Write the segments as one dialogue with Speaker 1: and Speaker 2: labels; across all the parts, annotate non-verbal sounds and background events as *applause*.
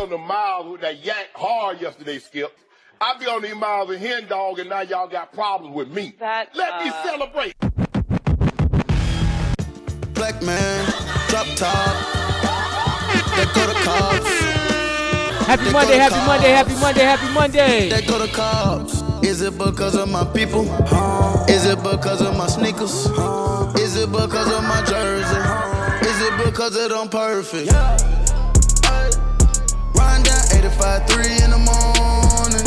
Speaker 1: on the miles with that yank hard yesterday, Skip. I be on these miles with hen dog, and now y'all got problems with me.
Speaker 2: That,
Speaker 1: Let me
Speaker 2: uh,
Speaker 1: celebrate.
Speaker 3: Black man, drop top. They go to cops,
Speaker 4: Happy Monday, happy Monday, happy Monday, happy Monday.
Speaker 3: they go to cops. Is it because of my people? Is it because of my sneakers? Is it because of my jersey? Is it because it I'm perfect? Run down 85 3 in the morning.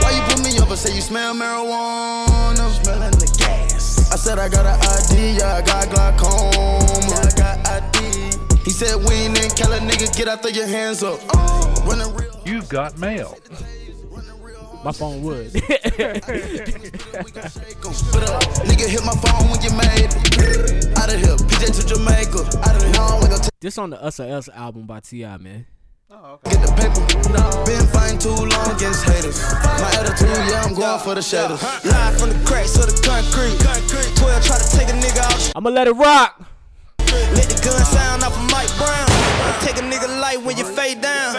Speaker 3: Why you put me over? Say you smell marijuana. Smelling the gas. I said I got an ID, yeah, I got glaucoma. Yeah, I got ID. He said we ain't in Cali, nigga, get out there, your hands up. When the real,
Speaker 5: You got mail.
Speaker 3: when the real,
Speaker 4: My phone would.
Speaker 3: we gon' shake 'em. Spit up, nigga, hit my phone when you made it. Out of here, PJ to Jamaica. Out of here, we gon'
Speaker 4: this on the Us or Us album by T.I., man.
Speaker 3: Get the paper. Been fighting too long against haters. My attitude, yeah, I'm going for the shadows. Live from the cracks of the concrete. 12 try to take a nigga out.
Speaker 4: I'ma let it rock.
Speaker 3: Let the gun sound off of Mike Brown. Take a nigga light when you fade down.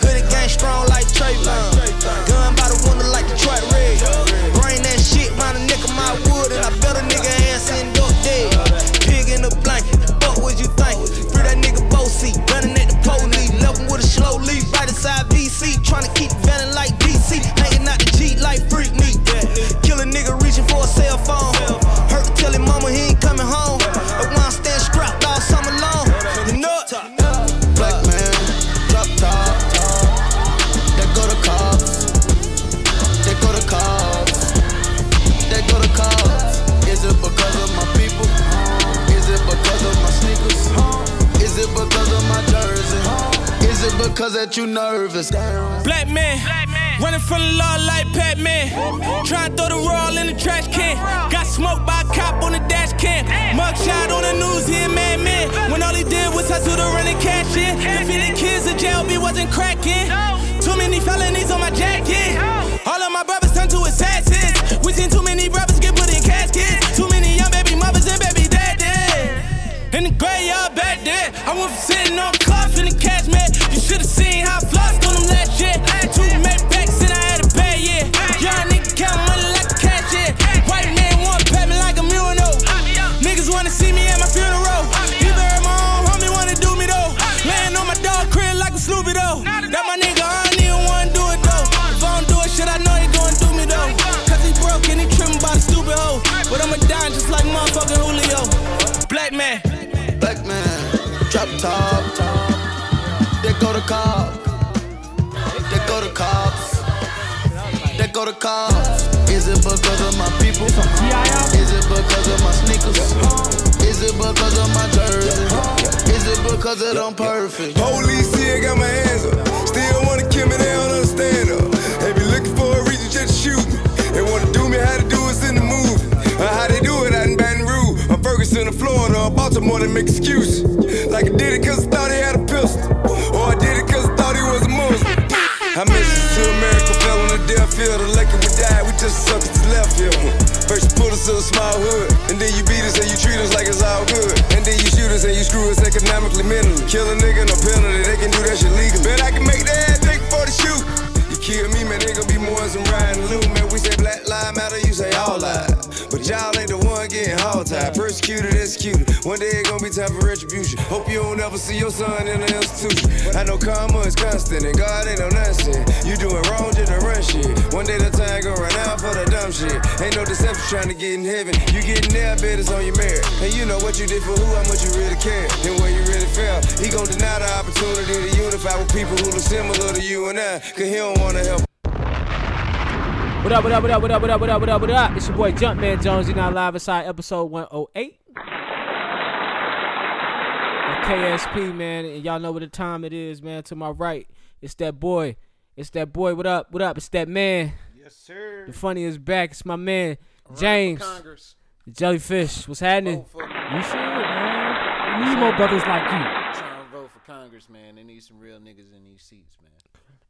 Speaker 3: Hoodie gang strong like Trayvon. Gun by the window like Detroit Red. Bring that shit round the neck of my wood and I bet a nigga ass end up dead. Pig in the blanket, fuck what you think? Free that nigga Bosey, running at the police. Love him with a slow leaf, right inside VC. Trying to keep the van like DC. Hanging out the G like freak me. Kill a nigga reaching for a cell phone. Hurt to tell him mama he ain't coming home. But when I stand strapped all summer long, you know it. Black man, drop top. They go to cops. They go to cops. They go to cops. Is it because of my people? Is it because of my sneakers? Is it because of my jersey? Is it because that you nervous?
Speaker 6: Black man. Running from the law like Pac-Man. Trying to throw the roll in the trash can. Got smoked by a cop on the dash cam. Mugshot on the news, he a madman. When all he did was hustle to run and cash in. Defeated kids in jail, he wasn't cracking. Too many felonies on my jacket. All of my brothers turned to assassins. We seen too many brothers get put in caskets. Too many young baby mothers and baby daddies. In the graveyard back there, I went from sitting on cuff in the cash man. You should've seen how I flossed on them last year. I had two made backs and I had a bad year. Y'all niggas count money like a cash year. White man want pat me like a mural. Niggas wanna see me at my funeral. Either my own homie wanna do me though. Laying on my dog crib like a Snoopy though. That my nigga, I don't even wanna do it though. If I don't do it, shit, I know he gon' do me though. Cause he broke and he trimmed by the stupid hoe. But I'ma die just like motherfucking Julio. Black man.
Speaker 3: Black man, drop top. They go to cop. They go to cops. They go to cops. Is it because of my people? Is it because of my sneakers? Is it because of my jersey? Is it because it I'm perfect?
Speaker 7: Police see I got my hands up. Still wanna kill me, they don't understand her. They be looking for a reason just to shoot me. They wanna do me how to do it's in the movie. Or how they do it out in Baton Rouge. Or Ferguson or Florida or Baltimore to make excuses. Like I did it cause I thought he had a pistol. Or I did it cause I thought he was a Muslim. I mentioned to America, fell on the death field. The lucky we died, we just suckers to left here. First you put us to a small hood, and then you beat us and you treat us like it's all good. And then you shoot us and you screw us economically, mentally. Kill a nigga, no penalty, they can do that shit legally. Bet I can make that think before the shoot. You kill me, man, they gon' be more than some riding loot, man. We say black lives matter, you say all lives. But y'all ain't the one getting hog tied. Persecuted, executed. One day it gon' be time for retribution. Hope you don't ever see your son in an institution. I know karma is constant, and God ain't no nonsense. You doing wrong, just to run shit. One day the time gon' run out for the dumb shit. Ain't no deception trying to get in heaven. You getting there, bet it's on your merit. And you know what you did for who, how much you really care, and where you really fell. He gon' deny the opportunity to unify with people who look similar to you and I. Cause he don't wanna help
Speaker 4: What up, what up, what up, what up, what up, what up, what up, what up? It's your boy Jumpman Jones. You're now live inside episode 108. Of KSP, man. And y'all know what the time it is, man. To my right, it's that boy. It's that boy. What up, what up? It's that man.
Speaker 8: Yes, sir.
Speaker 4: The funny is back. It's my man, James.
Speaker 8: Congress.
Speaker 4: Jellyfish. What's happening?
Speaker 8: Vote for me.
Speaker 4: You should, man.
Speaker 9: We need more brothers like you.
Speaker 8: Trying to vote for Congress, man. They need some real niggas in these seats, man.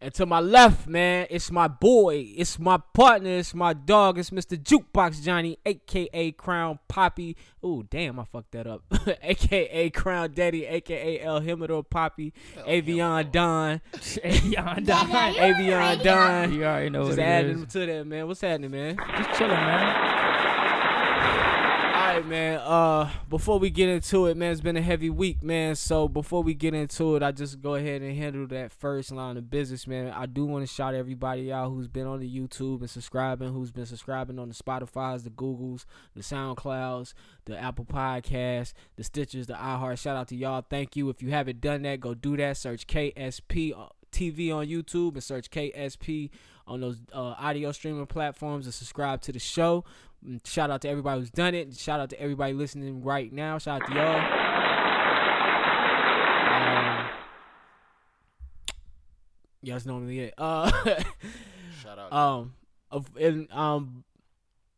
Speaker 4: And to my left, man, it's my boy, it's my partner, it's my dog, it's Mr. Jukebox Johnny, aka Crown Poppy. Ooh, damn, I fucked that up. *laughs* aka Crown Daddy, aka El Himador Poppy, Avion Don, *laughs*
Speaker 2: Avion Don.
Speaker 4: Avion Don.
Speaker 2: You already know
Speaker 4: Just
Speaker 2: what it is.
Speaker 4: adding him to that, man. What's happening, man?
Speaker 2: Just chilling, man.
Speaker 4: All right, man. Uh, before we get into it, man, it's been a heavy week, man. So before we get into it, I just go ahead and handle that first line of business, man. I do want to shout everybody out who's been on the YouTube and subscribing, who's been subscribing on the Spotify's, the Googles, the SoundClouds, the Apple Podcasts, the Stitchers, the iHeart. Shout out to y'all. Thank you. If you haven't done that, go do that. Search KSP uh, TV on YouTube and search KSP on those uh, audio streaming platforms and subscribe to the show. Mm, Shout out to everybody who's done it. Shout out to everybody listening right now. Shout out to y'all. Um, yeah, that's normally it. Uh, *laughs*
Speaker 5: Shout out.
Speaker 4: um, of, and, um,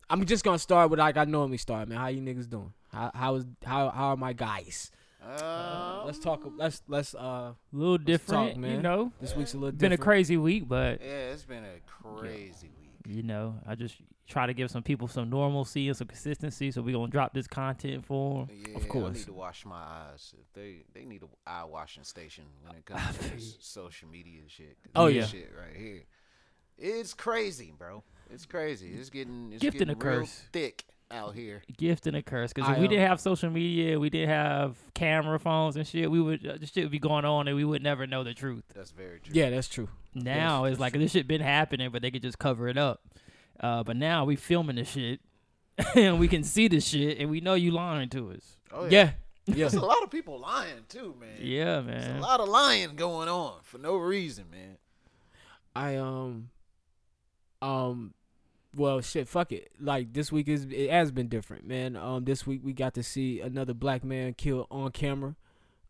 Speaker 4: I'm just gonna start with like I normally start, man. How you niggas doing? How how is how how are my guys?
Speaker 5: Uh,
Speaker 4: Let's talk. Let's let's uh.
Speaker 2: A little different, you
Speaker 4: man.
Speaker 2: know.
Speaker 4: This week's a little
Speaker 2: Been a
Speaker 4: different.
Speaker 2: crazy week, but
Speaker 5: yeah, it's been a crazy week.
Speaker 2: you know, I just try to give some people some normalcy and some consistency. So we gonna drop this content for 'em.
Speaker 5: Yeah, I
Speaker 4: course.
Speaker 5: need to wash my eyes. They they need an eye washing station when it comes to this social media shit. 'cause
Speaker 4: Oh,
Speaker 5: this
Speaker 4: yeah.
Speaker 5: shit right here. It's crazy, bro. It's crazy. It's getting it's
Speaker 2: Gift and
Speaker 5: getting
Speaker 2: a
Speaker 5: real
Speaker 2: curse.
Speaker 5: thick out here.
Speaker 2: gift and a curse because
Speaker 4: I,
Speaker 2: if we
Speaker 4: um,
Speaker 2: didn't have social media, we didn't have camera phones and shit. We would uh, this shit would be going on and we would never know the truth.
Speaker 5: That's very true.
Speaker 4: Yeah, that's true.
Speaker 2: Now it's like this shit been happening, but they could just cover it up. Uh, but now we filming this shit *laughs* and we can see this shit and we know you lying to us.
Speaker 5: Oh,
Speaker 4: Yeah,
Speaker 5: *laughs*
Speaker 4: yeah.
Speaker 5: There's a lot of people lying too, man.
Speaker 2: Yeah,
Speaker 5: There's a
Speaker 2: man.
Speaker 5: lot of lying going on for no reason, man.
Speaker 4: I um um well shit fuck it like this week is it has been different man um this week we got to see another black man killed on camera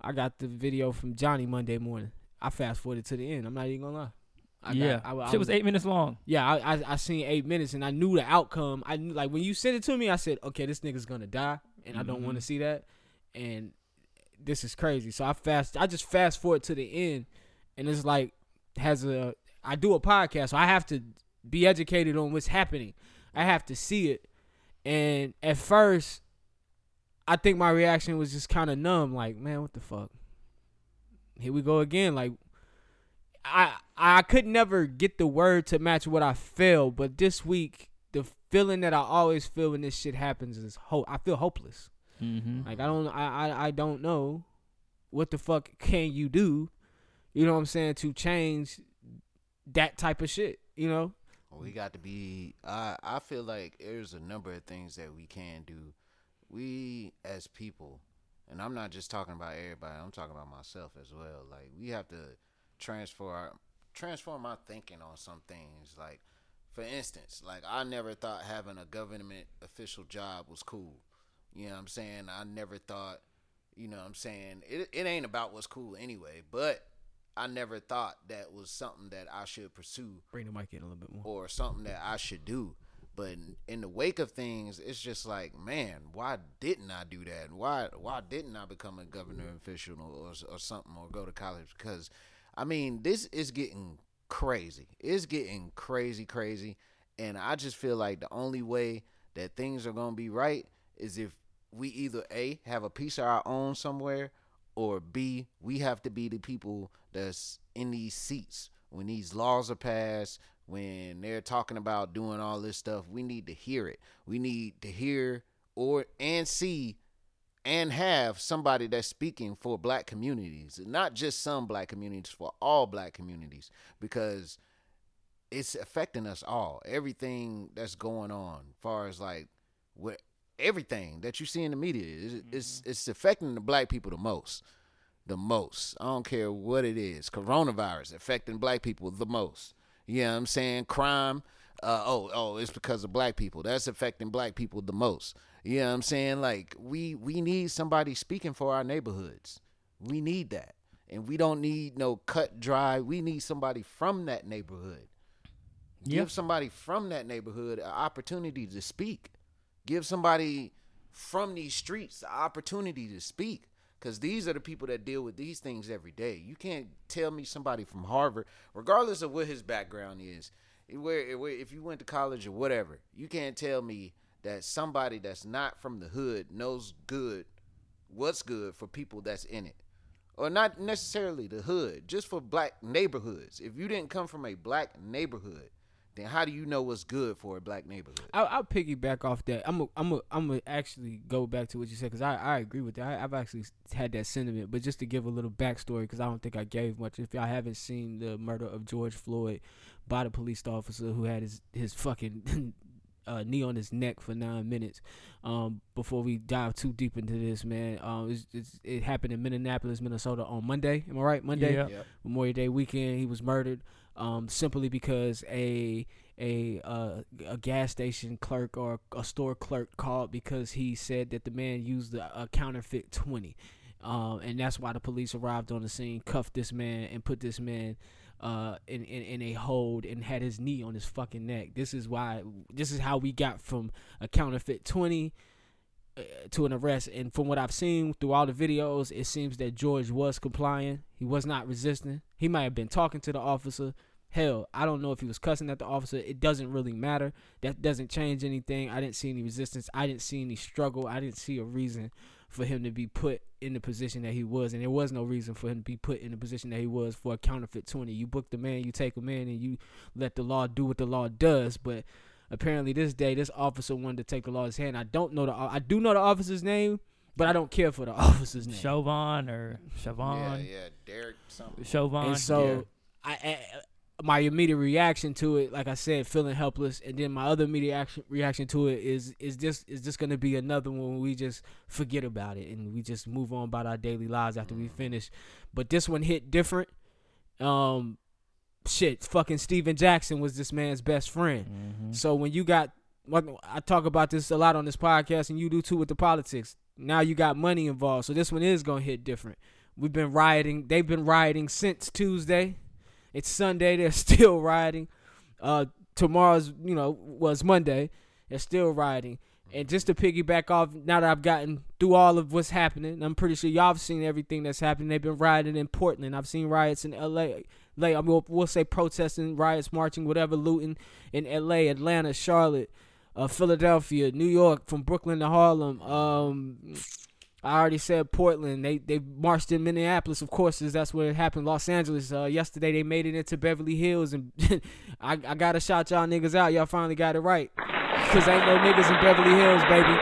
Speaker 4: I got the video from Johnny Monday morning I fast forwarded to the end I'm not even gonna lie I got-
Speaker 2: yeah,
Speaker 4: I, I
Speaker 2: shit was eight minutes long.
Speaker 4: yeah I, I I seen eight minutes and I knew the outcome I knew like when you sent it to me I said okay this nigga's gonna die and I don't want to see that and this is crazy so I fast I just fast forward to the end and it's like has a I do a podcast, so I have to be educated on what's happening. I have to see it. And at first, I think my reaction was just kind of numb, like, man, what the fuck? Here we go again. Like, I I could never get the word to match what I feel, but this week, the feeling that I always feel when this shit happens is hope. I feel hopeless.
Speaker 2: Mm-hmm.
Speaker 4: Like I don't I, I I don't know what the fuck can you do, you know what I'm saying, to change that type of shit, you know?
Speaker 5: We got to be. I I feel like there's a number of things that we can do. We as people, and I'm not just talking about everybody. I'm talking about myself as well. Like we have to transform our transform our thinking on some things. Like for instance, like I never thought having a government official job was cool. You know what I'm saying? I never thought. You know what I'm saying? It it ain't about what's cool anyway, but. I never thought that was something that I should pursue
Speaker 4: Bring the mic in a little bit more.
Speaker 5: or something that I should do. But in- in the wake of things, it's just like, man, why didn't I do that? Why why didn't I become a governor official or, or, or something or go to college? Because, I mean, this is getting crazy. It's getting crazy, crazy. And I just feel like the only way that things are going to be right is if we either A, have a piece of our own somewhere, or B, we have to be the people that's in these seats when these laws are passed, when they're talking about doing all this stuff. We need to hear it. We need to hear or and see and have somebody that's speaking for black communities, not just some black communities, for all black communities, because it's affecting us all. Everything that's going on, far as like what everything that you see in the media, is it's it's affecting the black people the most the most. I don't care what it is. Coronavirus affecting black people the most. You know what I'm saying? Crime. Uh, oh, oh, it's because of black people. That's affecting black people the most. You know what I'm saying? Like we we need somebody speaking for our neighborhoods. We need that. And we don't need no cut dry. We need somebody from that neighborhood. Give somebody from that neighborhood an opportunity to speak. Give somebody from these streets the opportunity to speak. Because these are the people that deal with these things every day. You can't tell me somebody from Harvard, regardless of what his background is, where, where if you went to college or whatever, you can't tell me that somebody that's not from the hood knows good what's good for people that's in it or not necessarily the hood, just for black neighborhoods. If you didn't come from a black neighborhood, then how do you know what's good for a black neighborhood?
Speaker 4: I'll, I'll piggyback off that. I'm a, I'm a, I'm gonna actually go back to what you said because I, I agree with that. I, I've actually had that sentiment, but just to give a little backstory because I don't think I gave much. If y'all haven't seen the murder of George Floyd by the police officer who had his his fucking *laughs* uh, knee on his neck for nine minutes, um, before we dive too deep into this, man, um, it's, it's, it happened in Minneapolis, Minnesota on Monday. Am I right? Monday,
Speaker 2: Yeah.
Speaker 4: Memorial Day weekend, he was murdered um, simply because a a uh, a gas station clerk or a store clerk called because he said that the man used a, a counterfeit twenty, um, and that's why the police arrived on the scene, cuffed this man, and put this man. Uh, in, in in a hold and had his knee on his fucking neck. This is why. This is how we got from a counterfeit twenty to an arrest. And from what I've seen through all the videos, it seems that George was complying. He was not resisting. He might have been talking to the officer. Hell, I don't know if he was cussing at the officer. It doesn't really matter. That doesn't change anything. I didn't see any resistance. I didn't see any struggle. I didn't see a reason for him to be put in the position that he was. And there was no reason for him to be put in the position that he was for a counterfeit 20. You book the man, you take him in, and you let the law do what the law does. But apparently this day this officer wanted to take the law's hand. I don't know the I do know the officer's name, but I don't care for the *laughs* officer's name.
Speaker 2: Chauvin or
Speaker 5: Yeah,
Speaker 2: Chavon.
Speaker 4: Um,
Speaker 5: yeah, Derek something.
Speaker 2: Chauvin.
Speaker 4: and so I, I my immediate reaction to it, like I said, feeling helpless, and then my other immediate action, reaction to it is is this is this going to be another one where we just forget about it and we just move on about our daily lives after we finish. But this one hit different. Um, shit, fucking Steven Jackson was this man's best friend. So when you got, like, I talk about this a lot on this podcast, and you do too with the politics. Now you got money involved, so this one is gonna hit different. We've been rioting. They've been rioting since Tuesday. It's Sunday. They're *laughs* still rioting. Uh, tomorrow's, you know, was Monday. They're still rioting. And just to piggyback off, now that I've gotten through all of what's happening, I'm pretty sure y'all have seen everything that's happening. They've been rioting in Portland. I've seen riots in L.A. LA, I mean, we'll say protesting, riots, marching, whatever, looting in L.A., Atlanta, Charlotte, uh, Philadelphia, New York, from Brooklyn to Harlem. Um, I already said Portland. They they marched in Minneapolis, of course, as that's where it happened. Los Angeles. Uh, yesterday they made it into Beverly Hills, and *laughs* I, I gotta shout y'all niggas out. Y'all finally got it right, cause ain't no niggas in Beverly Hills, baby.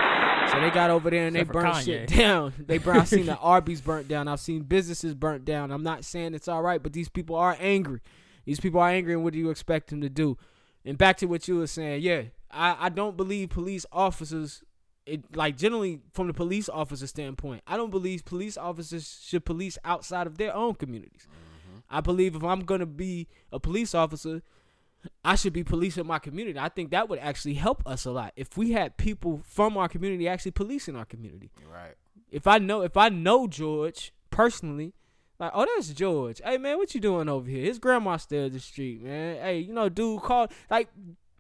Speaker 4: So they got over there and
Speaker 2: Except
Speaker 4: they
Speaker 2: for
Speaker 4: burned
Speaker 2: Kanye.
Speaker 4: shit *laughs* down. They burn. I've seen the Arby's burnt down. I've seen businesses burnt down. I'm not saying it's all right, but these people are angry. These people are angry, and what do you expect them to do? And back to what you were saying, yeah, I, I don't believe police officers it like generally from the police officer standpoint, I don't believe police officers should police outside of their own communities. I believe if I'm gonna be a police officer, I should be policing my community. I think that would actually help us a lot if we had people from our community actually policing our community.
Speaker 5: Right.
Speaker 4: If I know if I know George personally, like, oh that's George. Hey man, what you doing over here? His grandma stayed the street, man. Hey, you know, dude called like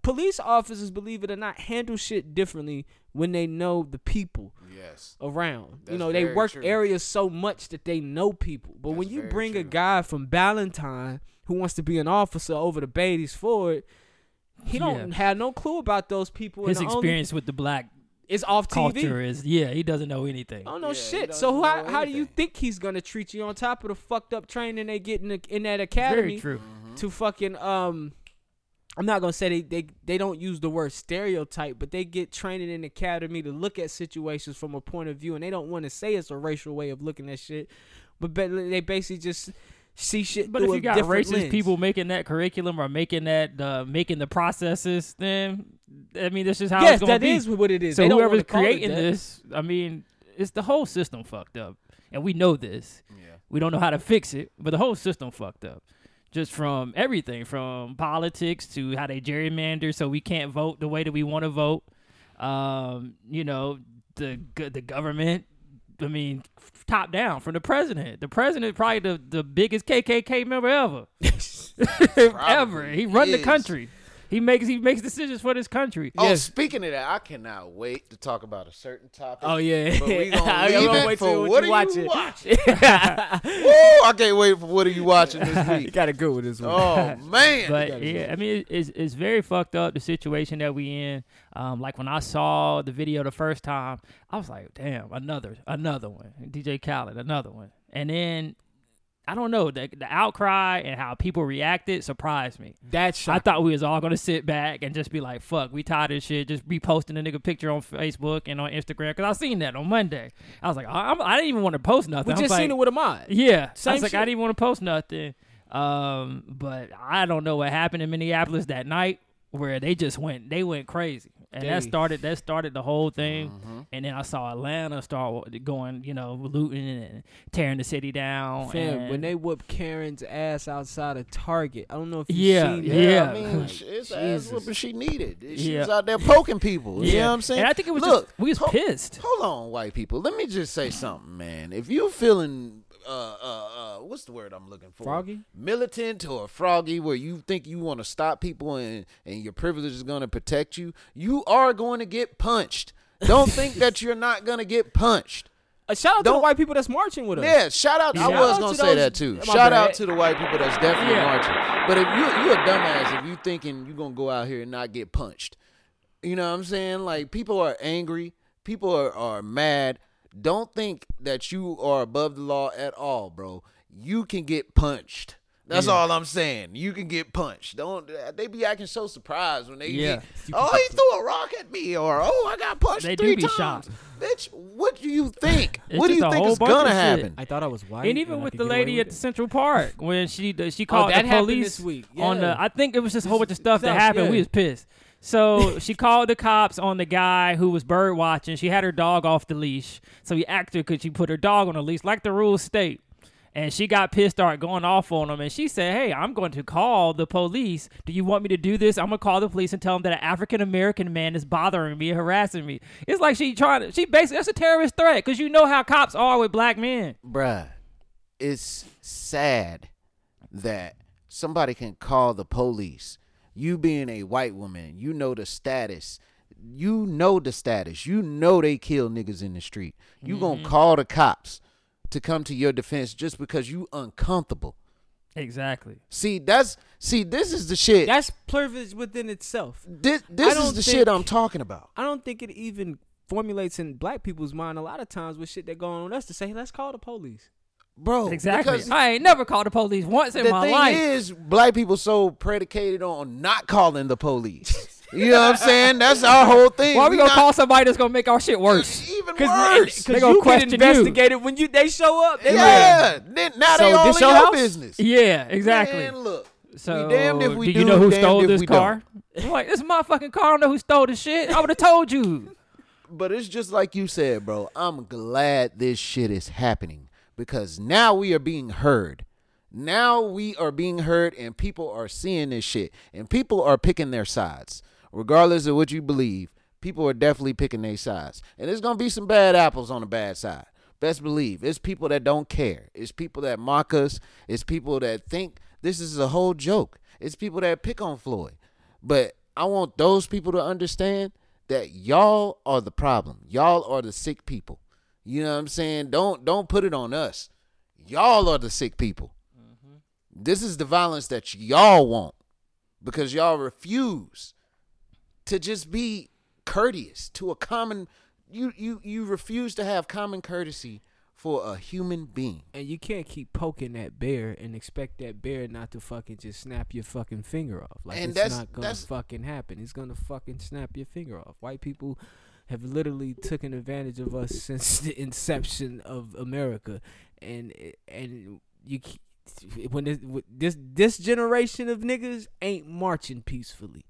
Speaker 4: police officers, believe it or not, handle shit differently when they know the people
Speaker 5: Yes.
Speaker 4: around. you
Speaker 5: That's
Speaker 4: know, they
Speaker 5: very
Speaker 4: work
Speaker 5: true.
Speaker 4: areas so much that they know people. But when
Speaker 5: That's
Speaker 4: you
Speaker 5: very
Speaker 4: bring a
Speaker 5: true.
Speaker 4: guy from Ballantyne who wants to be an officer over to Beatty's Ford, he don't
Speaker 2: Yeah.
Speaker 4: have no clue about those people.
Speaker 2: his
Speaker 4: and the only-
Speaker 2: experience with the black
Speaker 4: is off
Speaker 2: culture
Speaker 4: TV.
Speaker 2: is yeah, he doesn't know anything.
Speaker 4: I don't know
Speaker 5: Yeah, he
Speaker 4: shit.
Speaker 5: doesn't
Speaker 4: So who- how,
Speaker 5: know
Speaker 4: how do you
Speaker 5: anything.
Speaker 4: think he's gonna treat you on top of the fucked up training they get in, the, in that academy?
Speaker 2: Very true.
Speaker 5: Mm-hmm.
Speaker 4: to fucking um I'm not gonna say they, they they don't use the word stereotype, but they get training in the academy to look at situations from a point of view, and they don't want to say it's a racial way of looking at shit, but ba- they basically just see shit.
Speaker 2: But if
Speaker 4: through
Speaker 2: you
Speaker 4: a
Speaker 2: got
Speaker 4: different
Speaker 2: racist
Speaker 4: lens.
Speaker 2: people making that curriculum or making that uh, making the processes, then I mean that's just how
Speaker 4: yes,
Speaker 2: it's gonna
Speaker 4: that
Speaker 2: be.
Speaker 4: is what it is.
Speaker 2: So
Speaker 4: They don't
Speaker 2: whoever's
Speaker 4: wanna call it
Speaker 2: creating
Speaker 4: that.
Speaker 2: this, I mean, it's the whole system fucked up, and we know this.
Speaker 5: Yeah.
Speaker 2: We don't know how to fix it, but the whole system fucked up. Just from everything, from politics to how they gerrymander, so we can't vote the way that we want to vote. Um, you know, the go- the government. I mean, f- top down from the president. The president probably the,
Speaker 4: *laughs*
Speaker 2: the biggest KKK member *laughs* ever, ever. He run the
Speaker 5: is.
Speaker 2: country. He makes he makes decisions for this country.
Speaker 5: Oh,
Speaker 4: Yes.
Speaker 5: speaking of that, I cannot wait to talk about a certain topic.
Speaker 4: Oh, yeah.
Speaker 5: but
Speaker 4: *laughs*
Speaker 5: we
Speaker 4: I
Speaker 5: gonna
Speaker 4: can't
Speaker 5: leave it
Speaker 4: wait till
Speaker 5: for
Speaker 4: what
Speaker 5: what
Speaker 4: you
Speaker 5: are
Speaker 4: watching.
Speaker 5: you
Speaker 4: *laughs*
Speaker 2: *laughs*
Speaker 5: watching? Woo! I can't wait for what are you watching this
Speaker 4: *laughs* You
Speaker 5: week.
Speaker 4: got a good one this one. *laughs*
Speaker 5: Oh man,
Speaker 2: But yeah, I mean, it- it's it's very fucked up the situation that we in. Um, like when I saw the video the first time, I was like, damn, another another one, DJ Khaled, another one. And then I don't know the the outcry and how people reacted surprised me.
Speaker 4: That
Speaker 2: I
Speaker 4: shot.
Speaker 2: thought we was all gonna sit back and just be like, "Fuck, we tired of this shit." Just be posting a nigga picture on Facebook and on Instagram because I seen that on Monday. I was like, I, I'm, I didn't even want to post nothing.
Speaker 4: we
Speaker 2: I'm
Speaker 4: just
Speaker 2: like-
Speaker 4: seen it with a mod.
Speaker 2: yeah, I
Speaker 4: Same
Speaker 2: was like, I
Speaker 4: shit.
Speaker 2: didn't even want to post nothing. Um, but I don't know what happened in Minneapolis that night where they just went, they went crazy, and that
Speaker 4: They-
Speaker 2: started that started the whole thing.
Speaker 4: Mm-hmm.
Speaker 2: And then I saw Atlanta start going, you know, looting and tearing the city down.
Speaker 4: Fam, when
Speaker 2: and-
Speaker 4: they whoop Karen's ass outside of Target, I don't know if you
Speaker 2: Yeah,
Speaker 4: seen
Speaker 2: yeah.
Speaker 4: that.
Speaker 5: I mean, sh- it's ass
Speaker 4: Jesus.
Speaker 5: whooping she needed. She
Speaker 2: Yeah.
Speaker 5: was out there poking people. You know what I'm saying?
Speaker 2: And I think it was
Speaker 5: Look,
Speaker 2: just, we was
Speaker 5: ho-
Speaker 2: pissed.
Speaker 5: Hold on, white people. Let me just say something, man. If you feeling uh, uh, uh, what's the word I'm looking for?
Speaker 4: Froggy?
Speaker 5: militant or froggy, where you think you want to stop people and and your privilege is going to protect you. You are going to get punched. Don't
Speaker 2: *laughs*
Speaker 5: think that you're not going to get punched.
Speaker 4: Uh, shout out to the
Speaker 5: Don't-
Speaker 4: white people that's marching with us.
Speaker 5: Yeah, shout out.
Speaker 2: Shout
Speaker 5: I was
Speaker 4: out
Speaker 5: gonna
Speaker 4: to
Speaker 5: say
Speaker 4: those-
Speaker 5: that too.
Speaker 4: my
Speaker 5: Shout
Speaker 4: bad.
Speaker 5: out to the white people that's definitely
Speaker 2: Yeah.
Speaker 5: marching. But if you you a dumbass if you thinking you gonna go out here and not get punched, you know what I'm saying? Like people are angry, people are are mad. Don't think that you are above the law at all, bro. You can get punched. That's all I'm saying. You can get punched. Don't they be acting so surprised when they
Speaker 2: Yeah.
Speaker 5: get, oh he threw a rock at me or oh I got punched
Speaker 2: They do
Speaker 5: three
Speaker 2: be
Speaker 5: times.
Speaker 2: shocked.
Speaker 5: Bitch, what do you think?
Speaker 2: It's
Speaker 5: what do
Speaker 2: just
Speaker 5: you
Speaker 2: a
Speaker 5: think
Speaker 2: whole
Speaker 5: is
Speaker 2: bunch
Speaker 5: gonna
Speaker 2: of shit.
Speaker 5: happen?
Speaker 4: I thought I was white.
Speaker 2: and even
Speaker 4: I
Speaker 2: with
Speaker 4: could
Speaker 2: the
Speaker 4: get away
Speaker 2: lady
Speaker 4: with
Speaker 2: at
Speaker 4: it. Oh,
Speaker 2: the
Speaker 4: *laughs*
Speaker 2: Central Park when she she called
Speaker 4: that
Speaker 2: the
Speaker 4: happened
Speaker 2: police
Speaker 4: this week.
Speaker 2: on the
Speaker 4: Yeah.
Speaker 2: I think it was just a whole bunch of stuff that
Speaker 4: stuff,
Speaker 2: happened.
Speaker 4: yeah.
Speaker 2: We was pissed.
Speaker 4: *laughs*
Speaker 2: So she called the cops on the guy who was bird watching. She had her dog off the leash, so he asked her could she put her dog on a leash, like the rules state. And she got pissed, started going off on him, and she said, "Hey, I'm going to call the police. Do you want me to do this? I'm gonna call the police and tell them that an African American man is bothering me, and harassing me. It's like she trying to. She basically that's a terrorist threat because you know how cops are with black men.
Speaker 5: bruh, it's sad that somebody can call the police. You being a white woman, you know the status. You know the status. You know they kill niggas in the street. You
Speaker 2: Mm-hmm.
Speaker 5: gonna call the cops to come to your defense just because you uncomfortable.
Speaker 2: Exactly.
Speaker 5: See, that's see, this is the shit.
Speaker 4: That's privilege within itself.
Speaker 5: this this is
Speaker 4: don't
Speaker 5: the
Speaker 4: think-
Speaker 5: shit I'm talking about.
Speaker 4: I don't think it even formulates in black people's mind a lot of times with shit that going on us to say, let's call the police.
Speaker 5: Bro,
Speaker 2: Exactly.
Speaker 5: Oh, because
Speaker 2: I ain't never called the police once *laughs* in
Speaker 5: the
Speaker 2: my
Speaker 5: thing
Speaker 2: life.
Speaker 5: is, black people so predicated on not calling the police. You know what I'm saying? That's our
Speaker 2: *laughs*
Speaker 5: whole thing.
Speaker 2: Why are we, gonna
Speaker 5: not-
Speaker 2: call somebody that's gonna make our shit worse?
Speaker 5: Even
Speaker 4: Because
Speaker 5: worse.
Speaker 2: They gonna
Speaker 4: you get
Speaker 2: question you.
Speaker 4: investigated when you they show up. They like,
Speaker 5: yeah. Then now they
Speaker 4: So
Speaker 5: all
Speaker 4: this
Speaker 5: in
Speaker 4: your
Speaker 5: your
Speaker 4: house?
Speaker 5: business.
Speaker 2: Yeah, exactly.
Speaker 5: Man, look.
Speaker 2: so,
Speaker 5: we damned if we
Speaker 2: do
Speaker 5: do.
Speaker 2: you know who
Speaker 5: damned
Speaker 2: stole
Speaker 5: if
Speaker 2: this
Speaker 5: we
Speaker 2: car? I'm like, this motherfucking car. I don't know who stole this shit. I would have told you.
Speaker 5: Don't. But it's just like you said, bro. I'm glad this shit is happening because now we are being heard. Now we are being heard, and people are seeing this shit, and people are picking their sides, regardless of what you believe. People are definitely picking their sides, and there's gonna be some bad apples on the bad side. Best believe it's people that don't care. It's people that mock us. It's people that think this is a whole joke. It's people that pick on Floyd. But I want those people to understand that y'all are the problem. Y'all are the sick people. You know what I'm saying? Don't don't put it on us. Y'all are the sick people. This is the violence that y'all want because y'all refuse to just be courteous to a common you you you refuse to have common courtesy for a human being.
Speaker 4: And you can't keep poking that bear and expect that bear not to fucking just snap your fucking finger off. Like
Speaker 5: And
Speaker 4: it's
Speaker 5: that's-
Speaker 4: not gonna
Speaker 5: that's-
Speaker 4: fucking happen. It's gonna fucking snap your finger off. White people have literally taken advantage of us since *laughs* the inception of America, and and you c- when this with this, this generation of niggas ain't marching peacefully.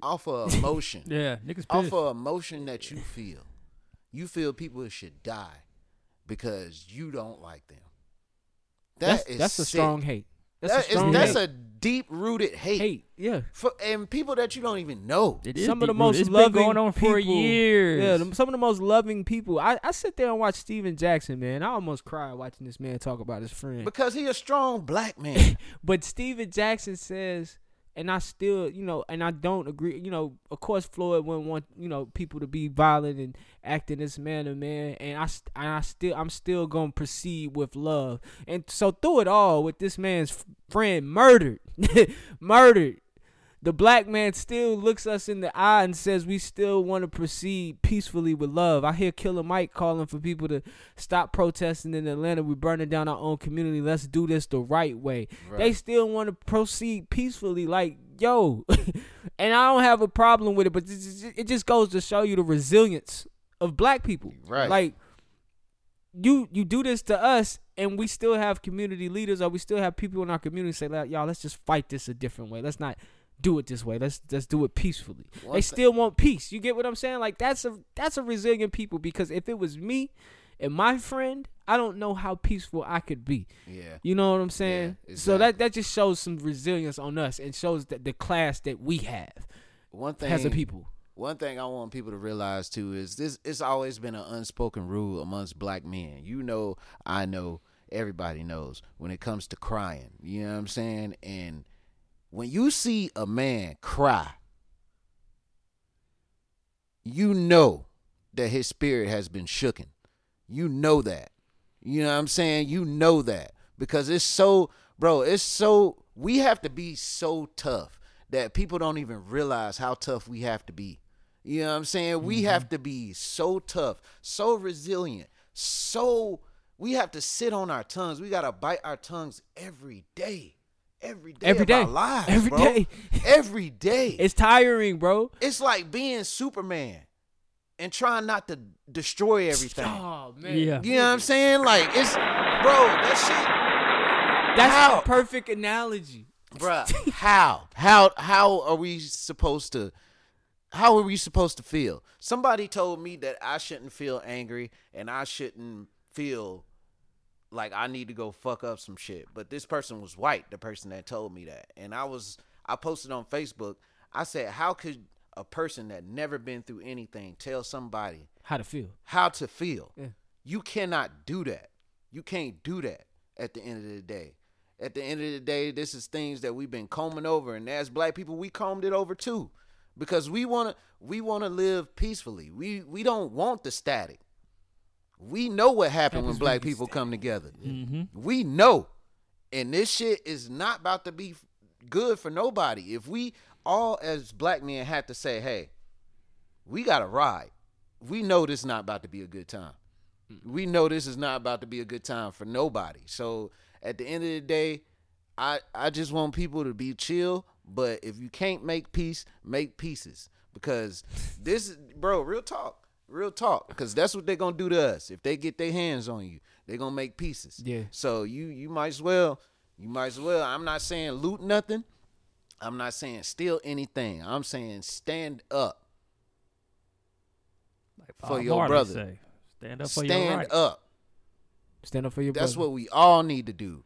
Speaker 5: Off of emotion.
Speaker 2: Yeah, niggas
Speaker 5: off of emotion that you feel. You feel people should die because you don't like them.
Speaker 4: That's
Speaker 5: that's,
Speaker 4: that's a
Speaker 5: sick.
Speaker 4: strong hate. That's
Speaker 5: That
Speaker 4: a
Speaker 5: is-
Speaker 4: strong
Speaker 5: that's
Speaker 4: hate.
Speaker 5: a deep rooted hate.
Speaker 4: hate. Yeah.
Speaker 5: For, and people that you don't even know.
Speaker 2: It is
Speaker 4: some of the
Speaker 2: deep-rooted.
Speaker 4: most
Speaker 2: It's
Speaker 4: loving
Speaker 2: been going on
Speaker 4: people.
Speaker 2: for years.
Speaker 4: Yeah, them- some of the most loving people. I, I sit there and watch Steven Jackson, man. I almost cry watching this man talk about his friend. *laughs*
Speaker 5: Because he a strong black man.
Speaker 4: But Steven Jackson says and I still, you know, and I don't agree. You know, of course, Floyd wouldn't want you know people to be violent and acting this manner, man. And I, st- and I still, I'm still gonna proceed with love. And so through it all, with this man's f- friend murdered, *laughs* murdered, the black man still looks us in the eye and says we still want to proceed peacefully with love. I hear Killer Mike calling for people to stop protesting in Atlanta. We're burning down our own community. Let's do this the right way. They still want to proceed peacefully, like yo. *laughs* and I don't have a problem with it, but this is- it just goes to show you the resilience of black people.
Speaker 5: Right.
Speaker 4: Like you you do this to us and we still have community leaders or we still have people in our community say like y'all let's just fight this a different way let's not do it this way let's let's do it peacefully
Speaker 5: One
Speaker 4: they
Speaker 5: thi-
Speaker 4: still want peace you get what i'm saying like that's a that's a resilient people because if it was me and my friend i don't know how peaceful i could be
Speaker 5: Yeah.
Speaker 4: you know what i'm saying
Speaker 5: Yeah,
Speaker 4: so that that just shows some resilience on us and shows that the class that we have
Speaker 5: One thing
Speaker 4: as a people
Speaker 5: One thing I want people to realize too is this it's always been an unspoken rule amongst black men. You know, I know, everybody knows when it comes to crying. You know what I'm saying? And when you see a man cry, you know that his spirit has been shooken. You know that. You know what I'm saying? You know that because it's so, bro, it's so, we have to be so tough that people don't even realize how tough we have to be. You know what I'm saying?
Speaker 4: Mm-hmm.
Speaker 5: We have to be so tough, so resilient, so, we have to sit on our tongues. We got to bite our tongues every day. Every day
Speaker 4: Every
Speaker 5: of our
Speaker 4: day.
Speaker 5: lives,
Speaker 4: Every
Speaker 5: bro.
Speaker 4: day.
Speaker 5: Every day.
Speaker 4: *laughs* it's tiring bro
Speaker 5: It's like being Superman and trying not to destroy everything.
Speaker 4: oh man
Speaker 2: Yeah.
Speaker 5: You know what I'm saying? Like it's, bro, that
Speaker 4: that's
Speaker 5: How?
Speaker 4: a perfect analogy
Speaker 5: shit, bro. *laughs* How, how, how are we supposed to? How are we supposed to feel? Somebody told me that I shouldn't feel angry and I shouldn't feel like I need to go fuck up some shit. But this person was white, the person that told me that. And I was I posted on Facebook. I said, "How could a person that never been through anything tell somebody
Speaker 4: how to feel
Speaker 5: how to feel.
Speaker 4: Yeah.
Speaker 5: You cannot do that. You can't do that at the end of the day. At the end of the day, this is things that we've been combing over and as black people, we combed it over too. Because we want to we want to live peacefully. We we don't want the static. We know what happened when black people come together. We know. And this shit is not about to be f- good for nobody. If we all as black men had to say, "Hey, we got to ride." we know this not about to be a good time. We know this is not about to be a good time for nobody. So at the end of the day, I I just want people to be chill. But if you can't make peace, make pieces because this, is bro, real talk, real talk. Because that's what they're gonna do to us if they get their hands on you. They're gonna make pieces.
Speaker 4: Yeah.
Speaker 5: So you you might as well you might as well. I'm not saying loot nothing. I'm not saying steal anything. I'm saying stand up.
Speaker 2: Like
Speaker 5: For
Speaker 2: Bob
Speaker 5: your
Speaker 2: Marley
Speaker 5: brother.
Speaker 2: say, Stand up for your
Speaker 5: stand
Speaker 2: right.
Speaker 5: up.
Speaker 4: stand up for your
Speaker 5: That's
Speaker 4: brother.
Speaker 5: what we all need to do.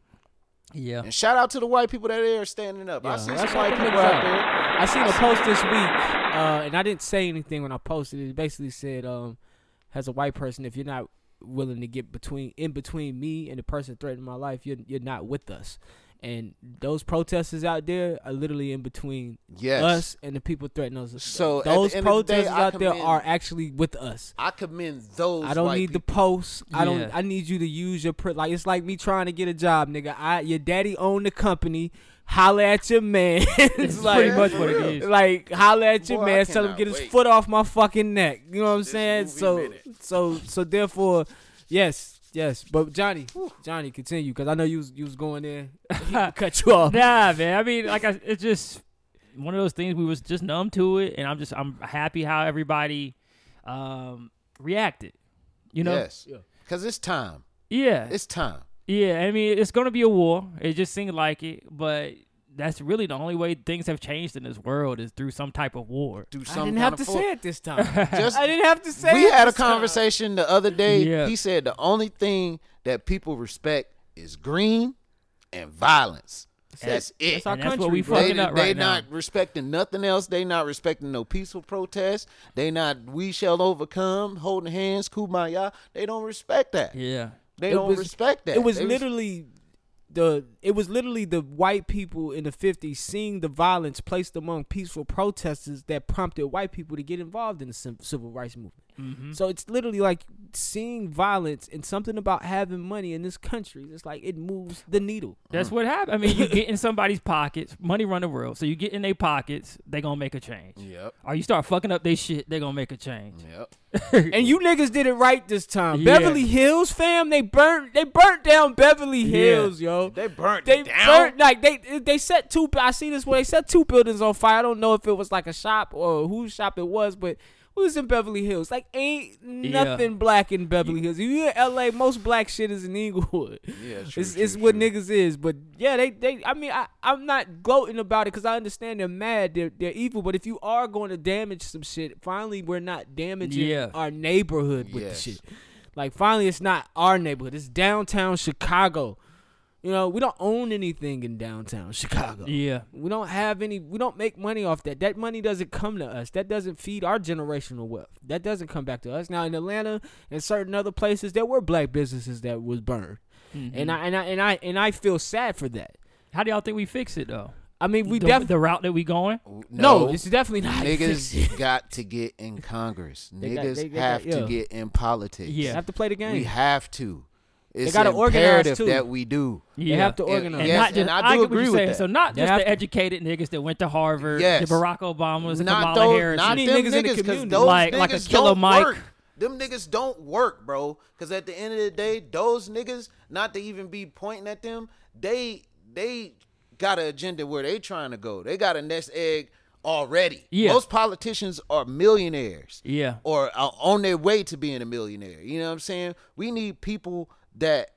Speaker 2: Yeah.
Speaker 5: And shout out to the white people that are standing up. I
Speaker 4: Yeah,
Speaker 5: see
Speaker 4: that's
Speaker 5: some
Speaker 4: what
Speaker 5: white
Speaker 4: them
Speaker 5: people
Speaker 4: niggas
Speaker 5: out
Speaker 4: are.
Speaker 5: there.
Speaker 4: I seen a post this week, uh, and I didn't say anything when I posted it. It basically said, um, as a white person, if you're not willing to get between in between me and the person threatening my life, you're you're not with us. And those protesters out there are literally in between
Speaker 5: Yes.
Speaker 4: us and the people threatening us.
Speaker 5: So, at the
Speaker 4: those
Speaker 5: end of the day,
Speaker 4: protesters
Speaker 5: I
Speaker 4: out there
Speaker 5: commend-
Speaker 4: are actually with us.
Speaker 5: I commend those.
Speaker 4: I don't
Speaker 5: white
Speaker 4: need
Speaker 5: people.
Speaker 4: the post. I don't.
Speaker 2: Yeah.
Speaker 4: I need you to use your print. Like it's like me trying to get a job, nigga. I your daddy owned the company. Holla at your man. *laughs* it's
Speaker 2: It's
Speaker 4: like
Speaker 2: pretty much what
Speaker 5: real.
Speaker 2: it is.
Speaker 4: like holla at your
Speaker 5: Boy, I
Speaker 4: man, tell him
Speaker 5: cannot
Speaker 4: get his
Speaker 5: wait.
Speaker 4: foot off my fucking neck. You know what I'm
Speaker 5: This
Speaker 4: saying?
Speaker 5: movie
Speaker 4: So
Speaker 5: minute.
Speaker 4: so so therefore, yes, yes. But Johnny, Johnny, continue because I know you was you was
Speaker 5: *laughs*
Speaker 4: going there. Cut you off.
Speaker 2: Nah, man. I mean, like, I, it's just one of those things. We was just numb to it, and I'm just I'm happy how everybody um reacted. You know?
Speaker 5: Yes. Because it's time.
Speaker 2: Yeah.
Speaker 5: It's time.
Speaker 2: Yeah, I mean, it's going to be a war. It just seemed like it, but that's really the only way things have changed in this world is through some type of war.
Speaker 5: Do
Speaker 4: I
Speaker 5: something.
Speaker 4: didn't have to say it this time.
Speaker 5: Just-
Speaker 4: *laughs* I didn't have to say.
Speaker 5: We
Speaker 4: it
Speaker 5: had a
Speaker 4: this time.
Speaker 5: conversation the other day.
Speaker 2: Yeah.
Speaker 5: He said the only thing that people respect is green and violence. That's it.
Speaker 4: That's our
Speaker 2: And that's what
Speaker 4: country,
Speaker 2: we
Speaker 4: bro.
Speaker 2: fucking
Speaker 5: they,
Speaker 2: up
Speaker 5: they
Speaker 2: right now.
Speaker 5: not respecting nothing else. They not respecting no peaceful protest. They not we shall overcome, holding hands, kumaya. They don't respect that.
Speaker 2: Yeah.
Speaker 5: They
Speaker 4: It
Speaker 5: don't
Speaker 4: was-
Speaker 5: respect that.
Speaker 4: It was
Speaker 5: They res-
Speaker 4: literally the it was literally the white people in the 50s seeing the violence placed among peaceful protesters that prompted white people to get involved in the civ- civil rights movement.
Speaker 5: Mm-hmm.
Speaker 4: So it's literally like seeing violence and something about having money in this country. It's like it moves the needle.
Speaker 2: That's
Speaker 5: Mm.
Speaker 2: what happened. I mean, you get in somebody's pockets. Money run the world. So you get in their pockets, they gonna make a change.
Speaker 5: Yep.
Speaker 2: Or you start fucking up their shit, they gonna make a change.
Speaker 5: Yep.
Speaker 4: And you niggas did it right this time.
Speaker 2: Yeah.
Speaker 4: Beverly Hills, fam, they burnt they burnt down Beverly Hills, yo.
Speaker 5: They burnt
Speaker 4: They
Speaker 5: it down.
Speaker 4: burnt like they they set two. I see this where they set two buildings on fire. I don't know if it was like a shop or whose shop it was, but it was in Beverly Hills. Like ain't nothing black in Beverly Hills. If you in L.A., most black shit is in Inglewood.
Speaker 5: Yeah, true,
Speaker 4: it's
Speaker 5: true,
Speaker 4: it's what
Speaker 5: true.
Speaker 4: niggas is. But yeah, they they. I mean, I I'm not gloating about it because I understand they're mad, they're they're evil. But if you are going to damage some shit, finally we're not damaging
Speaker 2: Yeah.
Speaker 4: our neighborhood with
Speaker 5: Yes.
Speaker 4: the shit. Like finally, it's not our neighborhood. It's downtown Chicago. You know, we don't own anything in downtown Chicago.
Speaker 2: Yeah.
Speaker 4: We don't have any. We don't make money off that. That money doesn't come to us. That doesn't feed our generational wealth. That doesn't come back to us. Now in Atlanta and certain other places, there were black businesses that was burned,
Speaker 5: Mm-hmm.
Speaker 4: and I and I and I and I feel sad for that.
Speaker 2: How do y'all think we fix it though?
Speaker 4: I mean, we
Speaker 2: the,
Speaker 4: definitely
Speaker 2: the route that we going.
Speaker 4: no, It's definitely not
Speaker 5: Niggas *laughs* got to get in Congress. Niggas
Speaker 4: got- they- they got-
Speaker 5: have
Speaker 4: yeah.
Speaker 5: to get in politics.
Speaker 2: Yeah.
Speaker 4: have to play the game.
Speaker 5: We have to. It's
Speaker 4: gotta organize,
Speaker 5: imperative
Speaker 4: too.
Speaker 5: that we do.
Speaker 4: They
Speaker 2: Yeah.
Speaker 4: have to
Speaker 5: And-
Speaker 4: organize.
Speaker 2: And
Speaker 5: Yes,
Speaker 2: not just,
Speaker 5: and I
Speaker 2: I
Speaker 5: do
Speaker 2: get what
Speaker 5: agree
Speaker 2: you're
Speaker 5: with
Speaker 2: saying.
Speaker 5: that.
Speaker 2: So not
Speaker 4: They
Speaker 2: just
Speaker 4: have
Speaker 2: the
Speaker 4: to-
Speaker 2: educated niggas that went to Harvard,
Speaker 5: Yes.
Speaker 2: the Barack Obamas, the
Speaker 5: Not
Speaker 2: Kamala
Speaker 5: those,
Speaker 2: Harris.
Speaker 5: not
Speaker 4: These
Speaker 5: them
Speaker 4: niggas in the
Speaker 5: niggas, 'cause
Speaker 4: community.
Speaker 5: those
Speaker 2: Like-
Speaker 5: niggas
Speaker 2: like a Killer
Speaker 5: don't
Speaker 2: Mike.
Speaker 5: work. Them niggas don't work, bro. Because at the end of the day, those niggas, not to even be pointing at them, they they got an agenda where they trying to go. They got a nest egg already.
Speaker 2: Yeah.
Speaker 5: Most politicians are millionaires.
Speaker 2: Yeah.
Speaker 5: Or are on their way to being a millionaire. You know what I'm saying? We need people that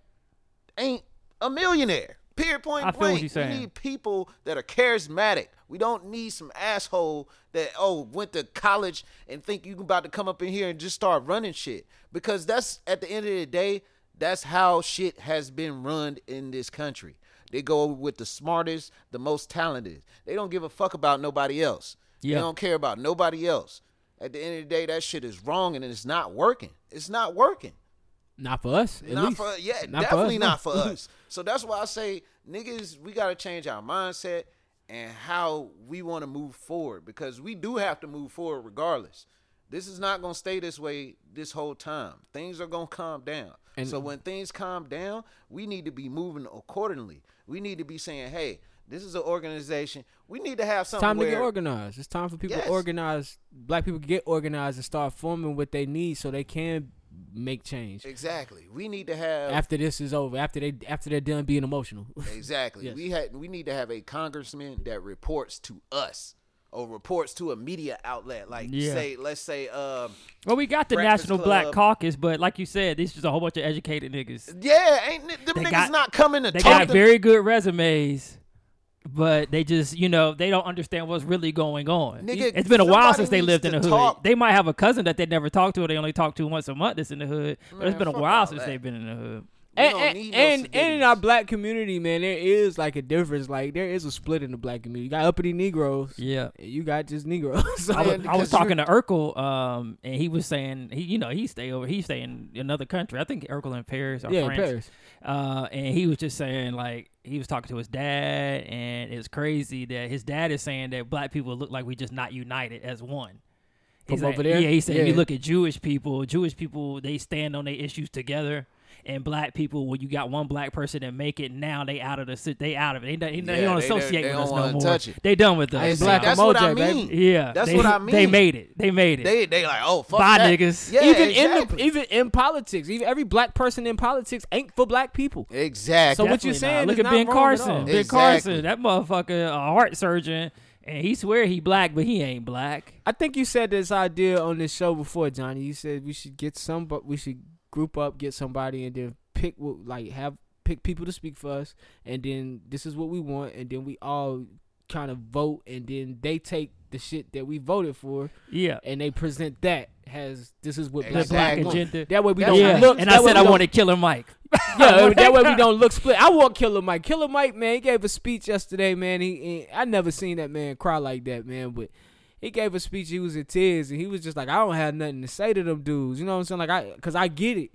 Speaker 5: ain't a millionaire. Period. Point
Speaker 2: I feel what
Speaker 5: blank.
Speaker 2: you're saying.
Speaker 5: We need people that are charismatic. We don't need some asshole that oh went to college and think you about to come up in here and just start running shit because that's at the end of the day that's how shit has been run in this country. They go with the smartest, the most talented. They don't give a fuck about nobody else.
Speaker 2: Yeah.
Speaker 5: They don't care about nobody else. At the end of the day, that shit is wrong and it's not working. It's not working
Speaker 4: not for us. At
Speaker 5: not
Speaker 4: least.
Speaker 5: for yeah,
Speaker 4: Not for us,
Speaker 5: definitely
Speaker 4: no.
Speaker 5: not
Speaker 4: *laughs*
Speaker 5: for us. So that's why I say niggas, we gotta change our mindset and how we want to move forward because we do have to move forward regardless. This is not gonna stay this way this whole time. Things are gonna calm down. so when things calm down, we need to be moving accordingly. We need to be saying, hey, this is an organization. We need to have
Speaker 4: It's
Speaker 5: something
Speaker 4: time to get
Speaker 5: where-
Speaker 4: organized. It's time for people
Speaker 5: Yes.
Speaker 4: to organize. Black people get organized and start forming what they need so they can make change.
Speaker 5: Exactly. We need to have
Speaker 4: After this is over, after they after they're done
Speaker 5: *laughs*
Speaker 4: being emotional,
Speaker 5: Exactly. We had we need to have a congressman that reports to us or reports to a media outlet. Like
Speaker 2: Yeah.
Speaker 5: say, let's say, um,
Speaker 2: Well, we got the
Speaker 5: Breakfast
Speaker 2: National Black
Speaker 5: Club.
Speaker 2: Caucus, but like you said, this is just a whole bunch of educated niggas.
Speaker 5: yeah, ain't ni- them
Speaker 2: They
Speaker 5: niggas
Speaker 2: got-
Speaker 5: not coming to
Speaker 2: They
Speaker 5: talk
Speaker 2: got
Speaker 5: to
Speaker 2: very good resumes, but they just, you know, they don't understand what's really going on.
Speaker 5: Nigga,
Speaker 2: it's been a while
Speaker 5: somebody
Speaker 2: since they
Speaker 5: needs
Speaker 2: lived in
Speaker 5: to
Speaker 2: the hood.
Speaker 5: talk.
Speaker 2: They might have a cousin that they never talk to, or they only talk to once a month that's in the hood. But it's
Speaker 5: Man,
Speaker 2: been a
Speaker 5: fuck
Speaker 2: while
Speaker 5: all
Speaker 2: since
Speaker 5: that.
Speaker 2: they've been in the hood.
Speaker 5: We
Speaker 4: and
Speaker 5: don't
Speaker 4: and,
Speaker 5: need no
Speaker 4: and, and in
Speaker 5: civilians.
Speaker 4: our black community, man, there is like a difference. Like there is a split in the black community. You got uppity Negroes,
Speaker 2: Yeah.
Speaker 4: and you got just Negroes. *laughs* So,
Speaker 2: *laughs* I was, I was
Speaker 5: because
Speaker 2: talking to Urkel, um, and he was saying he, you know, he stay over, he stay in another country. I think Urkel in Paris or
Speaker 4: yeah, in
Speaker 2: France.
Speaker 4: Paris.
Speaker 2: Uh, and he was just saying like he was talking to his dad, and it's crazy that his dad is saying that black people look like we just not united as one. He's
Speaker 4: From
Speaker 2: like-
Speaker 4: over there?
Speaker 2: yeah. He said if you
Speaker 4: Yeah.
Speaker 2: look at Jewish people, Jewish people they stand on their issues together. And black people, when you got one black person that make it, now they out of the sit, they out of it. They, don't- they,
Speaker 5: Yeah,
Speaker 2: don't
Speaker 5: they- they-
Speaker 2: associate
Speaker 5: they
Speaker 2: with
Speaker 5: don't
Speaker 2: us no
Speaker 5: wanna
Speaker 2: more.
Speaker 5: touch it.
Speaker 2: They done with us.
Speaker 5: Hey, see,
Speaker 4: black
Speaker 5: that's
Speaker 4: on
Speaker 5: what I
Speaker 4: Mojo, baby.
Speaker 5: mean.
Speaker 2: Yeah,
Speaker 5: that's
Speaker 2: they-
Speaker 5: what I mean.
Speaker 2: They made it. They made it.
Speaker 5: They they like oh fuck
Speaker 2: Bye,
Speaker 5: that.
Speaker 2: niggas.
Speaker 5: Yeah,
Speaker 4: even
Speaker 5: exactly.
Speaker 4: in the even in politics, even every black person in politics ain't for black people.
Speaker 5: exactly.
Speaker 4: So what you
Speaker 2: Definitely not.
Speaker 4: saying
Speaker 2: Look
Speaker 4: is
Speaker 2: at
Speaker 4: not
Speaker 2: Ben
Speaker 4: wrong at
Speaker 2: Carson.
Speaker 4: all.
Speaker 2: Ben
Speaker 5: Exactly.
Speaker 2: Carson, that motherfucker, a heart surgeon, and he swear he black, but he ain't black.
Speaker 4: I think you said this idea on this show before, Johnny. You said we should get some, but we should group up, get somebody, and then pick what, like have pick people to speak for us, and then this is what we want, and then we all kind of vote, and then they take the shit that we voted for,
Speaker 2: Yeah,
Speaker 4: and they present that as this is what
Speaker 2: the
Speaker 4: black,
Speaker 5: Exactly.
Speaker 2: black
Speaker 4: people want.
Speaker 2: agenda.
Speaker 4: That way we
Speaker 5: That's
Speaker 4: don't
Speaker 2: yeah,
Speaker 5: what-
Speaker 4: look.
Speaker 2: and
Speaker 4: that
Speaker 2: I
Speaker 4: way
Speaker 2: said
Speaker 4: we
Speaker 2: I
Speaker 4: don't-
Speaker 2: want to kill a Mike.
Speaker 4: *laughs*
Speaker 2: *laughs*
Speaker 4: yeah, that way we don't look split. I want Killer Mike. Killer Mike, man, he gave a speech yesterday, man. He, he- I never seen that man cry like that, man. But he gave a speech. He was in tears, and he was just like, I don't have nothing to say to them dudes. You know what I'm saying? Like I, cause I get it.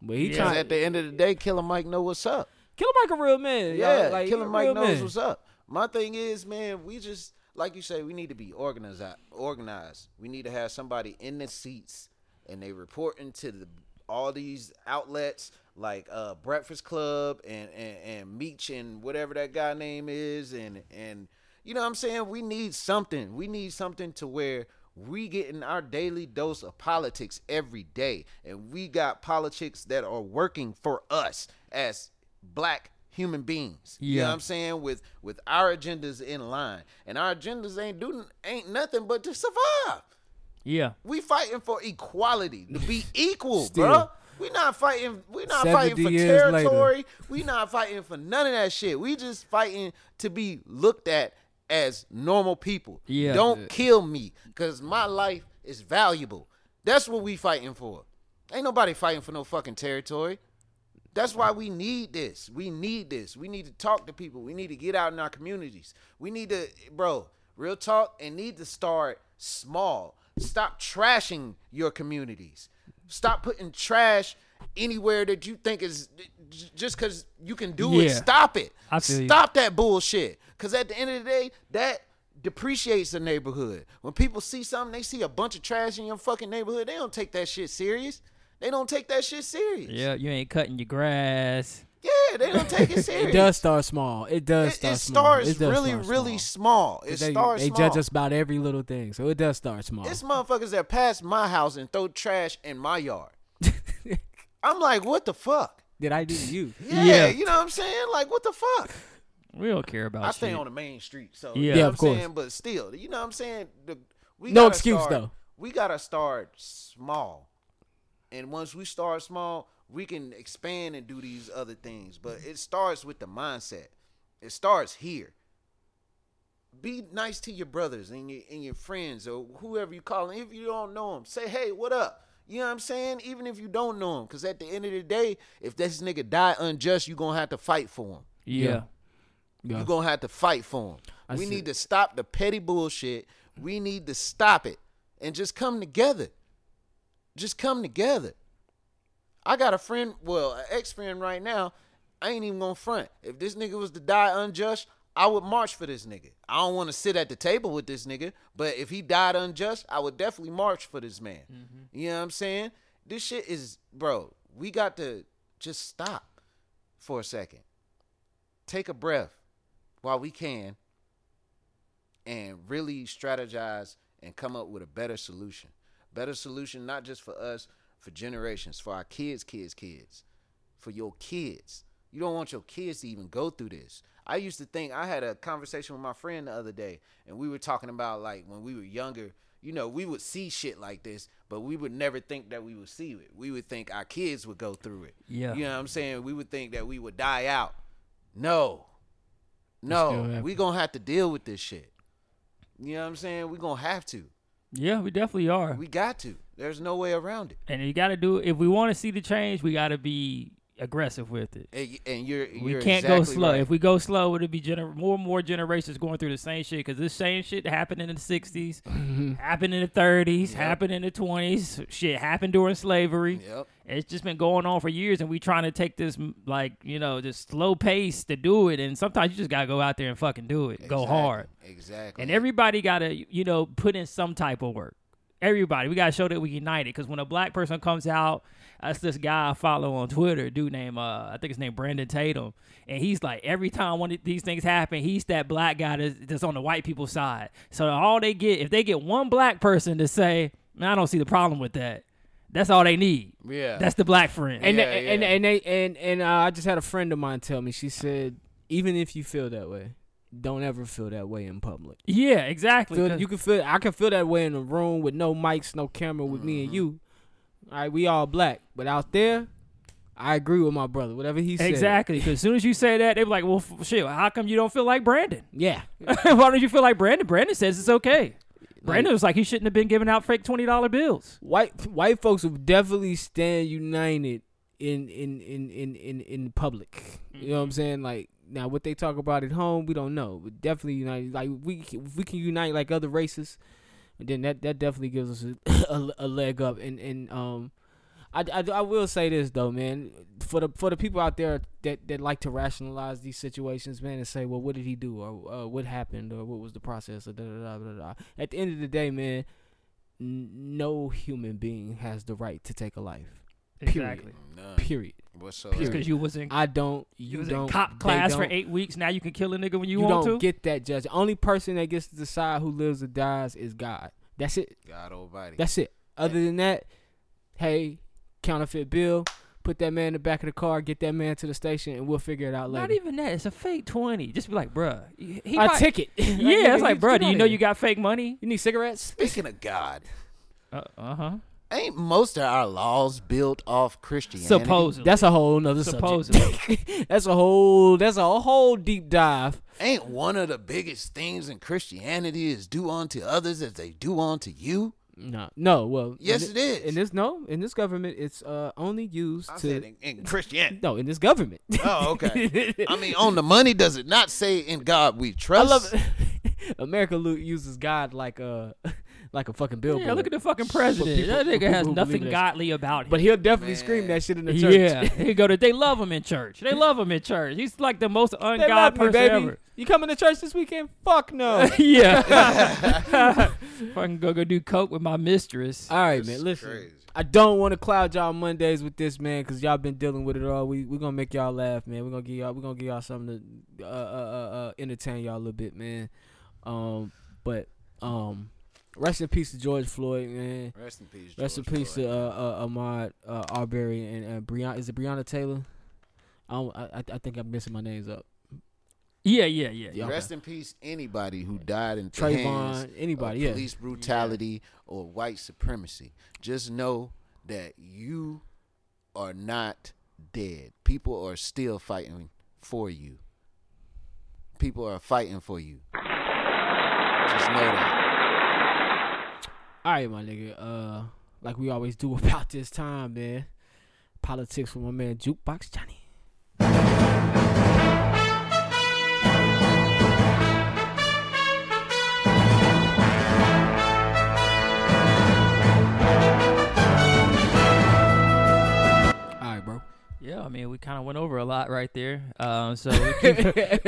Speaker 4: But he
Speaker 2: Yeah.
Speaker 4: trying.
Speaker 5: at the end of the day, Killer Mike know what's up.
Speaker 4: Killer Mike a real man.
Speaker 5: Yeah,
Speaker 4: y'all. like,
Speaker 5: Killer
Speaker 4: he a
Speaker 5: Mike
Speaker 4: real
Speaker 5: knows
Speaker 4: man.
Speaker 5: what's up. My thing is, man, we just like you say, we need to be organized. Organized. We need to have somebody in the seats, and they reporting to the all these outlets like uh, Breakfast Club and, and and Meech and whatever that guy name is, and and you know what I'm saying. We need something. We need something to where. We getting our daily dose of politics every day, and we got politics that are working for us as black human beings. You know
Speaker 2: Yeah.
Speaker 5: what I'm saying? With with our agendas in line. And our agendas ain't do ain't nothing but to survive.
Speaker 2: Yeah.
Speaker 5: We fighting for equality, to
Speaker 4: *laughs*
Speaker 5: be equal,
Speaker 4: Still.
Speaker 5: bro. We not fighting we not
Speaker 4: 70
Speaker 5: fighting for
Speaker 4: years later.
Speaker 5: territory. We not fighting for none of that shit. We just fighting to be looked at as normal people.
Speaker 2: Yeah.
Speaker 5: Don't kill me cuz my life is valuable. That's what we fighting for. Ain't nobody fighting for no fucking territory. That's why we need this. We need this. We need to talk to people. We need to get out in our communities. We need to, bro, real talk and need to start small. Stop trashing your communities. Stop putting trash anywhere that you think is j- just because you can do it.
Speaker 2: Yeah.
Speaker 5: Stop it.
Speaker 2: I feel you.
Speaker 5: Stop that bullshit. Because at the end of the day, that depreciates the neighborhood. When people see something, they see a bunch of trash in your fucking neighborhood. They don't take that shit serious. They don't take that shit serious.
Speaker 2: Yeah, you ain't cutting your grass.
Speaker 5: Yeah, they don't
Speaker 4: *laughs*
Speaker 5: take it serious.
Speaker 4: It does start small. It does
Speaker 5: It,
Speaker 4: start
Speaker 5: it
Speaker 4: small.
Speaker 5: starts
Speaker 4: does
Speaker 5: really,
Speaker 4: start
Speaker 5: really
Speaker 4: small.
Speaker 5: small. It
Speaker 4: They,
Speaker 5: starts
Speaker 4: they
Speaker 5: small.
Speaker 4: judge us about every little thing, so it does start small.
Speaker 5: It's motherfuckers that pass my house and throw trash in my
Speaker 4: *laughs*
Speaker 5: yard. I'm like, what the fuck?
Speaker 4: Did I do
Speaker 5: *laughs*
Speaker 4: to you?
Speaker 5: Yeah,
Speaker 2: Yeah.
Speaker 5: you know what I'm saying? Like, what the fuck?
Speaker 2: We don't care about
Speaker 5: I
Speaker 2: shit.
Speaker 5: stay on the main street, so
Speaker 2: Yeah,
Speaker 5: you know
Speaker 4: of
Speaker 5: what I'm
Speaker 4: course.
Speaker 5: saying. But still, you know what I'm saying. The, we
Speaker 4: No
Speaker 5: gotta
Speaker 4: excuse,
Speaker 5: start-
Speaker 4: though.
Speaker 5: We gotta start small, and once we start small, we can expand and do these other things. But it starts with the mindset. It starts here. Be nice to your brothers and your and your friends or whoever you call. And if you don't know them, say hey, what up. You know what I'm saying? Even if you don't know him, because at the end of the day, if this nigga die unjust, you gonna have to fight for him.
Speaker 2: yeah.
Speaker 4: Yeah. Yeah.
Speaker 5: You're gonna have to fight for them.
Speaker 4: I
Speaker 5: we
Speaker 4: see.
Speaker 5: need to stop the petty bullshit. We need to stop it and just come together. Just come together. I got a friend, well, an ex friend right now. I ain't even gonna front. If this nigga was to die unjust, I would march for this nigga. I don't want to sit at the table with this nigga, but if he died unjust, I would definitely march for this man.
Speaker 4: Mm-hmm.
Speaker 5: You know what I'm saying? This shit is, bro. We got to just stop for a second, take a breath while we can, and really strategize and come up with a better solution. Better solution, not just for us, for generations, for our kids, kids, kids, for your kids. You don't want your kids to even go through this. I used to think I had a conversation with my friend the other day, and we were talking about like when we were younger, you know, we would see shit like this, but we would never think that we would see it. We would think our kids would go through it.
Speaker 2: Yeah.
Speaker 5: You know what I'm saying? We would think that we would die out. No. No.
Speaker 4: happen.
Speaker 5: we going to have to deal with this shit. You know what I'm saying? we going to have to.
Speaker 2: Yeah, we definitely are.
Speaker 5: We got to. There's no way around it.
Speaker 2: and you got to do if we want to see the change, we got to be aggressive with it.
Speaker 5: And, and you're,
Speaker 2: We
Speaker 5: you're
Speaker 2: can't go
Speaker 5: exactly
Speaker 2: slow.
Speaker 5: right.
Speaker 2: If we go slow, it'll be gener- more and more generations going through the same shit because this same shit happened in the 60s,
Speaker 5: Mm-hmm.
Speaker 2: happened in the 30s, happened in the 20s, shit happened during slavery.
Speaker 5: Yep.
Speaker 2: It's just been going on for years, and we trying to take this m- like you know just slow pace to do it. And sometimes you just gotta go out there and fucking do it, go
Speaker 5: Exactly.
Speaker 2: hard.
Speaker 5: Exactly.
Speaker 2: And everybody gotta you know put in some type of work. Everybody, we gotta show that we united. Because when a black person comes out, that's this guy I follow on Twitter, dude named uh, I think his name Brandon Tatum, and he's like every time one of these things happen, he's that black guy that's, that's on the white people's side. So all they get if they get one black person to say, "Man, I don't see the problem with that," that's all they need.
Speaker 5: Yeah.
Speaker 2: that's the black friend.
Speaker 4: and
Speaker 5: Yeah,
Speaker 4: they- and
Speaker 5: yeah.
Speaker 4: and they, and and uh, I just had a friend of mine tell me. She said, even if you feel that way, don't ever feel that way in public.
Speaker 2: Yeah, exactly.
Speaker 4: Feel-
Speaker 2: 'cause-
Speaker 4: you can feel. I can feel that way in a room with no mics, no camera, with me
Speaker 5: Mm-hmm.
Speaker 4: and you. All right, we all black, but out there, I agree with my brother. Whatever he said.
Speaker 2: exactly. Because as soon as you say that, they're like, "Well, f- shit. How come you don't feel like Brandon?
Speaker 4: Yeah.
Speaker 2: *laughs* Why don't you feel like Brandon? Brandon says it's okay. Brandon was like, he shouldn't have been giving out fake twenty dollar bills.
Speaker 4: White white folks will definitely stand united in in in in in, in public. You know what I'm saying? Like now, what they talk about at home, we don't know. But definitely united. Like we c- if we can unite like other races, then that that definitely *coughs* gives us a, a, a leg up. And and um, I, I I will say this though, man, for the for the people out there that, that like to rationalize these situations, man, and say, well, what did he do, or uh, what happened, or what was the process, or da da da da da. At the end of the day, man, n- no human being has the right to take a life.
Speaker 2: Exactly.
Speaker 5: None.
Speaker 4: Period.
Speaker 2: Just
Speaker 5: Whatsoever.
Speaker 2: because you was in
Speaker 4: I don't. You,
Speaker 2: you was
Speaker 4: don't.
Speaker 2: in cop
Speaker 4: they
Speaker 2: class for
Speaker 4: don't-
Speaker 2: eight weeks. Now you can kill a nigga when you,
Speaker 4: You,
Speaker 2: want
Speaker 4: don't
Speaker 2: to.
Speaker 4: get that judge. Only person that gets to decide who lives or dies is God. That's it.
Speaker 5: God Almighty.
Speaker 4: That's it. Other than that, hey, counterfeit bill, put that man in the back of the car, get that man to the station, and we'll figure it out later.
Speaker 2: Not even that. It's a fake twenty. Just be like, bruh. He he
Speaker 4: a
Speaker 2: might- *laughs*
Speaker 4: ticket. *laughs*
Speaker 2: Yeah, it's like, bruh. Do you know you
Speaker 4: got?
Speaker 2: got fake money?
Speaker 4: You need cigarettes?
Speaker 5: Speaking of God,
Speaker 2: Uh huh.
Speaker 5: ain't most of our laws built off Christianity?
Speaker 2: Supposedly.
Speaker 4: That's a whole nother
Speaker 2: Supposedly.
Speaker 4: subject. *laughs* that's a whole. That's a whole deep dive.
Speaker 5: Ain't one of the biggest things in Christianity is do unto others as they do unto you?
Speaker 4: No, no. Well,
Speaker 5: Yes,
Speaker 4: in
Speaker 5: it is.
Speaker 4: In this no, in this government, it's uh only used
Speaker 5: I
Speaker 4: to
Speaker 5: said in, in Christianity.
Speaker 4: no. In this government, *laughs*
Speaker 5: Oh, okay. I mean, on the money, does it not say in God we trust?
Speaker 4: I love it. America lo- uses God like a *laughs* like a fucking billboard.
Speaker 2: Yeah, look at the fucking president.
Speaker 4: people-
Speaker 2: that
Speaker 4: for
Speaker 2: nigga
Speaker 4: people
Speaker 2: has
Speaker 4: who believe
Speaker 2: nothing
Speaker 4: that
Speaker 2: godly about him.
Speaker 4: But he'll definitely scream that shit in the church.
Speaker 2: yeah, *laughs* he go to. They love him in church. They love him in church. He's like the most
Speaker 4: They
Speaker 2: ungod
Speaker 4: love me,
Speaker 2: person
Speaker 4: baby.
Speaker 2: ever.
Speaker 4: You coming to church this weekend?
Speaker 5: *laughs*
Speaker 4: Fuck *laughs*
Speaker 2: Oh.
Speaker 4: no.
Speaker 2: *laughs* yeah. Fucking go go do coke with my mistress.
Speaker 4: all right, man. Listen, I don't want to cloud y'all Mondays with this, man, because y'all been dealing with it all. We we gonna make y'all laugh, man. We're gonna give y'all we gonna give y'all something to uh, uh, uh, uh, entertain y'all a little bit, man. Um, but um, rest in peace to George Floyd, man.
Speaker 5: Rest in peace.
Speaker 4: Rest in peace to uh, uh, Ahmad uh, Arbery and uh, Breonna. Is it Breonna Taylor? I, don't, I I- I think I'm missing my names up.
Speaker 2: Yeah, yeah, yeah. uh, yeah.
Speaker 4: Yeah.
Speaker 5: Rest in peace, anybody who died in
Speaker 4: Trayvon,
Speaker 5: hands
Speaker 4: anybody,
Speaker 5: of
Speaker 4: yeah.
Speaker 5: police brutality or white supremacy. Just know that you are not dead. People are still fighting for you. People are fighting for you. Just know that.
Speaker 4: All right, my nigga. Uh, like we always do *laughs* about this time, man. Politics with my man Jukebox Johnny. All right, bro.
Speaker 2: Yeah, I mean, we kind of went over a lot right there. Um, so we, keep-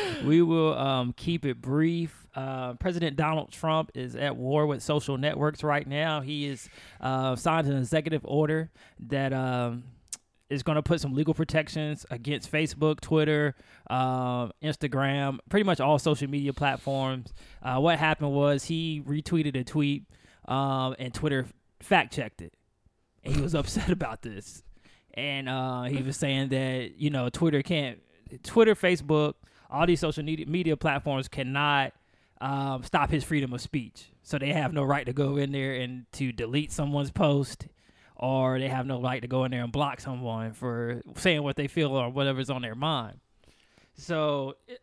Speaker 2: *laughs* we will um, keep it brief. Uh, President Donald Trump is at war with social networks right now. He is uh, signed an executive order that um, is going to put some legal protections against Facebook, Twitter, um, Instagram, pretty much all social media platforms. Uh, what happened was he retweeted a tweet, um, and Twitter fact checked it and he was *laughs* upset about this. And uh, he was saying that you know Twitter can't, Twitter, Facebook, all these social media, media platforms cannot um, stop his freedom of speech. So they have no right to go in there and to delete someone's post, or they have no right to go in there and block someone for saying what they feel or whatever's on their mind. So it,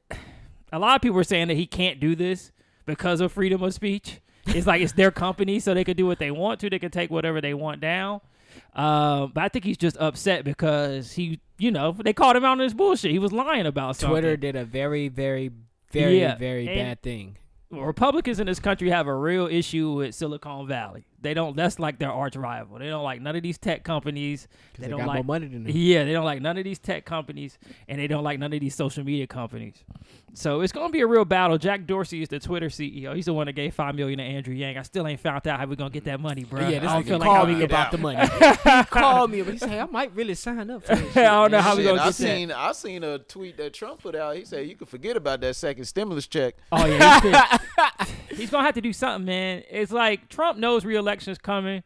Speaker 2: a lot of people are saying that he can't do this because of freedom of speech. It's like it's their company, so they can do what they want to. They can take whatever they want down. Um, but I think he's just upset because he, you know, they called him out on his bullshit. He was lying about something.
Speaker 4: Twitter did a very, very, very,
Speaker 2: Yeah,
Speaker 4: very
Speaker 2: and-
Speaker 4: bad thing.
Speaker 2: Republicans in this country have a real issue with Silicon Valley. They don't. That's like their arch rival. They don't like none of these tech companies. They,
Speaker 4: they
Speaker 2: don't
Speaker 4: got more
Speaker 2: like
Speaker 4: money than them.
Speaker 2: Yeah, they don't like none of these tech companies, and they don't like none of these social media companies. So it's gonna be a real battle. Jack Dorsey is the Twitter CEO. He's the one that gave five million to Andrew Yang. I still ain't found out how we gonna get that money, bro.
Speaker 4: yeah, this
Speaker 2: I don't
Speaker 4: nigga
Speaker 2: feel like how
Speaker 4: called
Speaker 2: we
Speaker 4: me
Speaker 2: can-
Speaker 4: about the money. he called me, but he said I might really sign up for this.
Speaker 2: *laughs* I don't know how we
Speaker 5: Shit,
Speaker 2: gonna
Speaker 5: I
Speaker 2: get that.
Speaker 5: seen I seen a tweet that Trump put out. He said you can forget about that second stimulus check.
Speaker 2: Oh yeah, he's, pissed. he's gonna have to do something, man. It's like Trump knows reelection is coming,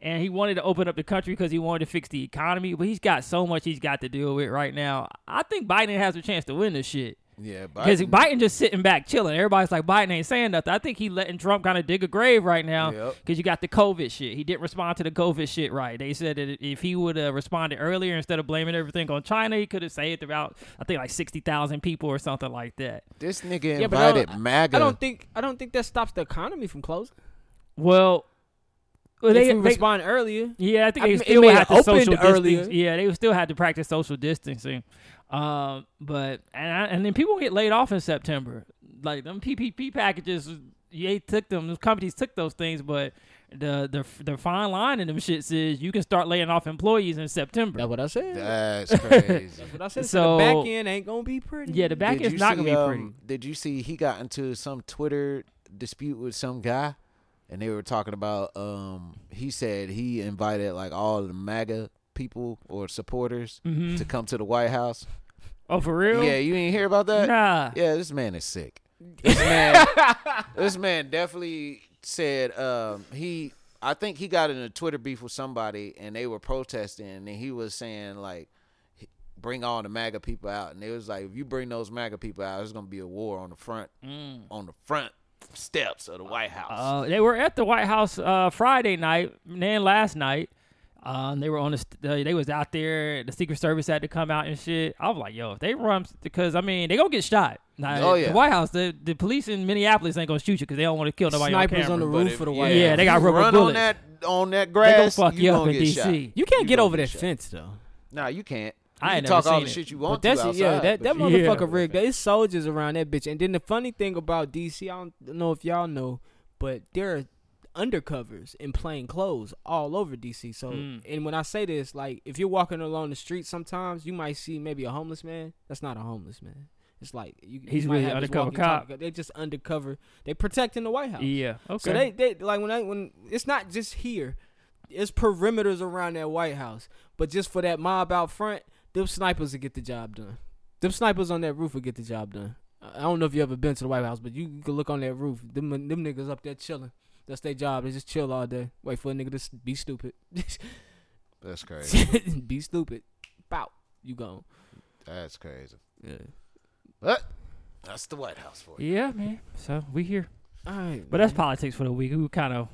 Speaker 2: and he wanted to open up the country because he wanted to fix the economy. But he's got so much he's got to deal with right now. I think Biden has a chance to win this shit
Speaker 5: Yeah,
Speaker 2: because Biden. just sitting back chilling. Everybody's like Biden ain't saying nothing. I think he letting Trump kind of dig a grave right now because
Speaker 5: Yep.
Speaker 2: you got the COVID shit. He didn't respond to the COVID shit right. They said that if he would have responded earlier instead of blaming everything on China, he could have saved about I think like sixty thousand people or something like that.
Speaker 5: This nigga
Speaker 4: Yeah, but I don't-
Speaker 5: invited MAGA.
Speaker 4: I don't think I don't think that stops the economy from closing.
Speaker 2: Well, well,
Speaker 4: if
Speaker 2: they,
Speaker 4: we
Speaker 2: they-
Speaker 4: respond earlier,
Speaker 2: yeah, I
Speaker 4: I
Speaker 2: think they
Speaker 4: mean, it
Speaker 2: still
Speaker 4: may
Speaker 2: had
Speaker 4: have
Speaker 2: to
Speaker 4: opened
Speaker 2: social
Speaker 4: earlier.
Speaker 2: distancing. Yeah, they still had to practice social distancing. Um, but and I, and then people get laid off in September. Like them PPP packages, they took them. Those companies took those things, but the the the fine line in them shits is you can start laying off employees in September.
Speaker 4: That's what I
Speaker 5: *laughs*
Speaker 4: said.
Speaker 5: That's crazy.
Speaker 4: What I said. So
Speaker 2: So-
Speaker 4: the back end ain't gonna be pretty.
Speaker 2: yeah, the back
Speaker 5: Did
Speaker 2: end's
Speaker 5: you
Speaker 2: not
Speaker 5: see,
Speaker 2: gonna be pretty.
Speaker 5: um, Did you see he got into some Twitter dispute with some guy, and they were talking about um he said he invited like all the MAGA people or supporters to come to the White House.
Speaker 2: Oh, for real?
Speaker 5: Yeah, you didn't hear about that?
Speaker 2: Nah.
Speaker 5: Yeah, this man is
Speaker 2: *laughs*
Speaker 5: sick. This man, this man definitely said um, he. I think he got in a Twitter beef with somebody, and they were protesting, and he was saying like, "Bring all the MAGA people out," and it was like, "If you bring those MAGA people out, there's gonna be a war on the front,
Speaker 2: Mm.
Speaker 5: on the front steps of the White House."
Speaker 2: Uh, they were at the White House uh, Friday night, and then last night. Um, they were on the, st- uh, they was out there. The Secret Service had to come out and shit. I was like, yo, if they run, because I mean, they gonna get shot. Now,
Speaker 5: Oh, yeah.
Speaker 2: The White House, the, the police in Minneapolis ain't gonna shoot you because they don't want to kill nobody. on,
Speaker 4: Snipers
Speaker 2: camera.
Speaker 4: on the roof of the White
Speaker 2: Yeah,
Speaker 4: House.
Speaker 2: they got
Speaker 5: you
Speaker 2: rubber
Speaker 5: run on
Speaker 2: bullets.
Speaker 5: that on that
Speaker 2: they gonna
Speaker 5: grass.
Speaker 2: fuck you, up in
Speaker 5: get shot.
Speaker 2: DC.
Speaker 4: You can't get
Speaker 5: gonna
Speaker 4: over
Speaker 5: get
Speaker 4: that
Speaker 5: shot.
Speaker 4: fence though.
Speaker 5: Nah, you can't. You
Speaker 2: I
Speaker 5: can
Speaker 2: ain't never
Speaker 5: talk all
Speaker 2: seen
Speaker 5: the
Speaker 2: it.
Speaker 5: shit you
Speaker 4: But
Speaker 5: want
Speaker 4: that's
Speaker 5: to
Speaker 4: it,
Speaker 5: outside.
Speaker 4: yeah. That
Speaker 5: but
Speaker 4: that
Speaker 5: you-
Speaker 2: Yeah.
Speaker 4: motherfucker rigged. There's soldiers around that bitch. And then the funny thing about DC, I don't know if y'all know, but there are undercovers in plain clothes all over DC. So,
Speaker 2: Hmm.
Speaker 4: and when I say this, like if you're walking along the street, sometimes you might see maybe a homeless man. That's not a homeless man. It's like you,
Speaker 2: He's
Speaker 4: you might
Speaker 2: really
Speaker 4: have his
Speaker 2: undercover
Speaker 4: walkie-talkie.
Speaker 2: cop.
Speaker 4: They just undercover. They protecting the White House.
Speaker 2: Yeah, okay.
Speaker 4: So they, they like when I when it's not just here, it's perimeters around that White House. But just for that mob out front, them snipers will get the job done. Them snipers on that roof will get the job done. I I don't know if you ever been to the White House, but you can look on that roof. Them them niggas up there chilling. That's their job. They just chill all day. Wait for a nigga to s- be stupid. *laughs*
Speaker 5: That's crazy.
Speaker 4: be stupid. Bow. You gone.
Speaker 5: That's crazy.
Speaker 4: Yeah.
Speaker 5: But that's the White House for you.
Speaker 2: yeah, man. So we here,
Speaker 4: All right.
Speaker 2: but that's politics for the week. We kind of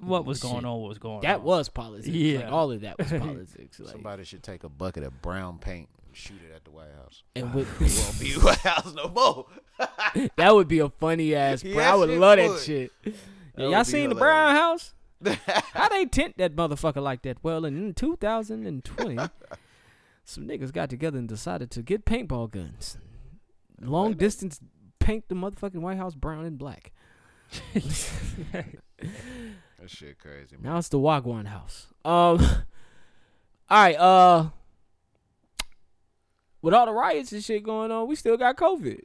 Speaker 2: what was going
Speaker 4: Shit.
Speaker 2: on, what was going
Speaker 4: that
Speaker 2: on.
Speaker 4: was politics. Yeah.
Speaker 2: Yeah.
Speaker 4: all of
Speaker 5: *laughs*
Speaker 4: that was politics. Like,
Speaker 5: Somebody should take a bucket of brown paint and shoot it at the White House.
Speaker 4: and with,
Speaker 5: Won't be White House no more.
Speaker 4: *laughs* That would be a
Speaker 5: *laughs*
Speaker 4: funny ass. Bro. I
Speaker 5: Yes,
Speaker 4: would
Speaker 5: it
Speaker 4: love that
Speaker 5: would.
Speaker 4: shit.
Speaker 5: would
Speaker 4: y'all
Speaker 5: be
Speaker 4: seen the
Speaker 5: hilarious.
Speaker 4: Brown
Speaker 5: *laughs*
Speaker 4: House? How they tent that motherfucker like that? Well,
Speaker 5: *laughs*
Speaker 4: in 2020, some niggas got together and decided to get paintball guns, long distance paint the motherfucking White House brown and black.
Speaker 5: That shit crazy. Man.
Speaker 4: Now it's the Wagwan House. Um, *laughs* all right. Uh, with all the riots and shit going on, we still got COVID.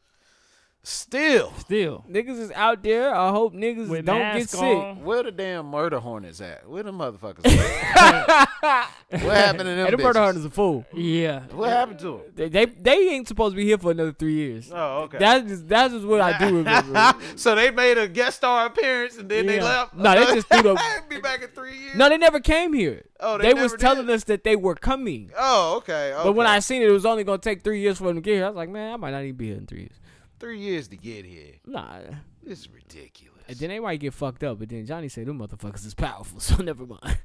Speaker 5: Still,
Speaker 2: still
Speaker 4: Niggas is out there. I hope niggas
Speaker 2: with
Speaker 4: don't
Speaker 2: mask
Speaker 4: get sick.
Speaker 2: on.
Speaker 5: where the damn murder hornets at? Where the motherfuckers? at?
Speaker 4: *laughs*
Speaker 5: what happened to them?
Speaker 4: And the murder
Speaker 5: bitches?
Speaker 4: hornet is a fool.
Speaker 2: Yeah,
Speaker 5: What happened to them?
Speaker 4: They, they they ain't supposed to be here for another three years.
Speaker 5: Oh, okay.
Speaker 4: That's just, that's just what I do remember.
Speaker 5: *laughs* so they made a guest star appearance and then they
Speaker 2: Yeah.
Speaker 5: left.
Speaker 4: No, they just
Speaker 5: *laughs*
Speaker 4: threw the-
Speaker 5: be back in three years.
Speaker 4: no, they never came here.
Speaker 5: Oh, they
Speaker 4: they was
Speaker 5: never did?
Speaker 4: telling us that they were coming,
Speaker 5: Oh, okay.
Speaker 4: but when
Speaker 5: okay.
Speaker 4: I seen it, it was only gonna take three years for them to get here. I was like, man, I might not even be here in three years.
Speaker 5: three years to get here,
Speaker 4: Nah.
Speaker 5: this is ridiculous.
Speaker 4: And then they might get fucked up, but then Johnny said them motherfuckers is powerful, *laughs* so never mind.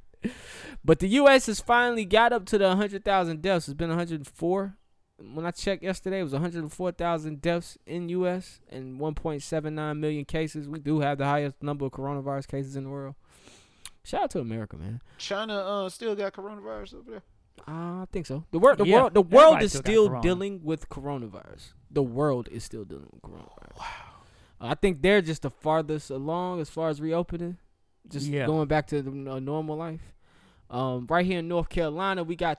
Speaker 4: but the U.S. has finally got up to the hundred thousand deaths. It's been one hundred four. When I checked yesterday, it was one hundred four thousand deaths in U.S. and one point seven nine million cases. We do have the highest number of coronavirus cases in the world. Shout out to America, man.
Speaker 5: China uh, still got coronavirus over there.
Speaker 4: Uh, I think so. The world, the
Speaker 2: Yeah,
Speaker 4: world, the world
Speaker 2: everybody
Speaker 4: is
Speaker 2: still got
Speaker 4: still
Speaker 2: corona.
Speaker 4: dealing with coronavirus. The world is still dealing with coronavirus. Wow. I think they're just the farthest along as far as reopening, just
Speaker 2: Yeah.
Speaker 4: going back to the n- uh, normal life. Um, right here in North Carolina, we got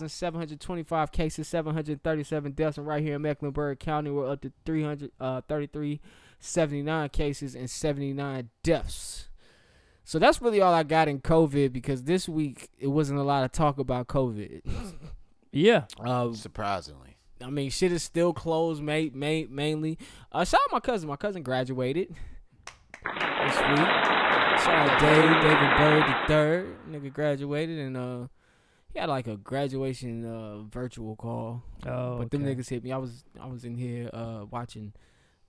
Speaker 4: 22,725 cases, 737 deaths, and right here in Mecklenburg County, we're up to 300, uh, 33, 79 cases and 79 deaths. So that's really all I got in COVID because this week it wasn't a lot of talk about COVID.
Speaker 2: yeah.
Speaker 4: Uh,
Speaker 5: Surprisingly,
Speaker 4: I mean, shit is still closed, ma- ma- mainly. Uh, shout out my cousin. My cousin graduated this week. Shout out Dave, David Bird the third. Nigga graduated and uh, he had like a graduation uh virtual call.
Speaker 2: Oh,
Speaker 4: But them
Speaker 2: okay.
Speaker 4: niggas hit me. I was I was in here uh watching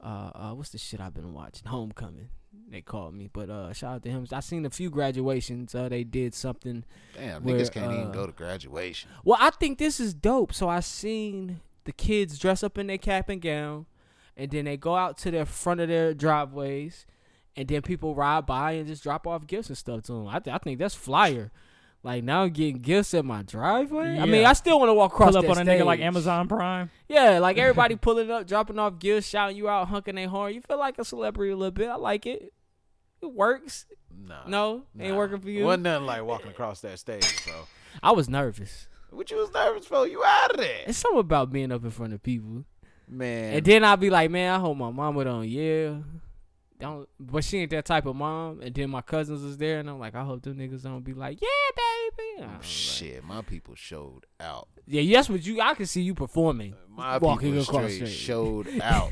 Speaker 4: uh, uh what's the shit I've been watching? Homecoming. They called me, but uh shout out to him. I seen a few graduations. Uh, they did something.
Speaker 5: damn
Speaker 4: Where,
Speaker 5: niggas can't even
Speaker 4: uh,
Speaker 5: go to graduation.
Speaker 4: Well, I think this is dope. So I seen the kids dress up in their cap and gown, and then they go out to their front of their driveways, and then people ride by and just drop off gifts and stuff to them. I, th- I think that's flyer. Like now I'm getting gifts at my driveway. I mean,
Speaker 2: Yeah.
Speaker 4: I still want to walk across
Speaker 2: Pull up
Speaker 4: that
Speaker 2: on a nigga like
Speaker 4: stage.
Speaker 2: Amazon Prime.
Speaker 4: Yeah,
Speaker 2: *laughs*
Speaker 4: like everybody pulling up, dropping off gifts, shouting you out, honking their horn. You feel like a celebrity a little bit. I like it. It works.
Speaker 5: Nah.
Speaker 4: No, ain't working for you.
Speaker 5: Wasn't nothing like walking across that stage, bro.
Speaker 4: I was nervous.
Speaker 5: What you was nervous for? You out of there,
Speaker 4: It's something about being up in front of people.
Speaker 5: man.
Speaker 4: And then I'll be like, man, I hope my mama don't yell. Don't, but she ain't that type of mom. And then my cousins was there, and I'm like, I hope them niggas don't be like, yeah, baby. I was
Speaker 5: Shit, my people showed out.
Speaker 4: like, yeah, that's what you. I can see you performing.
Speaker 5: Uh, My
Speaker 4: Walking
Speaker 5: people
Speaker 4: across
Speaker 5: straight
Speaker 4: stage. *laughs*
Speaker 5: showed out.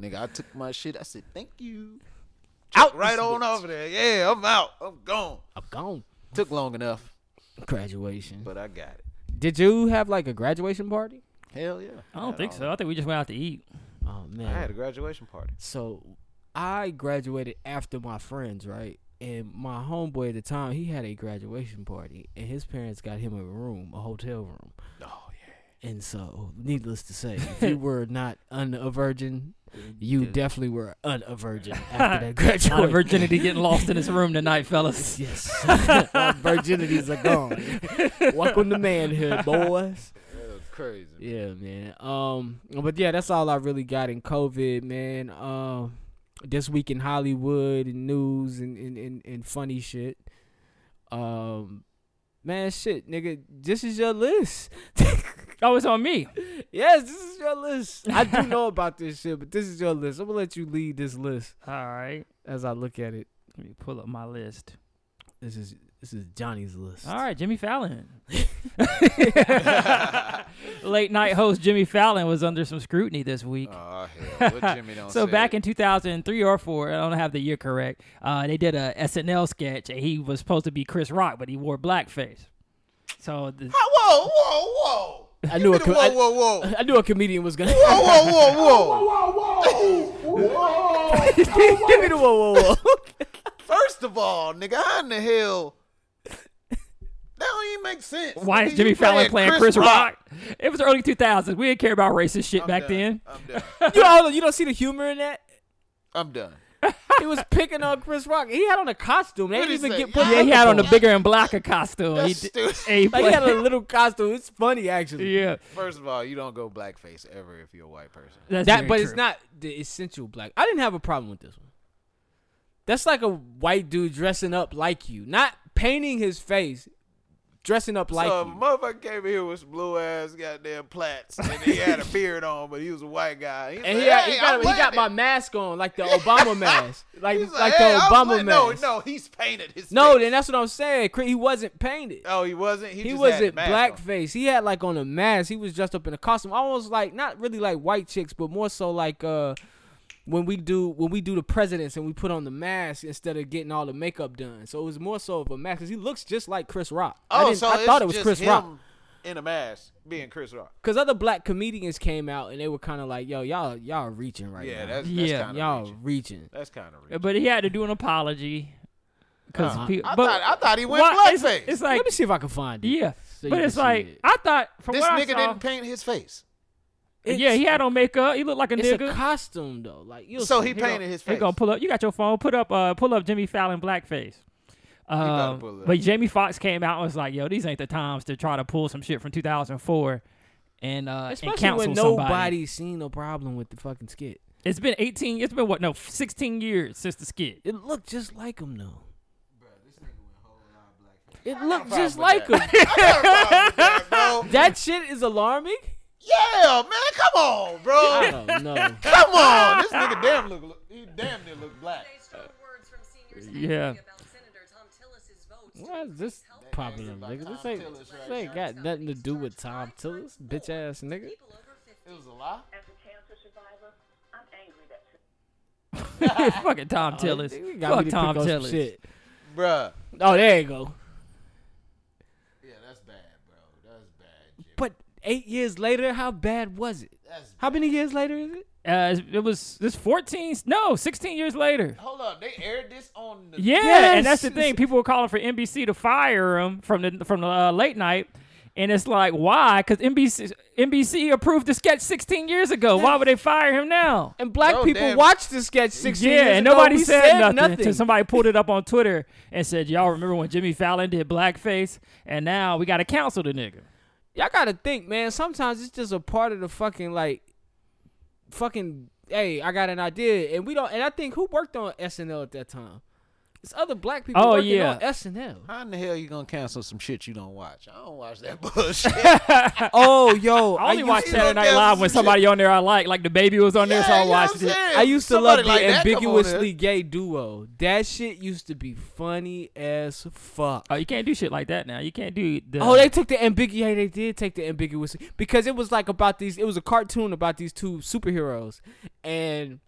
Speaker 5: Nigga, I took my shit. I said, thank you.
Speaker 4: Out
Speaker 5: Right
Speaker 4: this
Speaker 5: on
Speaker 4: bitch.
Speaker 5: over there. Yeah, I'm out. I'm gone.
Speaker 4: I'm gone.
Speaker 5: Took long enough,
Speaker 4: Graduation.
Speaker 5: but I got it.
Speaker 4: Did you have like a graduation party?
Speaker 5: Hell yeah.
Speaker 2: I don't
Speaker 5: had
Speaker 2: think
Speaker 5: all-
Speaker 2: so. I think we just went out to eat. *laughs*
Speaker 4: Oh man.
Speaker 5: I had a graduation party.
Speaker 4: So I graduated after my friends, right? And my homeboy at the time, he had a graduation party, and his parents got him a room, a hotel room.
Speaker 5: Oh
Speaker 4: And so, needless to say,
Speaker 2: *laughs*
Speaker 4: if you were not un a virgin, you definitely were un a
Speaker 2: *laughs*
Speaker 4: virgin after that
Speaker 2: Mm, Not a
Speaker 4: graduation.
Speaker 2: virginity getting lost in this room *laughs* tonight,
Speaker 4: *laughs*
Speaker 2: fellas.
Speaker 4: yes, All virginities are gone.
Speaker 2: *laughs*
Speaker 4: Welcome to manhood, boys.
Speaker 5: yeah. That was crazy.
Speaker 4: *laughs* Yeah, man. Um, but yeah, that's all I really got in COVID, man. Um, this week in Hollywood and news and and, and, and funny shit. Um, man, shit, nigga, this is your list. *laughs*
Speaker 2: Oh, it's on me.
Speaker 4: yes, this is your list. I do know about this shit, but this is your list. I'm gonna let you lead this list
Speaker 2: All right.
Speaker 4: as I look at it.
Speaker 2: Let me pull up my list.
Speaker 4: This is this is Johnny's list.
Speaker 2: All right, Jimmy Fallon. *laughs* Late night host Jimmy Fallon was under some scrutiny this week.
Speaker 5: *laughs* Oh hell, what
Speaker 4: *laughs*
Speaker 5: Jimmy don't
Speaker 2: so
Speaker 5: say.
Speaker 2: back in 2003 or 4 i don't have the year correct uh, they did a snl sketch and he was supposed to be chris rock but he wore blackface so the,
Speaker 5: Whoa, whoa, whoa!
Speaker 4: I knew a
Speaker 5: Whoa,
Speaker 4: co- I-
Speaker 5: whoa, whoa!
Speaker 4: I knew a comedian was gonna.
Speaker 5: Whoa, whoa, whoa, whoa!
Speaker 4: *laughs* Give me the whoa, whoa, whoa.
Speaker 5: First of all, nigga, how in the hell? That don't even make sense.
Speaker 2: why
Speaker 5: Nigga,
Speaker 2: is
Speaker 5: you
Speaker 2: jimmy fallon playing chris, rock? it was early 2000s we didn't care about racist shit
Speaker 5: I'm
Speaker 2: back
Speaker 5: done.
Speaker 2: then
Speaker 5: I'm done.
Speaker 4: you, don't, you don't see the humor in that.
Speaker 5: I'm done.
Speaker 4: he was picking on Chris Rock. He had on a costume. They
Speaker 5: What
Speaker 4: didn't
Speaker 5: is
Speaker 4: even
Speaker 5: that?
Speaker 4: get put.
Speaker 5: Yeah,
Speaker 2: yeah he had on a
Speaker 4: uniform.
Speaker 2: bigger and blacker costume he
Speaker 5: That's
Speaker 2: did,
Speaker 5: stupid.
Speaker 2: and he
Speaker 4: Like he had a
Speaker 2: played-
Speaker 4: little costume. It's funny *laughs* actually.
Speaker 2: *laughs* yeah
Speaker 5: First of all, you don't go blackface ever if you're a white person.
Speaker 2: that's
Speaker 4: That,
Speaker 2: very
Speaker 4: but it's
Speaker 2: true.
Speaker 4: not the essential black. I didn't have a problem with this one. That's like a white dude dressing up like you, not painting his face, dressing up like
Speaker 5: so if a
Speaker 4: you.
Speaker 5: motherfucker came in here with some blue ass goddamn plaits and he had a beard on, but he was a white guy. He's
Speaker 4: and
Speaker 5: like,
Speaker 4: he, had-
Speaker 5: "Hey,
Speaker 4: he got,
Speaker 5: I'm
Speaker 4: he got
Speaker 5: wearing
Speaker 4: my
Speaker 5: it."
Speaker 4: mask on, like
Speaker 5: *laughs*
Speaker 4: the Obama mask, like
Speaker 5: He's
Speaker 4: like,
Speaker 5: "Hey,
Speaker 4: the
Speaker 5: I'm
Speaker 4: Obama
Speaker 5: wearing-"
Speaker 4: mask.
Speaker 5: No, no, he's painted his.
Speaker 4: no,
Speaker 5: face.
Speaker 4: then that's what I'm saying. Cri- He wasn't painted.
Speaker 5: Oh, he wasn't. He,
Speaker 4: he
Speaker 5: just
Speaker 4: was
Speaker 5: had
Speaker 4: at
Speaker 5: a mask on.
Speaker 4: blackface. He had like on a mask. He was dressed up in a costume, almost like not really like white chicks, but more so like uh when we do when we do the presidents and we put on the mask instead of getting all the makeup done. So it was more so of a mask 'cause he looks just like Chris Rock. I,
Speaker 5: Oh,
Speaker 4: didn't-
Speaker 5: so
Speaker 4: I
Speaker 5: it's
Speaker 4: thought it was
Speaker 5: just
Speaker 4: Chris
Speaker 5: him
Speaker 4: Rock
Speaker 5: in a mask being Chris Rock.
Speaker 4: because other black comedians came out and they were kind of like, "Yo, y'all y'all reaching right
Speaker 5: Yeah,
Speaker 4: now.
Speaker 5: that's, that's
Speaker 2: Yeah,
Speaker 5: kind
Speaker 4: y'all
Speaker 5: of reaching.
Speaker 4: reaching."
Speaker 5: That's kind of reaching.
Speaker 2: but he had to do an apology because
Speaker 4: Uh-huh.
Speaker 2: people
Speaker 5: I,
Speaker 2: but
Speaker 5: thought, I thought he went
Speaker 2: why- it's-
Speaker 5: blackface.
Speaker 2: it's, like
Speaker 4: Let me see if I can find it.
Speaker 2: yeah
Speaker 4: so you
Speaker 2: but
Speaker 4: can
Speaker 2: it's
Speaker 4: see
Speaker 2: like "Ah,
Speaker 4: it.
Speaker 2: I thought from
Speaker 5: this
Speaker 2: what I
Speaker 5: nigga
Speaker 2: saw,
Speaker 5: didn't paint his face,
Speaker 2: yeah, he had on makeup. He looked like a
Speaker 4: It's
Speaker 2: nigga.
Speaker 4: a costume though. Like you'll
Speaker 5: so
Speaker 4: see.
Speaker 5: he painted his
Speaker 2: They
Speaker 5: face.
Speaker 2: gonna pull up. You got your phone. Put up. Uh, pull up Jimmy Fallon blackface. Um,
Speaker 5: pull it up.
Speaker 2: but Jamie Foxx came out and was like, "Yo, these ain't the times to try to pull some shit from 2004." And, uh, and
Speaker 4: Especially
Speaker 2: counsel
Speaker 4: when
Speaker 2: somebody.
Speaker 4: nobody's seen no problem with the fucking skit.
Speaker 2: It's been 18. It's been what? No, 16 years since the skit.
Speaker 4: *laughs*
Speaker 2: *laughs*
Speaker 4: It looked just like him though. It looked just like him.
Speaker 5: Yeah, bro.
Speaker 4: *laughs* That shit is alarming.
Speaker 5: yeah, man, come on,
Speaker 4: I
Speaker 5: bro.
Speaker 4: don't know.
Speaker 5: Come on, this nigga damn look, he damn near look black.
Speaker 8: Strong words from seniors
Speaker 2: Yeah.
Speaker 8: angry about Senator Tom Tillis's votes.
Speaker 4: *laughs* Why is this popular, nigga? This ain't,
Speaker 5: Tillis
Speaker 4: this ain't got nothing to do with Tom Tillis, bitch ass nigga.
Speaker 8: People over 50.
Speaker 5: It was a lie.
Speaker 9: As a cancer survivor, I'm angry that
Speaker 2: Fucking Tom Tillis.
Speaker 4: Oh, You got me
Speaker 2: Fuck
Speaker 4: to
Speaker 2: Tom
Speaker 4: pick on some
Speaker 2: Tillis.
Speaker 4: shit.
Speaker 5: Bruh.
Speaker 4: Oh, there you go.
Speaker 5: Yeah, that's bad, bro. That's bad. Jim.
Speaker 4: But eight years later, how bad was it?
Speaker 5: That's
Speaker 4: How many years later is it?
Speaker 2: Uh, it was this 14. No, 16 years later.
Speaker 5: Hold up, they aired this on the.
Speaker 2: Yeah, and that's the
Speaker 4: Yes.
Speaker 2: thing. People were calling for NBC to fire him from the from the uh, late night, and it's like why? Because NBC NBC approved the sketch 16 years ago. Why would they fire him now?
Speaker 4: And black
Speaker 5: Bro,
Speaker 4: people
Speaker 5: damn.
Speaker 4: watched the sketch 16
Speaker 2: Yeah,
Speaker 4: years
Speaker 2: and
Speaker 4: ago.
Speaker 2: nobody
Speaker 4: We
Speaker 2: said, nothing, until
Speaker 4: nothing.
Speaker 2: somebody pulled it up on Twitter and said, "Y'all remember when Jimmy Fallon did blackface? And now we got to counsel the nigga."
Speaker 4: y'all gotta think, man. Sometimes it's just a part of the fucking like, fucking. Hey, I got an idea, and we don't. And I think who worked on SNL at that time? It's other black people
Speaker 2: Oh,
Speaker 4: working
Speaker 2: yeah.
Speaker 5: *laughs*
Speaker 4: on SNL.
Speaker 5: How in the hell you gonna cancel some shit you don't watch? I don't watch that *laughs* bullshit.
Speaker 4: Oh, yo,
Speaker 2: I only
Speaker 4: used
Speaker 2: watch
Speaker 4: to-
Speaker 2: Saturday Night
Speaker 5: cancel
Speaker 2: Live when
Speaker 5: some
Speaker 2: somebody on there I like, like the baby was on there, so
Speaker 5: Yeah,
Speaker 2: I
Speaker 5: you know what
Speaker 2: watched
Speaker 5: I'm
Speaker 2: it.
Speaker 5: saying?
Speaker 4: I used to
Speaker 5: Somebody
Speaker 4: love the
Speaker 5: like that come on there.
Speaker 4: ambiguously gay duo. That shit used to be funny as fuck.
Speaker 2: Oh, you can't do shit like that now. You can't do the.
Speaker 4: Oh, they took the ambiguous. Yeah, they did take the ambiguous because it was like about these. It was a cartoon about these two superheroes, and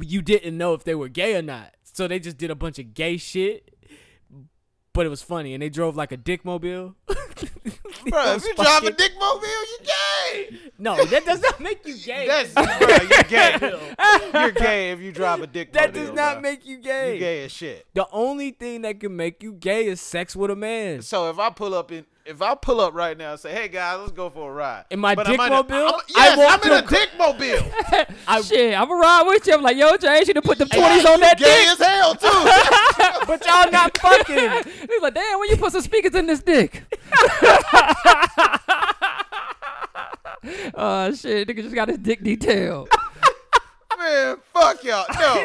Speaker 4: you didn't know if they were gay or not. So they just did a bunch of gay shit, but it was funny. And they drove like a
Speaker 5: *laughs*
Speaker 4: dick mobile.
Speaker 5: Bro, if you drive a dick mobile, you gay.
Speaker 4: No, that does not make you gay.
Speaker 5: *laughs* That's bro, you're gay. you're gay if you drive a dick.
Speaker 4: that
Speaker 5: mobile,
Speaker 4: does not
Speaker 5: bro.
Speaker 4: make you
Speaker 5: you
Speaker 4: gay.
Speaker 5: gay as shit.
Speaker 4: The only thing that can make you gay is sex with a man.
Speaker 5: So if I pull up in, if I pull up right now and say, "Hey guys, let's go for a ride,"
Speaker 4: In my
Speaker 5: I'm in
Speaker 4: dick
Speaker 5: a-
Speaker 4: mobile?
Speaker 5: I'm,
Speaker 4: I
Speaker 5: yes,
Speaker 4: walk
Speaker 5: I'm in
Speaker 4: to
Speaker 5: a
Speaker 4: a-
Speaker 5: dick
Speaker 4: *laughs*
Speaker 5: mobile.
Speaker 2: shit, I'm a ride with you. I'm like, yo, James, you done put the
Speaker 5: Hey,
Speaker 2: twenties on
Speaker 5: you
Speaker 2: that
Speaker 5: gay
Speaker 2: dick.
Speaker 5: as hell too.
Speaker 4: *laughs* But
Speaker 5: *laughs*
Speaker 4: y'all not fucking.
Speaker 2: He's like, damn, when you put some speakers in this *laughs* dick? Oh shit, nigga just got his
Speaker 4: *laughs*
Speaker 2: dick detailed.
Speaker 5: Man, fuck y'all. No,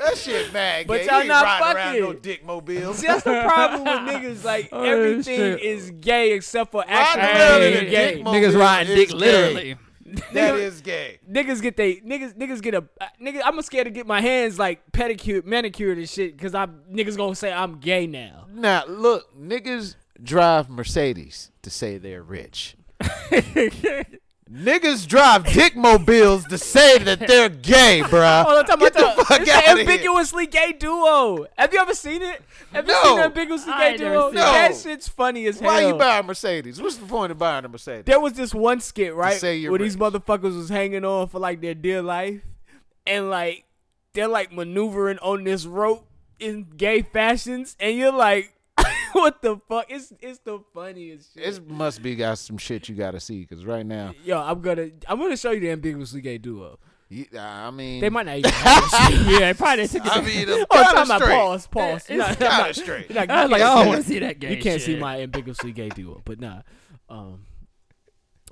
Speaker 5: that shit mad.
Speaker 4: But
Speaker 5: gay.
Speaker 4: y'all
Speaker 5: you ain't
Speaker 4: not
Speaker 5: riding around no
Speaker 4: fucking.
Speaker 5: dick mobile.
Speaker 4: *laughs* See, that's the problem
Speaker 2: *laughs*
Speaker 4: with niggas. Like
Speaker 2: Oh,
Speaker 4: everything
Speaker 2: shit.
Speaker 4: is gay except for
Speaker 5: around in
Speaker 4: actually
Speaker 5: a
Speaker 4: being
Speaker 5: dick
Speaker 4: gay.
Speaker 5: mobile
Speaker 2: Niggas riding
Speaker 5: is
Speaker 2: dick
Speaker 5: gay.
Speaker 2: literally.
Speaker 5: That is gay.
Speaker 4: Niggas get they niggas niggas get a uh, nigga. I'm scared to get my hands like pedicured, manicured and shit because I'm niggas gonna say I'm gay now.
Speaker 5: Now look, niggas drive Mercedes to say they're
Speaker 4: *laughs*
Speaker 5: rich. niggas drive dick mobiles to say that they're gay, bruh.
Speaker 4: Hold on, talk
Speaker 5: Get
Speaker 4: about
Speaker 5: the fuck
Speaker 4: it's
Speaker 5: out
Speaker 4: an
Speaker 5: of here.
Speaker 4: ambiguously gay duo. Have you ever seen it? Have you
Speaker 5: No.
Speaker 4: seen the ambiguously
Speaker 2: I
Speaker 4: gay
Speaker 2: ain't never
Speaker 4: duo?
Speaker 2: seen
Speaker 5: it.
Speaker 4: That
Speaker 5: No.
Speaker 4: shit's funny as hell.
Speaker 5: Why you buying Mercedes? What's the point of buying a Mercedes?
Speaker 4: there was this one skit right
Speaker 5: say you're
Speaker 4: where these
Speaker 5: rich.
Speaker 4: motherfuckers was hanging on for like their dear life, and like they're like maneuvering on this rope in gay fashions, and you're like, *laughs* what the fuck? It's it's the funniest shit.
Speaker 5: It must be got some shit you gotta see, cause right now,
Speaker 4: Yo, I'm gonna I'm gonna show you the ambiguously gay duo.
Speaker 5: you, I mean,
Speaker 4: They might
Speaker 5: *laughs*
Speaker 4: not even. Have this shit.
Speaker 2: yeah, probably took it.
Speaker 5: I
Speaker 4: *laughs*
Speaker 5: mean, I'm
Speaker 4: oh, talking
Speaker 5: kinda
Speaker 4: about
Speaker 5: straight.
Speaker 4: pause, pause. You're *laughs* not- you're
Speaker 5: kinda
Speaker 4: not-
Speaker 5: straight.
Speaker 4: you're not-
Speaker 2: I was
Speaker 4: you
Speaker 2: like,
Speaker 4: can't
Speaker 2: I don't
Speaker 4: see
Speaker 2: want
Speaker 4: that.
Speaker 2: to see that game.
Speaker 4: You can't see
Speaker 2: shit.
Speaker 4: my ambiguously gay duo, but nah. Um,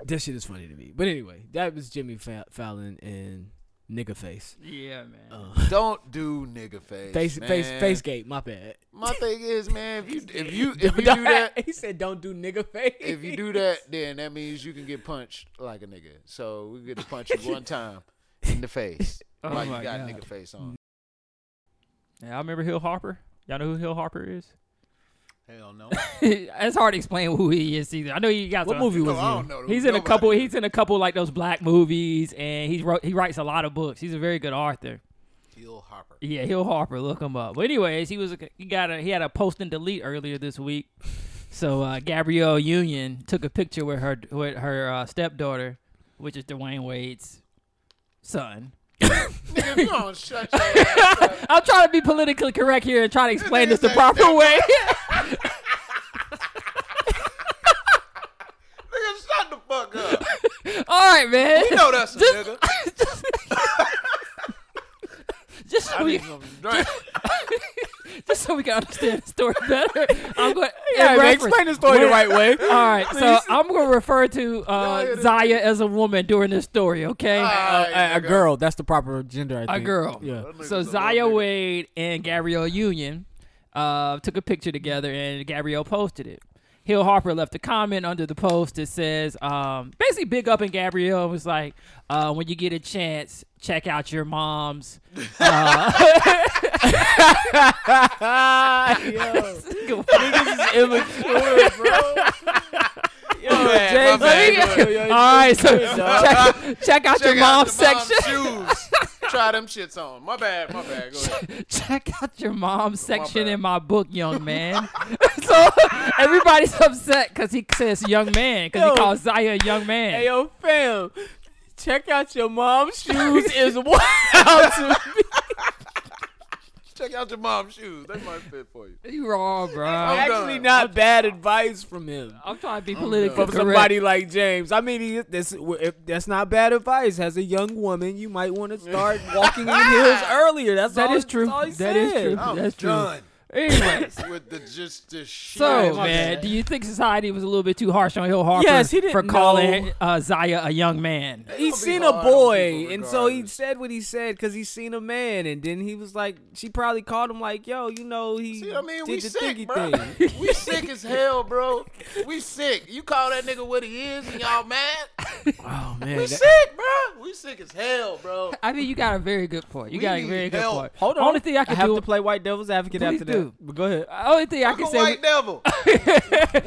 Speaker 4: that shit is funny to me. But anyway, that was Jimmy Fa- Fallon and Nigga Face. Uh,
Speaker 2: Yeah, man.
Speaker 5: *laughs*
Speaker 4: Oh
Speaker 5: Don't do nigga face.
Speaker 4: Face,
Speaker 5: man.
Speaker 4: face, face gate, my bad.
Speaker 5: My thing is, man,
Speaker 4: *laughs*
Speaker 5: if you if you if you do that,
Speaker 4: he said, don't do nigga face.
Speaker 5: if you do
Speaker 4: *laughs*
Speaker 5: that, then that means you can get punched like a nigga. So we get to punch you one time in the
Speaker 4: *laughs*
Speaker 5: face,
Speaker 2: Oh
Speaker 5: like
Speaker 2: my
Speaker 5: you got
Speaker 2: God.
Speaker 5: nigga face on.
Speaker 2: Yeah, I remember Hill Harper. Y'all know who Hill Harper is?
Speaker 5: Hell *laughs* no.
Speaker 2: *laughs* it's hard to explain who he is either. I know you got
Speaker 4: what
Speaker 2: some-
Speaker 4: movie was
Speaker 5: I
Speaker 4: he
Speaker 5: don't
Speaker 4: in?
Speaker 5: know.
Speaker 2: He's in a
Speaker 5: Nobody.
Speaker 2: couple. He's in a couple like those black movies, and he wrote. He writes a lot of books. He's a very good author.
Speaker 5: Hill Harper.
Speaker 2: Yeah, Hill Harper. Look him up. But anyways, he was a- he got a he had a post and delete earlier this week. So uh, Gabrielle Union took a picture with her with her uh, stepdaughter, which is Dwayne Wade's son.
Speaker 5: Nigga, if you don't shut *laughs* your ass up,
Speaker 2: I'm trying to be politically correct here and try to explain this the
Speaker 5: nigga's
Speaker 4: *laughs*
Speaker 2: proper way. *laughs*
Speaker 5: nigga, shut the fuck up.
Speaker 2: All right, man.
Speaker 5: You know that's a
Speaker 2: Just-
Speaker 5: *laughs* nigga.
Speaker 2: Just so
Speaker 5: I
Speaker 2: we,
Speaker 5: need some drink.
Speaker 2: *laughs* just so we can understand
Speaker 4: *laughs*
Speaker 2: the story better, I'm going.
Speaker 4: Yeah,
Speaker 2: in
Speaker 4: man,
Speaker 2: reference-
Speaker 4: explain the story the
Speaker 2: Wait.
Speaker 4: right way.
Speaker 2: *laughs* All right,
Speaker 4: *laughs*
Speaker 2: so I'm gonna refer to
Speaker 5: No,
Speaker 2: uh,
Speaker 5: it is-
Speaker 2: Zaya as a woman during this story, okay?
Speaker 5: *laughs*
Speaker 4: Ah.
Speaker 5: All right,
Speaker 4: Uh, A, a
Speaker 5: nigga.
Speaker 4: girl, that's the proper gender. I think.
Speaker 2: girl.
Speaker 4: Yeah.
Speaker 2: so Zaya Wade and Gabrielle Union uh, took a picture together, and Gabrielle posted it. Hill Harper left a comment under the post that says, um, basically, big up and Gabrielle was like, uh, when you get a chance, check out
Speaker 5: *laughs*
Speaker 2: your mom's. *laughs*
Speaker 5: *laughs*
Speaker 4: Yo, James,
Speaker 5: my bad.
Speaker 4: yo, yo,
Speaker 2: *laughs* All
Speaker 4: yo,
Speaker 2: right, so check, check out your
Speaker 5: Check out
Speaker 2: mom's
Speaker 5: the mom's
Speaker 2: section.
Speaker 4: *laughs*
Speaker 5: shoes. Try them shits on. My bad. My bad. Go ahead.
Speaker 2: check out your mom's section
Speaker 5: bad.
Speaker 2: in my book, young man. *laughs* so everybody's upset because he says young man because
Speaker 4: Yo.
Speaker 2: he calls Zaya a young man.
Speaker 4: Hey, yo, fam, check out your
Speaker 5: *laughs*
Speaker 4: mom's shoes is wild *laughs* to me.
Speaker 5: Check out your mom's shoes. They might fit for you.
Speaker 2: you wrong, bro. I'm,
Speaker 4: Actually,
Speaker 5: done.
Speaker 4: not bad advice from him.
Speaker 2: trying to be politically
Speaker 4: From
Speaker 2: correct.
Speaker 4: somebody like James. I mean, he, this, if that's not bad advice. As a young woman,
Speaker 5: *laughs*
Speaker 4: you might want to start walking in heels earlier. That's
Speaker 2: That
Speaker 4: all,
Speaker 2: is true.
Speaker 4: That's all he
Speaker 2: That is
Speaker 4: said.
Speaker 2: true. That's true. Anyways,
Speaker 5: with the just the shit.
Speaker 2: so
Speaker 4: my
Speaker 2: man,
Speaker 4: bad.
Speaker 2: do you think society was a little bit too harsh on Hill Harper
Speaker 4: Yes, he didn't
Speaker 2: for calling
Speaker 4: know.
Speaker 2: uh, Zaya a young man?
Speaker 5: gonna be
Speaker 4: He seen a
Speaker 5: hard on
Speaker 4: boy,
Speaker 5: people
Speaker 4: and so he
Speaker 5: regardless.
Speaker 4: said what he said because he seen a man, and then he was like, she probably called him like, "Yo, you know he
Speaker 5: See, I mean,
Speaker 4: did
Speaker 5: we
Speaker 4: the
Speaker 5: sick,
Speaker 4: thingy
Speaker 5: bro.
Speaker 4: thing."
Speaker 5: we sick as hell, bro. We sick. You call that nigga what he is, and y'all mad?
Speaker 4: Oh man,
Speaker 5: We
Speaker 4: that-
Speaker 5: sick, bro. We sick as hell, bro.
Speaker 2: I mean, you got a very good point. You
Speaker 5: We
Speaker 2: got a
Speaker 5: need
Speaker 2: very good
Speaker 5: help.
Speaker 2: point.
Speaker 4: *laughs* hold on.
Speaker 2: Only thing I can
Speaker 4: have
Speaker 2: do.
Speaker 4: to play white devil's advocate
Speaker 2: Please
Speaker 4: after
Speaker 2: do.
Speaker 4: that. But go ahead.
Speaker 2: only thing I
Speaker 5: Fuck
Speaker 2: can
Speaker 5: a
Speaker 2: say.
Speaker 5: white devil.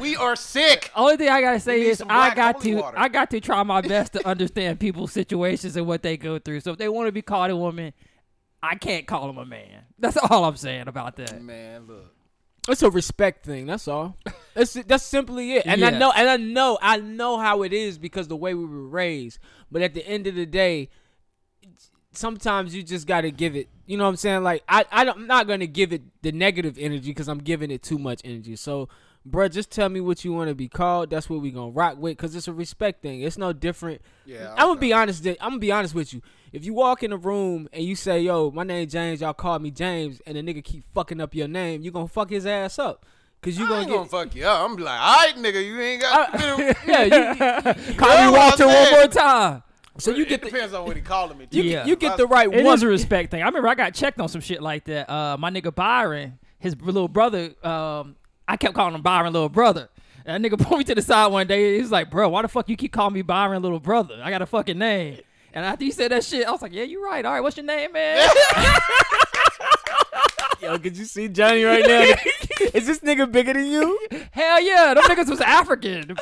Speaker 4: *laughs*
Speaker 5: we are sick.
Speaker 2: Only thing I gotta say
Speaker 5: need
Speaker 2: is
Speaker 5: some
Speaker 2: I
Speaker 5: black
Speaker 2: got
Speaker 5: holy
Speaker 2: to
Speaker 5: water.
Speaker 2: I got to
Speaker 5: *laughs*
Speaker 2: try my best to understand people's situations and what they go through. So if they want to be called a woman, I can't call them a man. That's all I'm saying about that.
Speaker 5: Man, look.
Speaker 4: It's a respect thing. That's *laughs* all. That's that's simply it. And I
Speaker 2: Yeah.
Speaker 4: know, and I know, I know how it is because the way we were raised. But at the end of the day, it's- sometimes you just gotta give it. You know what I'm saying? Like I, I don't- I'm not gonna give it the negative energy because I'm giving it too much energy. So, bruh, just tell me what you want to be called. That's what we gonna rock with because it's a respect thing. It's no different.
Speaker 5: Yeah,
Speaker 4: I'm gonna be honest. I'm gonna be honest with you. If you walk in a room and you say, "Yo, my name James," y'all call me James, and the nigga keep fucking up your name, you gonna fuck his ass up, cause you
Speaker 5: You
Speaker 4: gonna
Speaker 5: gonna,
Speaker 4: get.
Speaker 5: gonna fuck you up. I'm be like, all right, nigga, you ain't got.
Speaker 4: *laughs*
Speaker 5: it *laughs*
Speaker 4: yeah, you,
Speaker 2: Call
Speaker 5: Yeah,
Speaker 2: me
Speaker 5: what I
Speaker 2: Walter one
Speaker 5: said.
Speaker 2: more time.
Speaker 4: so you get the
Speaker 5: depends on what he calling me.
Speaker 4: you,
Speaker 5: too.
Speaker 2: Yeah.
Speaker 4: you get the right
Speaker 2: It
Speaker 4: one.
Speaker 2: is a respect thing. I remember I got checked on some shit like that. Uh, my nigga Byron, his little brother, um, I kept calling him Byron little brother. And that nigga *laughs* pulled me to the side one day. He was like, bro, why the fuck you keep calling me Byron little brother? I got a fucking name. And after you said that shit, I was like, yeah, you're right. All right, what's your name, man?
Speaker 4: Yo, could you see *laughs* Johnny right now? is this nigga bigger than you?
Speaker 2: Hell yeah, them niggas was African.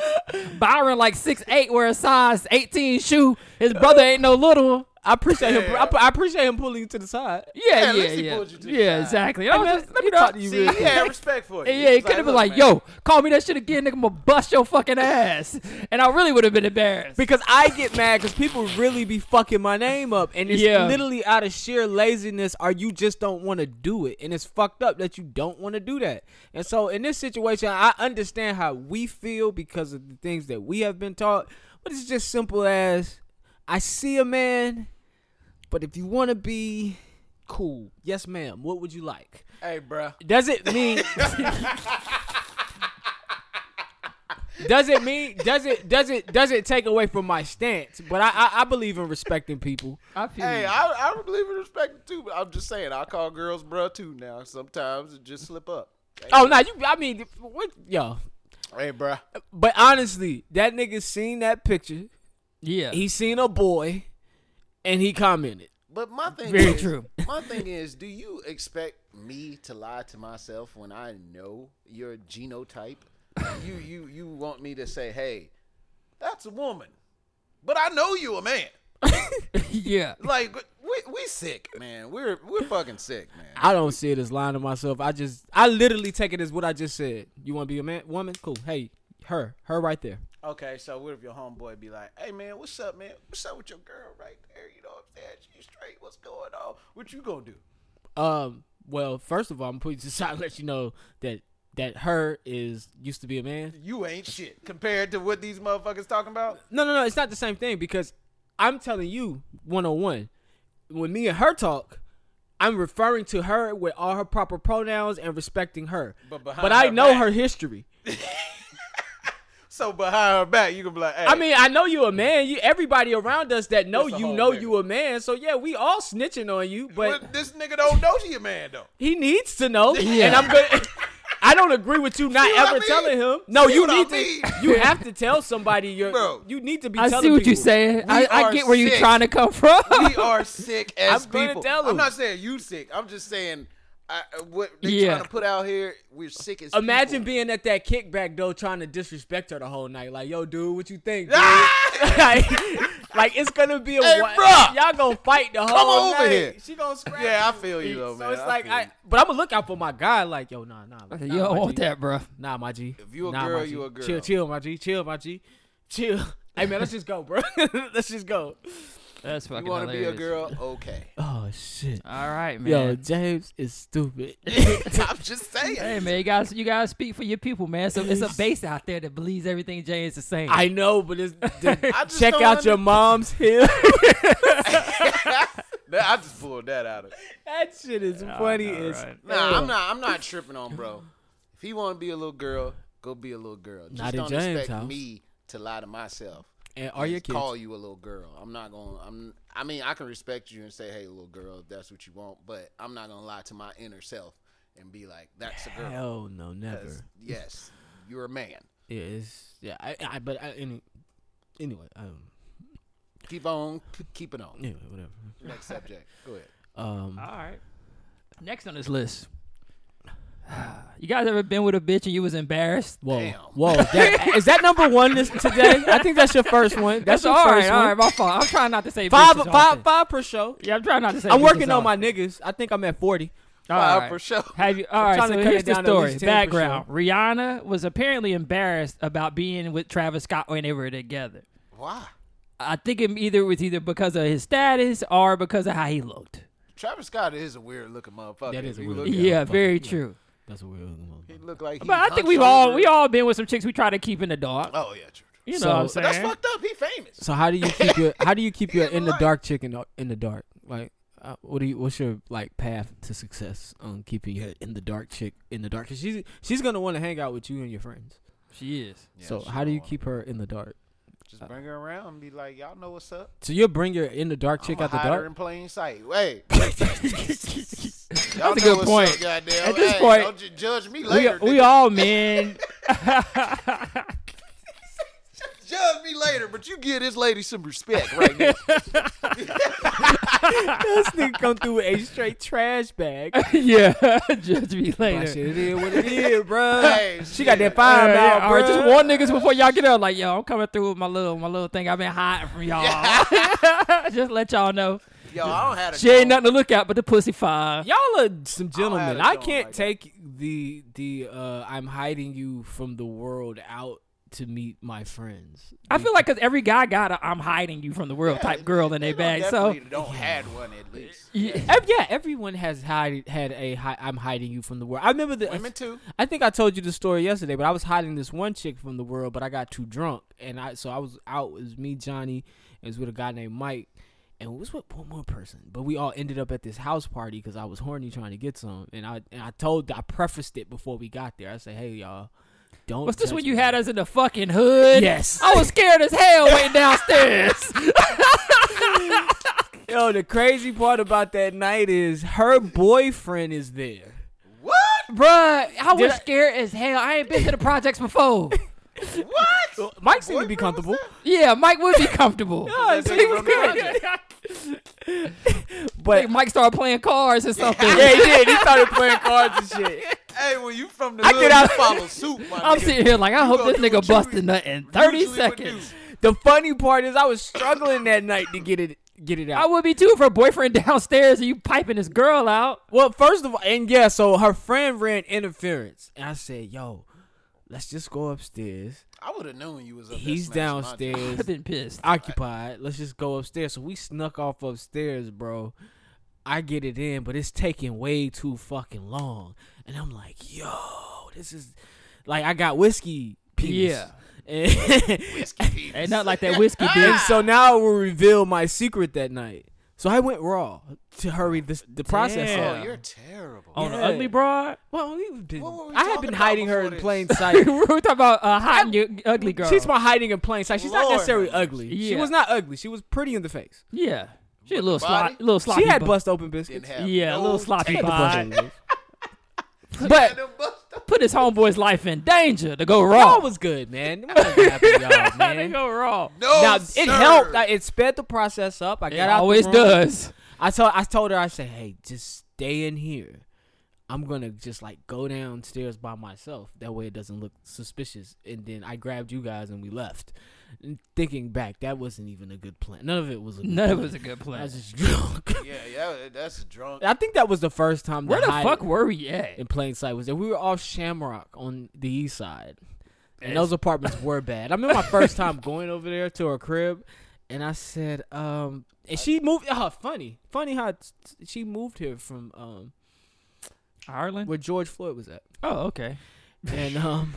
Speaker 2: Byron like six eight, wear a size eighteen shoe. His brother ain't no little. one.
Speaker 4: I appreciate him. I, I appreciate him pulling you to the side.
Speaker 2: Yeah,
Speaker 5: at
Speaker 2: yeah,
Speaker 5: least he
Speaker 2: yeah,
Speaker 5: pulled you to the
Speaker 2: yeah.
Speaker 5: side.
Speaker 2: Exactly. And I was
Speaker 4: man,
Speaker 2: just-
Speaker 4: let me
Speaker 2: you
Speaker 4: talk to you
Speaker 5: See,
Speaker 4: real
Speaker 5: he had respect
Speaker 4: *laughs*
Speaker 5: for you.
Speaker 2: And yeah,
Speaker 5: He
Speaker 2: he
Speaker 5: was
Speaker 2: could have
Speaker 5: "Look,
Speaker 2: been like,
Speaker 5: man,
Speaker 2: "Yo, call me that shit again, nigga. I'ma bust your fucking ass," and I really would have been embarrassed.
Speaker 4: Because I get mad because people really be fucking my name up, and it's
Speaker 2: Yeah.
Speaker 4: literally out of sheer laziness, or you just don't want to do it, and it's fucked up that you don't want to do that. And so in this situation, I understand how we feel because of the things that we have been taught, but it's just simple as I see a man, but if you want to be cool, yes, ma'am. What would you like?
Speaker 5: Hey, bruh.
Speaker 4: Does it mean? does it mean? Does it? Does it? Does it take away from my stance? But I, I, I believe in respecting people.
Speaker 2: I feel
Speaker 5: Hey,
Speaker 2: you.
Speaker 5: I, I believe in respect too, but I'm just saying, I call girls bruh too now. Sometimes it just slip up.
Speaker 4: Oh no, you. I mean, what, yo.
Speaker 5: Hey, bruh.
Speaker 4: But honestly, that nigga seen that picture.
Speaker 2: yeah,
Speaker 4: He seen a boy, and he commented.
Speaker 5: But my thing
Speaker 2: Very
Speaker 5: is,
Speaker 2: true.
Speaker 5: my thing is, do you expect me to lie to myself when I know your genotype? you you you want me to say, hey, that's a woman, but I know you a man.
Speaker 2: yeah.
Speaker 5: Like we we sick, man. We're we're fucking sick, man.
Speaker 4: I don't see it as lying to myself. I just, I literally take it as what I just said. You want to be a man, woman? Cool. Hey, her, her right there.
Speaker 5: Okay, so what if your homeboy be like, hey man, what's up, man? What's up with your girl right there? You know what I'm saying? She's straight. What's going on? What you gonna do?
Speaker 4: Um. Well, first of all, I'm putting *laughs* just trying to let you know that that her is used to be a man.
Speaker 5: You ain't shit compared to what these motherfuckers talking about.
Speaker 4: No, no, no. It's not the same thing because I'm telling you one on one. When me and her talk, I'm referring to her with all her proper pronouns and respecting her.
Speaker 5: But
Speaker 4: But,
Speaker 5: behind
Speaker 4: I
Speaker 5: her
Speaker 4: know
Speaker 5: back.
Speaker 4: her history.
Speaker 5: So behind her back, you gonna be like, hey,
Speaker 4: I mean, I know you a man. You everybody around us that know
Speaker 5: That's a
Speaker 4: you
Speaker 5: whole
Speaker 4: know
Speaker 5: nigga.
Speaker 4: you a man. So yeah, we all snitching on you, but
Speaker 5: But this nigga don't know she a man though.
Speaker 4: *laughs* he needs to know. And I'm gonna. *laughs* I don't agree with you not
Speaker 5: See what I
Speaker 4: ever
Speaker 5: mean?
Speaker 4: telling him. No,
Speaker 5: See
Speaker 4: you
Speaker 5: what I
Speaker 4: need to.
Speaker 5: mean?
Speaker 4: You have to tell somebody. You're.
Speaker 5: Bro.
Speaker 4: you need to be.
Speaker 2: I
Speaker 4: telling
Speaker 2: see what you're
Speaker 4: people.
Speaker 2: saying. I, I
Speaker 5: are
Speaker 2: get where you're
Speaker 5: sick.
Speaker 2: trying to come from.
Speaker 5: We
Speaker 2: *laughs*
Speaker 5: are sick as
Speaker 4: I'm gonna
Speaker 5: people.
Speaker 4: tell
Speaker 5: I'm
Speaker 4: him.
Speaker 5: not saying you sick. I'm just saying I, uh, what they
Speaker 2: Yeah.
Speaker 5: trying to put out here. We're sick as.
Speaker 4: Imagine
Speaker 5: people.
Speaker 4: being at that kickback though, trying to disrespect her the whole night. Like, yo, dude, what you think? Dude?
Speaker 5: *laughs* Ah!
Speaker 4: *laughs* like, like, it's gonna be a
Speaker 5: Hey,
Speaker 4: wi-
Speaker 5: bruh!
Speaker 4: y'all gonna fight the whole
Speaker 5: over
Speaker 4: night.
Speaker 5: here.
Speaker 4: She gonna scratch.
Speaker 5: Yeah, I feel you
Speaker 4: you.
Speaker 5: though,
Speaker 4: so
Speaker 5: man.
Speaker 4: it's like,
Speaker 5: feel
Speaker 4: I,
Speaker 5: you.
Speaker 4: but I'm gonna look out for my guy. Like, yo, nah, nah. nah
Speaker 2: you don't
Speaker 4: my
Speaker 2: want
Speaker 4: G.
Speaker 2: that, bro.
Speaker 4: Nah, my G.
Speaker 5: If you a
Speaker 4: nah, my
Speaker 5: girl,
Speaker 4: G.
Speaker 5: you a girl.
Speaker 4: Chill, chill, my G. Chill, my G. Chill. *laughs* Hey man, let's just go, bro. *laughs* let's just go.
Speaker 2: That's fucking
Speaker 5: you want to be a girl?
Speaker 4: *laughs*
Speaker 5: Okay.
Speaker 4: Oh shit.
Speaker 2: All right, man.
Speaker 4: Yo, James is stupid. *laughs*
Speaker 5: I'm just saying.
Speaker 2: Hey man, you guys, you guys speak for your people, man. So it's a base out there that believes everything James is saying.
Speaker 4: I *laughs* know, but it's,
Speaker 5: I just
Speaker 4: *laughs* check
Speaker 5: don't *laughs*
Speaker 4: out your mom's hill.
Speaker 5: That- I just pulled that out of.
Speaker 4: That shit is funny
Speaker 2: I know,
Speaker 4: as
Speaker 2: right?
Speaker 5: Nah, I'm not. I'm not tripping on bro. If he want to be a little girl, go be a little girl. Just
Speaker 4: Not in
Speaker 5: don't
Speaker 4: James'
Speaker 5: expect
Speaker 4: house.
Speaker 5: me to lie to myself.
Speaker 4: And are your
Speaker 5: Just
Speaker 4: kids?
Speaker 5: call you a little girl? I'm not gonna. I'm. I mean, I can respect you and say, "Hey, little girl, if that's what you want," but I'm not gonna lie to my inner self and be like, "That's a girl."
Speaker 4: Hell Oh, no, never.
Speaker 5: 'Cause, Yes, you're a man.
Speaker 4: Yeah, it's yeah. I, I but I, any, anyway, um,
Speaker 5: Keep on, p- keep it on.
Speaker 4: anyway, whatever.
Speaker 5: Next subject. Go ahead.
Speaker 4: Um,
Speaker 2: All right. Next on this list. You guys ever been with a bitch and you was embarrassed?
Speaker 4: whoa,
Speaker 5: Damn.
Speaker 4: whoa, *laughs* that, is that number one this today? I think that's your first one. That's, your
Speaker 2: all right,
Speaker 4: first
Speaker 2: all
Speaker 4: one.
Speaker 2: right, my fault. I'm trying not to
Speaker 4: *laughs*
Speaker 2: say
Speaker 4: Five,
Speaker 2: bitches
Speaker 4: five,
Speaker 2: often.
Speaker 4: five per show.
Speaker 2: Yeah, I'm trying not to say.
Speaker 4: I'm
Speaker 2: bitches
Speaker 4: working on my
Speaker 2: often.
Speaker 4: niggas. I think I'm at forty.
Speaker 2: All
Speaker 5: Five
Speaker 2: right.
Speaker 5: for sure.
Speaker 2: Have you? All right.
Speaker 4: trying
Speaker 2: So
Speaker 4: to cut
Speaker 2: here's
Speaker 4: it
Speaker 2: the
Speaker 4: down to at
Speaker 2: story.
Speaker 4: least 10%.
Speaker 2: Background: Rihanna was apparently embarrassed about being with Travis Scott when they were together.
Speaker 5: Why?
Speaker 2: I think it either was either because of his status or because of how he looked.
Speaker 5: Travis Scott is a weird looking motherfucker.
Speaker 4: That is
Speaker 5: If
Speaker 4: a
Speaker 5: you
Speaker 4: weird
Speaker 5: look
Speaker 2: Yeah,
Speaker 5: at
Speaker 4: looking-
Speaker 5: him,
Speaker 2: very true.
Speaker 4: That's a weird one.
Speaker 5: He look like. he
Speaker 2: But I think
Speaker 5: hunched
Speaker 2: we've all
Speaker 5: over.
Speaker 2: we all been with some chicks we try to keep in the dark.
Speaker 5: Oh yeah, true. true.
Speaker 2: You know
Speaker 4: So-
Speaker 2: what I'm
Speaker 4: But
Speaker 2: saying?
Speaker 5: That's fucked up. He famous.
Speaker 4: So how do you keep your how do you keep your
Speaker 5: Never
Speaker 4: in the
Speaker 5: liked.
Speaker 4: dark chick in the, in the dark? Like, uh, what do you what's your like path to success on keeping your in the dark chick in the dark? 'Cause she's she's gonna want to hang out with you and your friends.
Speaker 2: She is.
Speaker 5: Yeah,
Speaker 4: so
Speaker 5: she
Speaker 4: how do
Speaker 5: don't
Speaker 4: you
Speaker 5: wanna-
Speaker 4: keep her in the dark?
Speaker 5: Just bring her around and be like, y'all know what's up.
Speaker 4: So you'll bring your in the dark chick
Speaker 5: I'ma
Speaker 4: out the
Speaker 5: hide
Speaker 4: dark.
Speaker 5: her
Speaker 4: *laughs*
Speaker 5: in plain sight.
Speaker 2: *laughs*
Speaker 5: Wait,
Speaker 2: That's
Speaker 5: y'all know
Speaker 2: a good
Speaker 5: what's
Speaker 2: point.
Speaker 5: Up, goddamn.
Speaker 2: At this
Speaker 5: Hey,
Speaker 2: point,
Speaker 5: don't ju- judge me
Speaker 2: We,
Speaker 5: later.
Speaker 2: we
Speaker 5: nigga.
Speaker 2: *laughs* all men.
Speaker 5: judge me later, but you give this lady some respect right
Speaker 2: *laughs*
Speaker 5: now. *laughs*
Speaker 4: this nigga come through with a straight trash bag.
Speaker 2: yeah, *laughs* judge me
Speaker 4: That
Speaker 2: later.
Speaker 4: shit it
Speaker 5: *laughs*
Speaker 4: is what it is, bro.
Speaker 5: Hey,
Speaker 4: she got that
Speaker 5: shit.
Speaker 2: Yeah,
Speaker 4: fire
Speaker 2: yeah,
Speaker 4: now,
Speaker 2: all right,
Speaker 4: bruh.
Speaker 2: just warn niggas before y'all get up. Like, yo, I'm coming through with my little my little thing. I've been hiding from y'all. *laughs* just let y'all know.
Speaker 5: Yo, I don't have a.
Speaker 2: She ain't nothing to look at but the pussy fire.
Speaker 4: Y'all are some
Speaker 5: I don't
Speaker 4: gentlemen.
Speaker 5: have
Speaker 4: I
Speaker 5: a dog
Speaker 4: can't
Speaker 5: like
Speaker 4: take the the uh I'm hiding you from the world out to meet my friends.
Speaker 2: I feel like because every guy got a I'm hiding you from the world type girl in their bag. So
Speaker 5: don't had one at least.
Speaker 2: yeah,
Speaker 4: Ev- yeah, everyone has hide, had a hi, I'm hiding you from the world. I remember the
Speaker 5: Women too.
Speaker 4: I think I told you the story yesterday, but I was hiding this one chick from the world, but I got too drunk, and I so I was out. It was me, Johnny, it was with a guy named Mike, and it was with one more person. But we all ended up at this house party because I was horny trying to get some, and I and I told I prefaced it before we got there. I said, "Hey y'all, don't."
Speaker 2: was this
Speaker 4: judge
Speaker 2: when
Speaker 4: me."
Speaker 2: you had us in the fucking hood?
Speaker 4: Yes.
Speaker 2: I was scared as hell waiting downstairs.
Speaker 4: Yo, the crazy part about that night is her boyfriend is there.
Speaker 5: What?
Speaker 2: Bruh, I was
Speaker 4: I-
Speaker 2: scared as hell. I ain't been to the projects before. *laughs* Oh,
Speaker 5: What?
Speaker 4: Mike seemed to be
Speaker 5: Boyfriend was
Speaker 4: comfortable.
Speaker 5: there?
Speaker 2: yeah, Mike would be comfortable.
Speaker 4: Yeah,
Speaker 5: That
Speaker 4: he
Speaker 5: nigga
Speaker 4: was
Speaker 5: from the
Speaker 4: good.
Speaker 5: project.
Speaker 4: But
Speaker 2: Mike started playing cards or something.
Speaker 4: yeah, he did. He started playing cards and shit.
Speaker 5: Hey, when you from the
Speaker 4: I
Speaker 5: hood,
Speaker 4: get out-
Speaker 5: you follow suit. My
Speaker 2: *laughs* I'm
Speaker 5: nigga.
Speaker 2: sitting here like I hope
Speaker 5: gonna
Speaker 2: this
Speaker 5: do what
Speaker 2: nigga
Speaker 5: you
Speaker 2: busted nut in 30
Speaker 5: usually would
Speaker 2: seconds.
Speaker 5: do.
Speaker 4: The funny part is I was struggling that night to get it get it
Speaker 2: I
Speaker 4: out.
Speaker 2: would be too if her boyfriend *laughs* downstairs and you piping this girl out.
Speaker 4: well, first of all, and yeah, so her friend ran interference, and I said, "Yo, let's just go upstairs.
Speaker 5: I would have known you was up there
Speaker 4: He's
Speaker 5: smashing my dick.
Speaker 2: I've
Speaker 4: downstairs,
Speaker 2: been pissed.
Speaker 4: *laughs* occupied. Let's just go upstairs." So we snuck off upstairs, bro. I get it in, but it's taking way too fucking long, and I'm like, "Yo, this is like I got whiskey penis."
Speaker 2: Yeah.
Speaker 4: *laughs* And-
Speaker 2: Ain't nothing like
Speaker 5: *laughs*
Speaker 2: that whiskey, bitch.
Speaker 4: And so now I will reveal my secret that night. So I went raw to hurry this, the process
Speaker 2: Damn.
Speaker 5: Oh,
Speaker 4: up.
Speaker 5: you're terrible.
Speaker 2: *laughs* On an
Speaker 4: Yeah. *laughs*
Speaker 2: ugly broad.
Speaker 4: Well, we've been,
Speaker 5: were we
Speaker 4: I had
Speaker 5: talking
Speaker 4: been
Speaker 5: about
Speaker 4: hiding her in
Speaker 5: before *laughs*
Speaker 4: plain
Speaker 5: this?
Speaker 2: *laughs* we
Speaker 4: sight.
Speaker 2: were talking about uh, hiding your ugly girl.
Speaker 4: She's my hiding in plain sight. She's not
Speaker 5: Lord.
Speaker 4: necessarily ugly. She
Speaker 2: Yeah.
Speaker 4: was not ugly. She was pretty in the face.
Speaker 2: yeah. She a little
Speaker 5: the
Speaker 2: sloppy,
Speaker 5: body?
Speaker 2: little sloppy.
Speaker 4: she had
Speaker 2: bu-
Speaker 4: bust open
Speaker 5: Didn't
Speaker 4: biscuits.
Speaker 5: have
Speaker 2: Yeah, a
Speaker 5: no
Speaker 2: little *laughs* sloppy
Speaker 5: taste.
Speaker 2: bod.
Speaker 5: Had
Speaker 2: But
Speaker 5: them bust up.
Speaker 2: put his homeboy's life in danger to go *laughs* raw.
Speaker 4: Y'all was good, man. What
Speaker 2: *laughs*
Speaker 4: happened, y'all,
Speaker 2: to
Speaker 4: man?
Speaker 2: go raw.
Speaker 5: No,
Speaker 4: Now
Speaker 5: sir.
Speaker 4: it helped. I- It sped the process up. I
Speaker 2: It
Speaker 4: got out. the
Speaker 2: always
Speaker 4: room.
Speaker 2: does.
Speaker 4: I told I told her I said, "Hey, just stay in here. I'm gonna just like go downstairs by myself. That way it doesn't look suspicious." And then I grabbed you guys and we left. And thinking back, that wasn't even a good plan. None of it was. A good
Speaker 2: None
Speaker 4: plan.
Speaker 2: of it was a good
Speaker 4: I
Speaker 2: plan.
Speaker 4: was just *laughs* drunk.
Speaker 5: Yeah, yeah, that's drunk.
Speaker 4: I think that was the first time.
Speaker 2: Where
Speaker 4: that
Speaker 2: the
Speaker 4: hide
Speaker 2: fuck were we at?
Speaker 4: in plain sight was that we were all Shamrock on the east side, and those apartments were bad. I remember my first time going over there to her crib, and I said, um, and she moved. Oh, funny, funny how it's- she moved here from um
Speaker 2: Ireland?
Speaker 4: where George Floyd was at,
Speaker 2: Oh, okay.
Speaker 4: *laughs* and um,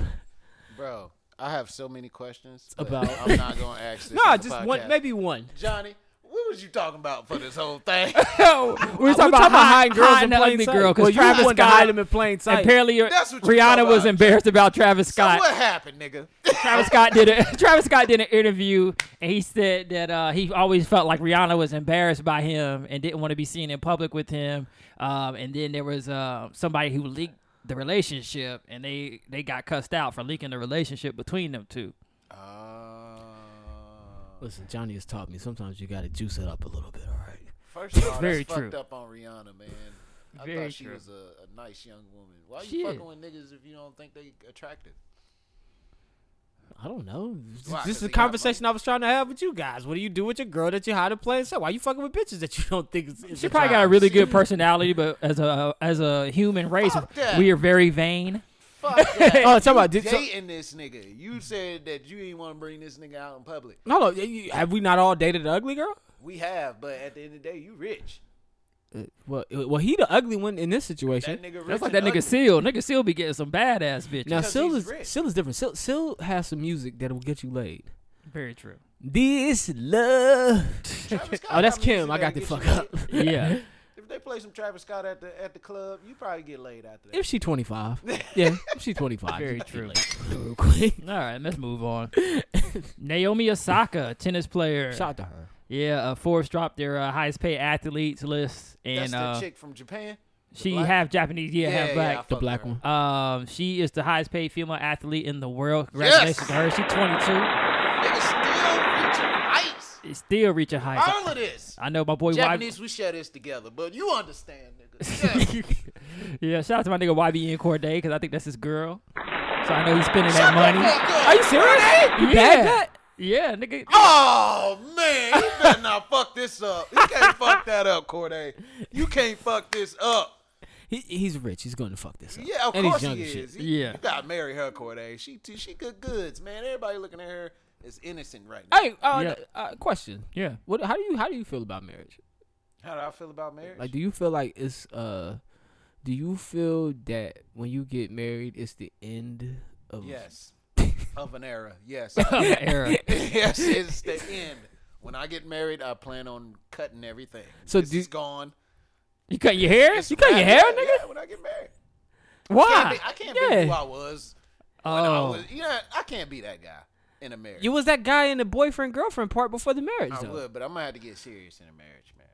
Speaker 5: Bro, I have so many questions but
Speaker 4: About-
Speaker 5: I'm not gonna ask this.
Speaker 4: *laughs* nah,
Speaker 5: on the
Speaker 4: just one,
Speaker 5: podcast.
Speaker 4: maybe one.
Speaker 5: Johnny, what was you talking about for this
Speaker 4: *laughs*
Speaker 5: whole thing?
Speaker 2: *laughs* Yo, we were talking about, hide- hiding the ugly girl because
Speaker 4: well,
Speaker 2: Travis
Speaker 4: you wanted to
Speaker 2: Scott.
Speaker 4: hide him in plain sight.
Speaker 2: apparently,
Speaker 5: That's what you
Speaker 2: Rihanna
Speaker 5: talking
Speaker 2: was
Speaker 5: about.
Speaker 2: embarrassed about Travis
Speaker 5: so
Speaker 2: Scott.
Speaker 5: what happened,
Speaker 4: *laughs*
Speaker 5: nigga?
Speaker 2: Travis Scott did a *laughs* Travis Scott did an interview and he said that uh, he always felt like Rihanna was embarrassed by him and didn't want to be seen in public with him. Um, and then there was uh, somebody who leaked the relationship and they they got cussed out for leaking the relationship between them two.
Speaker 5: Uh,
Speaker 4: Listen, Johnny has taught me sometimes you gotta juice it up a little bit. All right.
Speaker 5: First of all,
Speaker 2: Very
Speaker 5: that's
Speaker 2: true.
Speaker 5: fucked up on Rihanna, man. I
Speaker 2: Very
Speaker 5: thought she
Speaker 2: true.
Speaker 5: was a, a nice young woman. Why you
Speaker 2: Shit.
Speaker 5: fucking with niggas if you don't think they attractive?
Speaker 4: I don't know. This-
Speaker 5: Why? 'Cause
Speaker 4: This is
Speaker 5: they
Speaker 4: a
Speaker 5: got
Speaker 4: conversation I was trying to have with you guys. What do you do with your girl that you hide in plain sight? Why you fucking with bitches that you *laughs* don't think is, is
Speaker 2: She probably got a really good personality, but as a as a human race,
Speaker 5: Fuck that.
Speaker 2: we are very vain.
Speaker 4: *laughs*
Speaker 5: Fuck that.
Speaker 4: Oh, talk about
Speaker 5: You
Speaker 4: did- so-
Speaker 5: dating this nigga. You said that you didn't want to bring this nigga out in public.
Speaker 4: No, no. you- you- Have we not all dated the ugly girl?
Speaker 5: We have, but at the end of the day, you rich.
Speaker 4: Well, uh, well, he the ugly one in this
Speaker 5: That
Speaker 4: situation.
Speaker 5: nigga rich.
Speaker 2: That's like that
Speaker 5: and
Speaker 2: nigga
Speaker 5: ugly.
Speaker 2: Seal. Nigga Seal be getting some badass bitches.
Speaker 4: Now,
Speaker 5: because
Speaker 4: Sil
Speaker 5: he's
Speaker 4: is
Speaker 5: rich.
Speaker 4: Sil is different. Sil, Sil has some music that will get you laid.
Speaker 2: Very true.
Speaker 4: This
Speaker 5: *laughs*
Speaker 4: love.
Speaker 5: Travis Scott
Speaker 4: oh, that's
Speaker 5: got
Speaker 4: Kim.
Speaker 5: music
Speaker 4: I got the
Speaker 5: that'll
Speaker 4: fuck
Speaker 5: get you
Speaker 4: up.
Speaker 5: laid.
Speaker 2: *laughs* Yeah.
Speaker 5: If they play some Travis Scott at the at the club, you probably get laid after that.
Speaker 4: If
Speaker 5: *laughs*
Speaker 4: she 25, yeah, if she 25.
Speaker 2: Very
Speaker 4: she-
Speaker 2: true.
Speaker 4: real quick.
Speaker 2: All right, let's move *laughs* on. Naomi Osaka, tennis player.
Speaker 4: Shout out to her.
Speaker 2: Yeah, uh, Forbes dropped their uh, highest paid athletes list,
Speaker 5: That's
Speaker 2: and
Speaker 5: the
Speaker 2: uh,
Speaker 5: chick from Japan. The
Speaker 2: she
Speaker 5: black-
Speaker 2: half Japanese, yeah, half
Speaker 5: I
Speaker 2: black.
Speaker 4: The
Speaker 5: fuck
Speaker 4: black
Speaker 5: with her.
Speaker 4: one.
Speaker 2: um, she is the highest paid female athlete in the world.
Speaker 5: Yes!
Speaker 2: Congratulations to her. She's 22.
Speaker 5: Nigga still reaching heights.
Speaker 2: It's still reaching heights.
Speaker 5: All of this.
Speaker 2: I know my boy
Speaker 5: Japanese, we share this together, but you understand,
Speaker 4: *laughs*
Speaker 5: nigga. Yeah.
Speaker 2: YB. *laughs* yeah, shout out to my nigga YBN Corday because I think that's his girl. So I know he's spending
Speaker 5: Shut
Speaker 2: that
Speaker 5: the
Speaker 2: money.
Speaker 5: fuck up.
Speaker 4: Are you serious? You
Speaker 2: yeah.
Speaker 4: bagged that?
Speaker 2: Yeah, nigga.
Speaker 5: Oh man, you better not fuck this up. You
Speaker 4: *laughs*
Speaker 5: can't fuck that up, Corday. You can't fuck this up.
Speaker 4: He, he's rich. He's going to fuck this up.
Speaker 5: Yeah, of
Speaker 4: and
Speaker 5: course
Speaker 4: he's young
Speaker 5: he
Speaker 4: as shit.
Speaker 5: is. You-
Speaker 2: Yeah.
Speaker 5: you gotta marry her, Corday. She t- she good goods, man. Everybody looking at her is innocent right now.
Speaker 4: Hey, uh,
Speaker 2: Yeah.
Speaker 4: uh, question.
Speaker 2: Yeah.
Speaker 4: What? How do you how do you feel about marriage?
Speaker 5: How do I feel about marriage?
Speaker 4: Like, do you feel like it's uh, do you feel that when you get married, it's the end of
Speaker 5: yes, *laughs* of an era.
Speaker 4: *laughs*
Speaker 5: Yes, *laughs*
Speaker 2: *laughs* Era.
Speaker 5: yes, it's the end. When I get married, I plan on cutting everything.
Speaker 4: So
Speaker 5: this
Speaker 4: do-
Speaker 5: is gone.
Speaker 2: You cut your hair? You cut your hair, nigga?
Speaker 5: Yeah, when I get married. Can't
Speaker 2: Why?
Speaker 5: be- I can't
Speaker 4: Yeah.
Speaker 5: be who I was. When I
Speaker 2: Oh.
Speaker 5: was, yeah, I can't be that guy in a marriage.
Speaker 4: You was that guy in the boyfriend girlfriend part before the marriage,
Speaker 5: I
Speaker 4: though.
Speaker 5: would, but I'm gonna have to get serious in a marriage, man.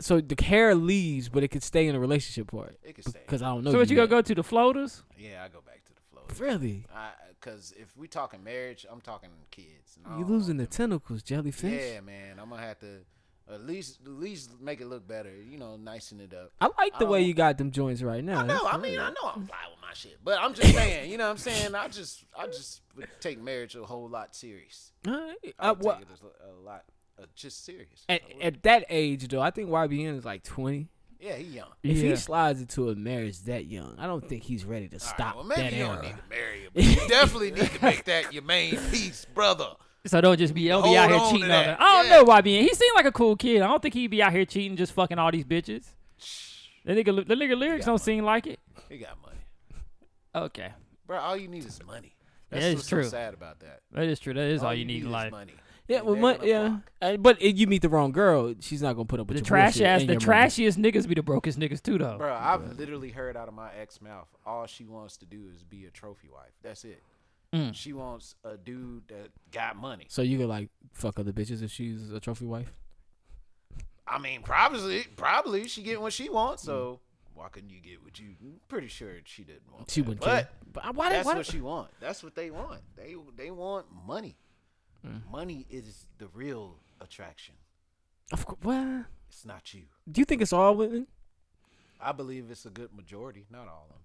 Speaker 4: So the hair leaves, but it could stay in the relationship part.
Speaker 5: It could stay.
Speaker 4: Because I don't know.
Speaker 2: So what you gonna
Speaker 4: yet.
Speaker 2: go to the floaters?
Speaker 5: Yeah, I go back to the flow.
Speaker 4: Really?
Speaker 5: I, Cause if we talking marriage, I'm talking kids. No,
Speaker 4: You losing the tentacles, jellyfish.
Speaker 5: Oh. Yeah, man. I'm gonna have to at least at least make it look better. You know, nicen it up.
Speaker 4: I like the way
Speaker 5: don't-
Speaker 4: you got them joints right now.
Speaker 5: No, I mean I know I'm fly with my shit, but I'm just saying. You know what I'm saying? I just I just would take marriage a whole lot serious. I
Speaker 4: uh,
Speaker 5: would
Speaker 4: well,
Speaker 5: take it a, a lot, uh, just serious.
Speaker 4: at, at that age though, I think YBN is like twenty.
Speaker 5: yeah, he young.
Speaker 4: If
Speaker 2: Yeah.
Speaker 4: he slides into a marriage that young, I don't think he's ready to
Speaker 5: All right,
Speaker 4: stop
Speaker 5: well, maybe
Speaker 4: that
Speaker 5: you don't
Speaker 4: era.
Speaker 5: need to marry him, but
Speaker 4: *laughs*
Speaker 5: you definitely need to make that your main piece, brother.
Speaker 2: So don't just be don't be
Speaker 5: Hold
Speaker 2: out here
Speaker 5: on to
Speaker 2: cheating on
Speaker 5: that.
Speaker 2: her. I don't
Speaker 5: Yeah.
Speaker 2: know why being he seemed like a cool kid. I don't think he'd be out here cheating just fucking all these bitches. The nigga, the nigga lyrics don't seem like it.
Speaker 5: He got money,
Speaker 2: Okay,
Speaker 5: bro. All you need is money.
Speaker 2: Yeah,
Speaker 5: That's
Speaker 2: it's
Speaker 5: what's
Speaker 2: true.
Speaker 5: so sad about that.
Speaker 2: that is true. That is all, you need in
Speaker 5: Oh, is
Speaker 2: life.
Speaker 5: money.
Speaker 4: Yeah,
Speaker 5: And
Speaker 4: well,
Speaker 5: they're
Speaker 4: my,
Speaker 5: gonna
Speaker 4: yeah.
Speaker 5: fuck.
Speaker 4: Uh, but if you meet the wrong girl, she's not gonna put up with
Speaker 2: The
Speaker 4: your
Speaker 2: trash
Speaker 4: bullshit
Speaker 2: ass,
Speaker 4: and
Speaker 2: the
Speaker 4: your money.
Speaker 2: trashiest niggas be the brokest niggas too, though.
Speaker 5: Bro, I've literally heard out of my ex mouth, all she wants to do is be a trophy wife. That's it.
Speaker 4: Mm.
Speaker 5: She wants a dude that got money.
Speaker 4: So you could like fuck other bitches if she's a trophy wife.
Speaker 5: I mean, probably, probably she getting what she wants. So why couldn't you get what you? Pretty sure she didn't want.
Speaker 4: Mm. She
Speaker 5: that,
Speaker 4: wouldn't
Speaker 5: but
Speaker 4: care. But I- why? did-
Speaker 5: That's
Speaker 4: why
Speaker 5: what
Speaker 4: did-
Speaker 5: she want. That's what they want. They they want money.
Speaker 4: Mm.
Speaker 5: Money is the real attraction.
Speaker 4: Of course. Well,
Speaker 5: It's not you.
Speaker 4: do you think it's all women?
Speaker 5: I believe it's a good majority, not all of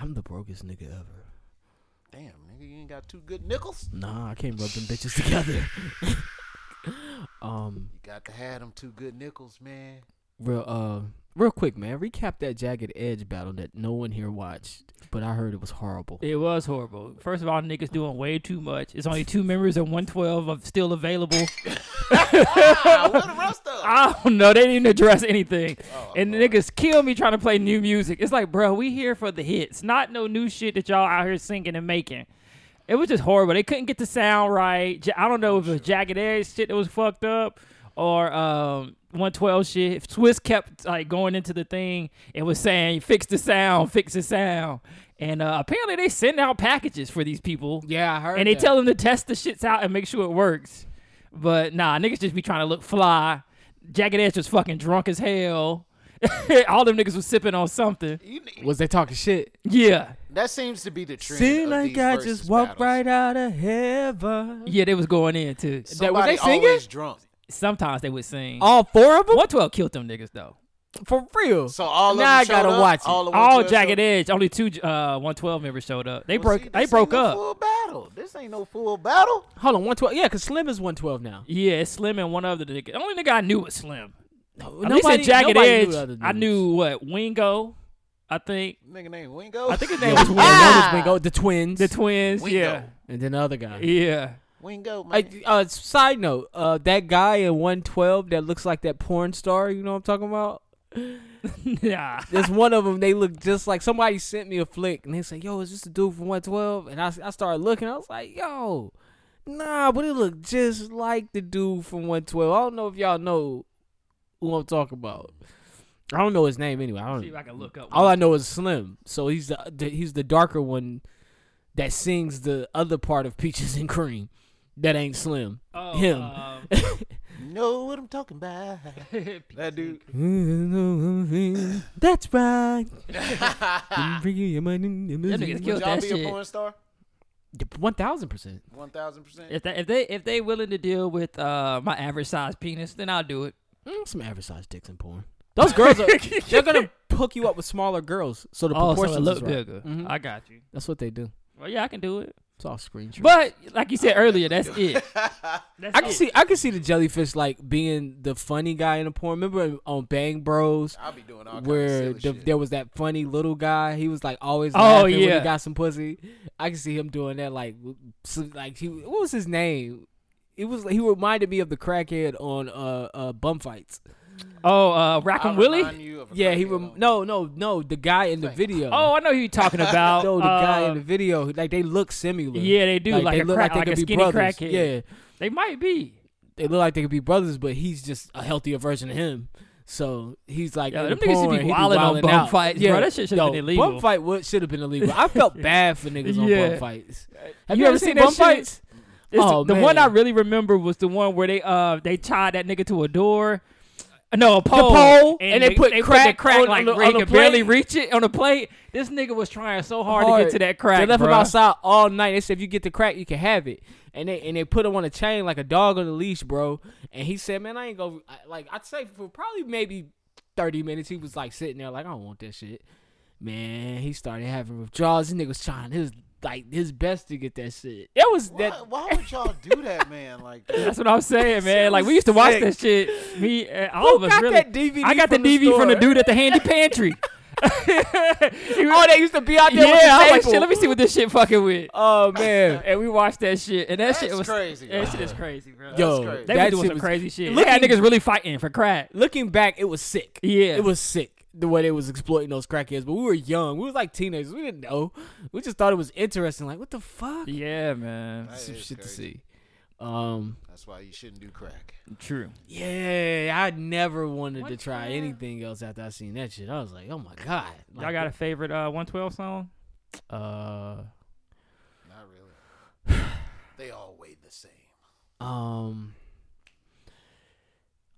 Speaker 4: I'm the brokest nigga ever.
Speaker 5: them. Damn, nigga, you ain't got two good nickels.
Speaker 4: Nah, I can't rub
Speaker 5: *laughs*
Speaker 4: them bitches together. um,
Speaker 5: You got to have them two good nickels, man.
Speaker 4: real uh, real quick, man. Recap that jagged edge battle that no one here watched, but I heard it was horrible.
Speaker 2: It was horrible. First of all, niggas doing way too much. It's only *laughs* two members and 112 of still available.
Speaker 5: Ah, where the rest of 'em?
Speaker 2: I don't know. They didn't address anything. and the niggas kill me trying to play new music. It's like, bro, we here for the hits, not no new shit that y'all out here singing and making. It was just horrible. They couldn't get the sound right. Ja- I don't know if it was Jagged Edge shit that was fucked up or um 112 shit, if Twist kept like going into the thing and was saying fix the sound, fix the sound, and uh, apparently they send out packages for these people.
Speaker 4: Yeah, I heard
Speaker 2: And they
Speaker 4: that.
Speaker 2: tell them to test the shits out and make sure it works. But nah, niggas just be trying to look fly. Jagged Edge was fucking drunk as hell. *laughs* All them niggas was sipping on something.
Speaker 4: Was they talking shit?
Speaker 2: Yeah.
Speaker 5: That seems to be the trend.
Speaker 4: Seem
Speaker 5: of
Speaker 4: like
Speaker 5: these
Speaker 4: I
Speaker 5: versus
Speaker 4: just walked
Speaker 5: battles.
Speaker 4: right out of heaven.
Speaker 2: Yeah, they was going in too.
Speaker 4: That- was
Speaker 5: Somebody
Speaker 4: they singing?
Speaker 5: always drunk.
Speaker 2: Sometimes they would sing.
Speaker 4: All four of them?
Speaker 2: 112 killed them niggas though.
Speaker 4: For real?
Speaker 5: So all of
Speaker 4: now
Speaker 5: them
Speaker 4: I gotta
Speaker 5: showed up?
Speaker 4: watch it.
Speaker 5: All, of them
Speaker 2: All
Speaker 5: showed
Speaker 2: jagged
Speaker 5: up?
Speaker 2: edge. Only two uh 112 members showed up. They
Speaker 5: Well,
Speaker 2: broke.
Speaker 5: see,
Speaker 2: they
Speaker 5: this
Speaker 2: broke
Speaker 5: ain't no
Speaker 2: up.
Speaker 5: full battle. This ain't no full battle.
Speaker 4: Hold on, one twelve. Yeah, cause Slim is one twelve now.
Speaker 2: Yeah, it's Slim and one other nigga. The only nigga I knew was Slim.
Speaker 4: No,
Speaker 2: At least at jagged
Speaker 4: nobody
Speaker 2: edge,
Speaker 4: the other
Speaker 2: I
Speaker 4: dudes.
Speaker 2: knew what Wingo. I think
Speaker 5: Nigga named Wingo.
Speaker 2: I
Speaker 5: *laughs*
Speaker 2: think his
Speaker 4: Yeah,
Speaker 2: name
Speaker 4: the
Speaker 2: was
Speaker 4: twins.
Speaker 2: Wingo.
Speaker 4: One was Wingo, Ah! the twins,
Speaker 2: The twins.
Speaker 5: Wingo.
Speaker 2: Yeah,
Speaker 4: and then the other guy.
Speaker 2: yeah. *laughs*
Speaker 5: Wingo. Man.
Speaker 4: I, uh, side note, uh, that guy in 112 that looks like that porn star, you know what I'm talking about?
Speaker 2: nah.
Speaker 4: *laughs* There's one of them, they look just like somebody sent me a flick and they say, Yo, is this the dude from 112? And I, I started looking, I was like, Yo, nah, but it looked just like the dude from 112. I don't know if y'all know who I'm talking about. I don't know his name anyway. I don't,
Speaker 2: See if I can look up.
Speaker 4: all I know is Slim. So he's the, the he's the darker one that sings the other part of Peaches and Cream. That ain't Slim.
Speaker 2: Oh,
Speaker 4: him.
Speaker 2: *laughs* um,
Speaker 5: know what I'm talking about. *laughs* that dude.
Speaker 4: *laughs* That's right.
Speaker 5: *laughs*
Speaker 4: Ah.
Speaker 5: Would
Speaker 2: That nigga killed
Speaker 5: y'all
Speaker 2: that
Speaker 5: be a
Speaker 2: shit.
Speaker 5: porn star?
Speaker 4: One thousand percent.
Speaker 5: One thousand percent.
Speaker 2: If they if they if they willing to deal with uh my average size penis, then I'll do it.
Speaker 4: Mm, Some average size dicks in porn. Those girls are they're gonna hook you up with smaller girls, so the
Speaker 2: Oh, so
Speaker 4: proportions
Speaker 2: it look
Speaker 4: is right.
Speaker 2: bigger. I got you.
Speaker 4: That's what they do.
Speaker 2: Well, yeah, I can do it.
Speaker 4: It's all screenshot.
Speaker 2: But like you said earlier, that's it.
Speaker 4: I can see I can see the jellyfish like being the funny guy in the porn. Remember on Bang Bros?
Speaker 5: I'll be doing all kinds
Speaker 4: where
Speaker 5: of
Speaker 4: the,
Speaker 5: silly shit.
Speaker 4: there was that funny little guy. He was like always
Speaker 2: Oh,
Speaker 4: laughing when
Speaker 2: yeah.
Speaker 4: he got some pussy. I can see him doing that. Like, w- so- like he what was his name? It was he reminded me of the crackhead on uh uh bum fights.
Speaker 2: Oh, uh, Rockin'
Speaker 5: I'll
Speaker 2: Willie.
Speaker 5: remind you of a
Speaker 4: Yeah, he
Speaker 5: crackhead oh.
Speaker 4: rem-
Speaker 5: on-
Speaker 4: no no no the guy in the video.
Speaker 2: Oh, I know who you're talking about.
Speaker 4: no, the guy in the
Speaker 2: Uh,
Speaker 4: video. Like they look similar.
Speaker 2: Yeah, they do, like
Speaker 4: they
Speaker 2: a
Speaker 4: look
Speaker 2: crack-
Speaker 4: like
Speaker 2: like
Speaker 4: they
Speaker 2: a
Speaker 4: could be
Speaker 2: skinny
Speaker 4: brothers.
Speaker 2: crackhead.
Speaker 4: Yeah,
Speaker 2: they might be.
Speaker 4: they look like they could be brothers, but he's just a healthier version of him. So he's like,
Speaker 2: Yo,
Speaker 4: in
Speaker 2: them
Speaker 4: the
Speaker 2: niggas should be
Speaker 4: porn, he
Speaker 2: wildin' on
Speaker 4: wildin'
Speaker 2: bum
Speaker 4: out.
Speaker 2: fights, bro. That shit should've
Speaker 4: yo,
Speaker 2: been illegal.
Speaker 4: Bum fight what should have been illegal. I
Speaker 2: *laughs*
Speaker 4: felt bad for niggas on
Speaker 2: Yeah. Uh,
Speaker 4: bum fights. Have you, ever seen, bum
Speaker 2: shit?
Speaker 4: fights?
Speaker 2: It's-
Speaker 4: Oh,
Speaker 2: the one
Speaker 4: man.
Speaker 2: I really remember was the one where they uh they tied that nigga to a door. No, a pole.
Speaker 4: pole, and they put
Speaker 2: the
Speaker 4: crack
Speaker 2: crack
Speaker 4: on-
Speaker 2: like
Speaker 4: on the-
Speaker 2: where
Speaker 4: on
Speaker 2: he
Speaker 4: the
Speaker 2: could barely
Speaker 4: plate.
Speaker 2: reach it on the plate. This nigga was trying so hard, to get to that crack.
Speaker 4: They left him
Speaker 2: bruh.
Speaker 4: outside all night. They said if you get the crack, you can have it. And they and they put him on a chain like a dog on a leash, bro. And he said, man, I ain't go. I- Like I'd say for probably maybe thirty minutes, he was like sitting there like I don't want this shit. Man, he started having withdrawals. This nigga was trying his like his best to get that shit. That was
Speaker 5: Why,
Speaker 4: that.
Speaker 5: why would y'all do that, man? Like that?
Speaker 2: That's what
Speaker 4: *laughs*
Speaker 2: I'm saying, man. Like we
Speaker 4: was
Speaker 2: used to watch
Speaker 4: sick.
Speaker 2: that shit. Me, and all of
Speaker 4: Who
Speaker 2: us
Speaker 4: got
Speaker 2: really.
Speaker 4: that DVD
Speaker 2: I got
Speaker 4: from
Speaker 2: the
Speaker 4: the
Speaker 2: DVD from the
Speaker 4: store?
Speaker 2: dude at the
Speaker 4: *laughs*
Speaker 2: handy pantry.
Speaker 4: Oh,
Speaker 2: *laughs*
Speaker 4: they used to be out there. with the
Speaker 2: yeah, I'm like,
Speaker 4: staple.
Speaker 2: shit, let me see what this shit fucking with.
Speaker 4: Oh man,
Speaker 2: And we watched that shit, and that shit
Speaker 5: That's
Speaker 2: was
Speaker 5: crazy,
Speaker 2: *laughs* That
Speaker 5: bro.
Speaker 2: shit is Uh, crazy, bro.
Speaker 4: yo,
Speaker 5: crazy.
Speaker 2: they
Speaker 4: that
Speaker 2: be doing
Speaker 4: shit
Speaker 2: some
Speaker 4: was-
Speaker 2: crazy shit. Look
Speaker 4: Looking-
Speaker 2: at niggas really fighting for crack.
Speaker 4: looking back, it was sick.
Speaker 2: Yeah.
Speaker 4: It was sick the way they was exploiting those crackheads. But we were young. We was like teenagers. We didn't know. We just thought it was interesting. Like, what the fuck?
Speaker 2: Yeah, man.
Speaker 4: Some
Speaker 5: is
Speaker 4: shit
Speaker 5: crazy.
Speaker 4: to see. Um,
Speaker 5: That's why you shouldn't do crack.
Speaker 2: True.
Speaker 4: yeah, I never wanted to try anything else after I seen that shit. I was like, oh my god.
Speaker 2: Y'all
Speaker 4: Like,
Speaker 2: got a favorite uh 112 song?
Speaker 4: uh,
Speaker 5: Not really. *sighs* they all weigh the same.
Speaker 4: um,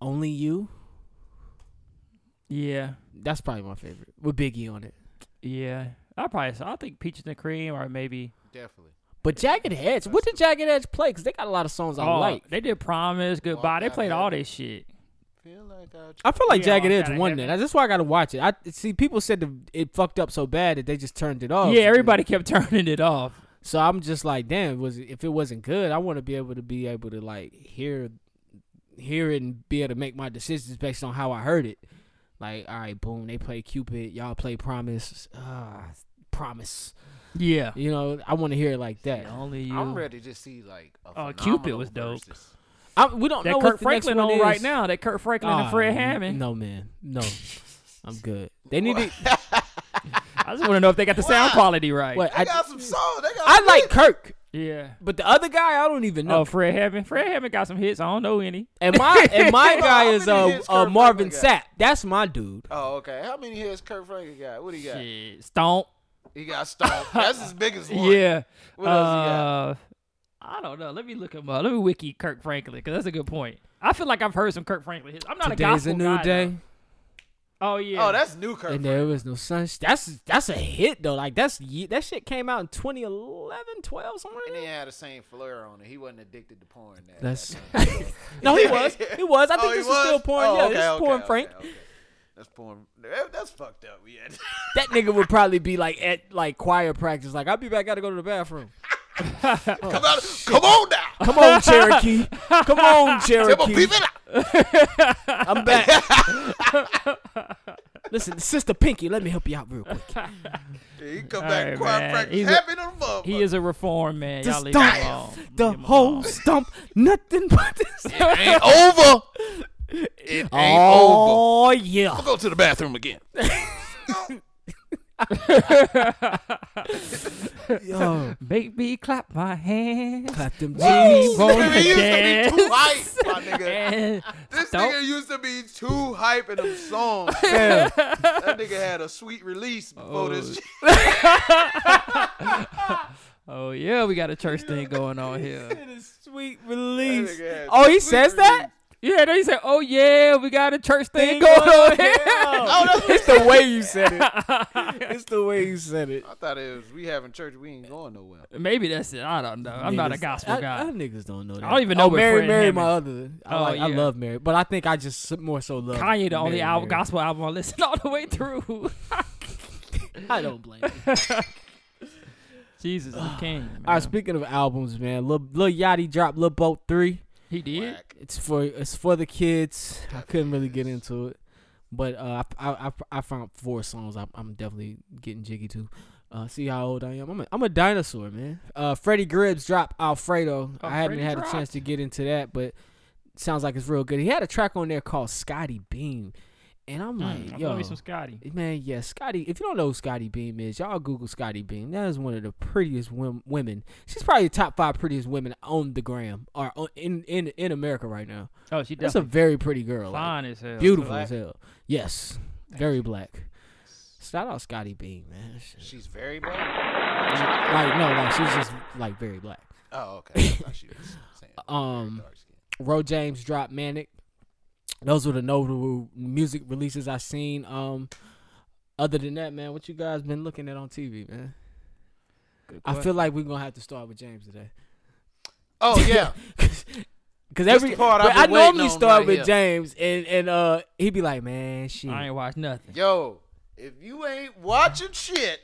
Speaker 4: only you.
Speaker 2: Yeah.
Speaker 4: That's probably my favorite with Biggie on it.
Speaker 2: Yeah. I probably I think Peaches and Cream or maybe
Speaker 5: Definitely.
Speaker 4: But Jagged Edge, what did Jagged Edge play? Because they got a lot of songs I
Speaker 2: oh,
Speaker 4: like.
Speaker 2: They did Promise, Goodbye. They
Speaker 5: Out
Speaker 2: played
Speaker 5: Heaven.
Speaker 2: all this shit.
Speaker 5: Feel like I.
Speaker 4: I feel like
Speaker 2: Yeah,
Speaker 4: Jagged
Speaker 2: I
Speaker 4: Edge
Speaker 2: gotta
Speaker 4: won
Speaker 2: have
Speaker 4: that.
Speaker 2: it.
Speaker 4: That's why I gotta watch it. I see people said the, it fucked up so bad that they just turned it off.
Speaker 2: yeah, everybody kept *laughs* turning it off.
Speaker 4: So I'm just like, damn, was it- if it wasn't good, I want to be able to be able to like hear, hear it and be able to make my decisions based on how I heard it. Like, all right, boom, they play Cupid, y'all play Promise, uh, Promise.
Speaker 2: Yeah.
Speaker 4: You know, I want to hear it like that.
Speaker 2: Only you.
Speaker 5: I'm ready to see like. A
Speaker 2: Oh, Cupid
Speaker 5: phenomenal
Speaker 2: was dope.
Speaker 5: versus.
Speaker 4: I, we don't
Speaker 2: That
Speaker 4: know
Speaker 2: Kurt
Speaker 4: what the
Speaker 2: Franklin
Speaker 4: next
Speaker 2: on
Speaker 4: one is.
Speaker 2: right now. That Kurt Franklin and
Speaker 4: Ah,
Speaker 2: Fred
Speaker 4: n-
Speaker 2: Hammond.
Speaker 4: No, man,
Speaker 2: *laughs*
Speaker 4: no, I'm good. They need to.
Speaker 2: I just want to know if they got the sound quality right.
Speaker 4: What I,
Speaker 5: They got some soul. They got.
Speaker 4: I like Kirk.
Speaker 2: Yeah.
Speaker 4: But the other guy, I don't even know.
Speaker 2: Oh, Fred Hammond. Fred Hammond got some hits. I don't know any.
Speaker 4: and my and *laughs* my guy is
Speaker 5: many
Speaker 4: uh,
Speaker 5: hits
Speaker 4: uh
Speaker 5: Kirk
Speaker 4: Marvin
Speaker 5: Franklin got?
Speaker 4: Sapp. That's my dude.
Speaker 5: Oh, okay. How many hits Kurt Franklin got? What he got?
Speaker 2: Shit. Stomp.
Speaker 5: He got
Speaker 4: *laughs*
Speaker 5: stomped. That's his biggest one.
Speaker 2: Yeah.
Speaker 5: What else you got? Oh,
Speaker 2: Uh, I don't know. Let me look him up. Let me wiki Kirk Franklin because that's a good point. I feel like I've heard some Kirk Franklin hits. I'm not a
Speaker 4: Today's
Speaker 2: gospel
Speaker 4: a new
Speaker 2: guy,
Speaker 4: day,
Speaker 2: though. Oh yeah.
Speaker 5: Oh, that's new Kurt.
Speaker 4: and
Speaker 5: Franklin.
Speaker 4: there was no sunshine. That's that's a hit though. Like that's ye- that shit came out in 2011, 12, somewhere. in
Speaker 5: And
Speaker 4: there.
Speaker 5: he had the same flair on it. He wasn't addicted to porn. That
Speaker 4: That's
Speaker 5: that time. *laughs*
Speaker 4: no, he was, he was. I
Speaker 5: Oh,
Speaker 4: think
Speaker 5: he
Speaker 4: this is still
Speaker 5: was?
Speaker 4: porn.
Speaker 5: Oh,
Speaker 4: yeah,
Speaker 5: okay,
Speaker 4: this is
Speaker 5: okay,
Speaker 4: porn,
Speaker 5: okay,
Speaker 4: Frank.
Speaker 5: okay. That's porn. That- That's fucked up. Yeah.
Speaker 4: That nigga would probably be like at like choir practice. Like I'll be back. I gotta go to the bathroom.
Speaker 5: *laughs* come out. Come on now.
Speaker 4: Oh, Come on, Cherokee. *laughs* Come on,
Speaker 5: Come on,
Speaker 4: Cherokee.
Speaker 5: people.
Speaker 4: I'm *laughs* back. Listen, Sister Pinky, let me help you out real quick.
Speaker 5: He come
Speaker 2: All
Speaker 5: back
Speaker 2: right,
Speaker 5: quiet
Speaker 2: man.
Speaker 5: practice.
Speaker 2: He's a-
Speaker 5: Happy to the motherfucker.
Speaker 2: he is a reform man.
Speaker 4: The
Speaker 2: Y'all leave him
Speaker 4: stump,
Speaker 2: alone.
Speaker 4: the
Speaker 2: Leave him
Speaker 4: whole oh.
Speaker 2: alone.
Speaker 4: *laughs* stump, nothing but this. *laughs*
Speaker 5: ain't over. It ain't over.
Speaker 4: oh yeah,
Speaker 5: Go to the bathroom again.
Speaker 2: *laughs*
Speaker 4: yo,
Speaker 2: Make me clap my hands. *laughs*
Speaker 4: clap them
Speaker 2: Jimmy
Speaker 4: jeans.
Speaker 2: Bone
Speaker 5: Nigga, *laughs* he used
Speaker 2: dance.
Speaker 5: to be too hype,
Speaker 2: *laughs*
Speaker 5: my nigga.
Speaker 2: And
Speaker 5: This
Speaker 2: Don't-
Speaker 5: nigga used to be too hype in them
Speaker 2: *laughs*
Speaker 5: songs.
Speaker 4: Yeah.
Speaker 5: that nigga had a sweet release before this. shit.
Speaker 2: oh yeah, we got a church thing going
Speaker 5: *laughs*
Speaker 2: on here.
Speaker 4: Sweet release.
Speaker 5: That nigga had
Speaker 4: Oh, he
Speaker 5: sweet
Speaker 4: says that.
Speaker 2: Yeah, they said, "Oh yeah, we got a church
Speaker 4: Thing
Speaker 2: thing, going
Speaker 4: going
Speaker 2: on here."
Speaker 4: Oh, that's it's the way
Speaker 2: *laughs*
Speaker 4: you said it. It's the way you said it.
Speaker 5: I thought it was we having church. We ain't going nowhere.
Speaker 2: Maybe that's it. I don't know. I'm not a
Speaker 4: Niggas-
Speaker 2: gospel
Speaker 4: I-
Speaker 2: guy.
Speaker 4: I, niggas don't know that.
Speaker 2: don't even know
Speaker 4: Oh,
Speaker 2: what
Speaker 4: Mary,
Speaker 2: Fred
Speaker 4: Mary,
Speaker 2: Hammond-
Speaker 4: my other. I,
Speaker 2: Oh,
Speaker 4: like, I
Speaker 2: yeah.
Speaker 4: love Mary, but I think I just s- more so love
Speaker 2: Kanye, the only
Speaker 4: Mary,
Speaker 2: album,
Speaker 4: Mary.
Speaker 2: gospel album I listened all the way through.
Speaker 4: I don't
Speaker 2: *laughs*
Speaker 4: blame. you.
Speaker 2: Jesus, I'm king. Man.
Speaker 4: All right, speaking of albums, man, Lil, Lil Yachty dropped Lil Boat Three.
Speaker 2: he did.
Speaker 5: Whack.
Speaker 4: It's for it's for the kids. I couldn't really get into it, but uh, I, I I I found four songs. I'm, I'm definitely getting jiggy to. Uh, see how old I am. I'm a, I'm a dinosaur, man. Uh, Freddie Gribbs dropped Alfredo. I haven't
Speaker 2: Oh, Freddie
Speaker 4: had a
Speaker 2: dropped.
Speaker 4: chance to get into that, but sounds like it's real good. He had a track on there called Scotty Beam, and I'm like,
Speaker 2: Mm, I
Speaker 4: yo,
Speaker 2: love me some Scotty.
Speaker 4: Man, yeah, Scotty. If you don't know who Scotty Beam is, y'all Google Scotty Beam. That is one of the prettiest wom- women. She's probably the top five prettiest women on the gram or on, in in in America right now.
Speaker 2: Oh, she
Speaker 4: That's a
Speaker 2: definitely
Speaker 4: very pretty girl. like,
Speaker 2: fine as hell.
Speaker 4: beautiful
Speaker 5: Black?
Speaker 4: as hell. Yes, very black. Shout out Scotty Beam, man. That shit-
Speaker 5: She's very black.
Speaker 4: Like no, like she's just like very black.
Speaker 5: Oh, okay. I thought she was saying
Speaker 4: Um,
Speaker 5: dark skin.
Speaker 4: Ro James dropped Manic. Those were the notable music releases I seen. Um, other than that, man, what you guys been looking at on TV, man?
Speaker 2: Good
Speaker 4: I
Speaker 2: question.
Speaker 4: feel like we're gonna have to start with James today, *laughs*
Speaker 2: *laughs*
Speaker 5: Oh yeah.
Speaker 4: because every
Speaker 5: the part I've
Speaker 4: but I
Speaker 5: been waiting
Speaker 4: normally
Speaker 5: on
Speaker 4: start
Speaker 5: right
Speaker 4: with
Speaker 5: here.
Speaker 4: James, and and uh, he'd be like, "Man, shit,
Speaker 2: I ain't watched nothing.
Speaker 5: Yo, if you ain't watching shit,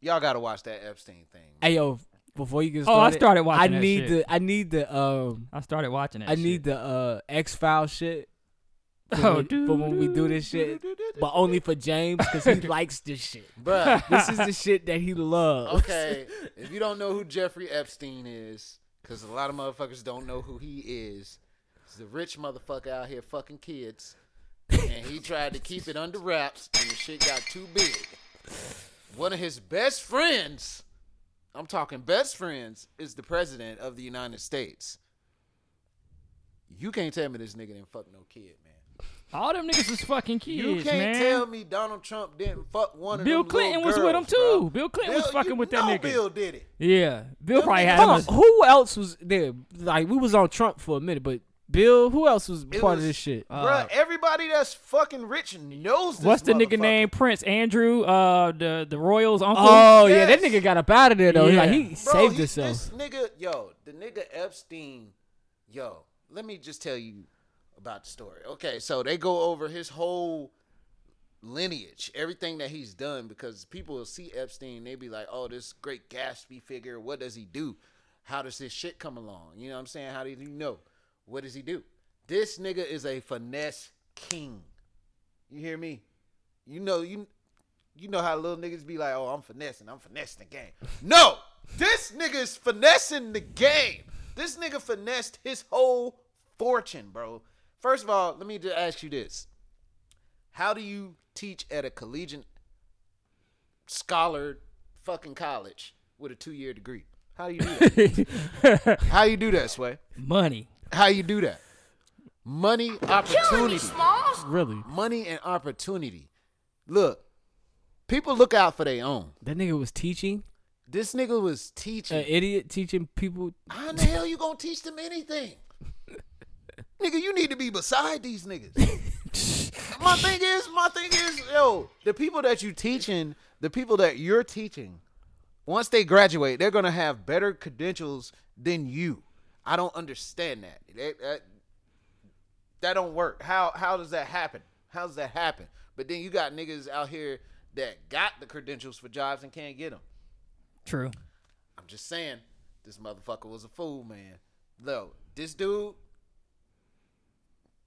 Speaker 5: y'all gotta watch that Epstein thing.
Speaker 4: hey yo." Before you get
Speaker 2: Oh,
Speaker 4: started,
Speaker 2: I started watching
Speaker 4: I
Speaker 2: that
Speaker 4: need
Speaker 2: shit.
Speaker 4: the I need the um
Speaker 2: I started watching that.
Speaker 4: I need the uh X File shit.
Speaker 2: *laughs*
Speaker 4: For
Speaker 2: Oh,
Speaker 4: when, for when we do this
Speaker 2: *laughs*
Speaker 4: shit, but only for James because he likes this shit.
Speaker 5: Bruh,
Speaker 4: This is the shit that he loves.
Speaker 5: okay. *laughs* if you don't know who Jeffrey Epstein is, because a lot of motherfuckers don't know who he is, he's the rich motherfucker out here fucking kids, and he tried to keep it under wraps, and the shit got too big. One of his best friends, I'm talking best friends, is the president of the United States. You can't tell me this nigga didn't fuck no kid, man.
Speaker 2: All them niggas was fucking kids,
Speaker 5: You can't
Speaker 2: man.
Speaker 5: tell me Donald Trump didn't fuck one of
Speaker 2: Bill
Speaker 5: them little
Speaker 2: Clinton was with
Speaker 5: girls,
Speaker 2: him
Speaker 5: bruh.
Speaker 2: too. Bill Clinton was fucking
Speaker 5: you
Speaker 2: with that
Speaker 5: know
Speaker 2: nigga.
Speaker 5: Bill did it.
Speaker 2: Yeah, Bill probably had him.
Speaker 4: Hold on, *laughs*
Speaker 2: as-
Speaker 4: who else was there? Like we was on Trump for a minute, but Bill, who else was
Speaker 5: It
Speaker 4: part of
Speaker 5: was- Oh,
Speaker 4: this shit?
Speaker 5: Bruh, everybody that's fucking rich knows this.
Speaker 2: Uh, What's the nigga
Speaker 5: motherfucker.
Speaker 2: name? Prince Andrew, uh, the the Royals uncle.
Speaker 4: oh yeah, that
Speaker 5: yes.
Speaker 4: nigga got up out of there though. He, Like
Speaker 2: Yeah.
Speaker 4: he
Speaker 5: Bro,
Speaker 4: saved
Speaker 5: he-
Speaker 4: himself.
Speaker 5: This nigga, yo, the nigga Epstein, yo. Let me just tell you about the story. Okay, so they go over his whole lineage, everything that he's done, because people will see Epstein, they be like, "Oh, this great Gatsby figure. What does he do? How does this shit come along? You know what I'm saying? How do you know? What does he do? This nigga is a finesse king. You hear me? You know you you know how little niggas be like, oh, I'm finessing, I'm finessing the game. No, this nigga is finessing the game. This nigga finessed his whole fortune, bro. First of all, let me just ask you this: How do you teach at a collegiate scholar fucking college with a two year degree? How do you do that?
Speaker 4: *laughs*
Speaker 5: How you do that, Sway?
Speaker 2: Money.
Speaker 5: How you do that? Money, opportunity.
Speaker 4: Really?
Speaker 5: Money and opportunity. Look, people look out for their own.
Speaker 4: That nigga was teaching
Speaker 5: This nigga was teaching.
Speaker 4: an idiot, teaching people.
Speaker 5: How in the hell you gonna teach them anything? Nigga, you need to be beside these niggas. my thing is, my thing is, yo, the people that you teaching, the people that you're teaching, once they graduate, they're gonna have better credentials than you. I don't understand that. That, that, that don't work. How how does that happen? How does that happen? But then you got niggas out here that got the credentials for jobs and can't get them.
Speaker 2: True.
Speaker 5: I'm just saying, this motherfucker was a fool, man. Look, this dude,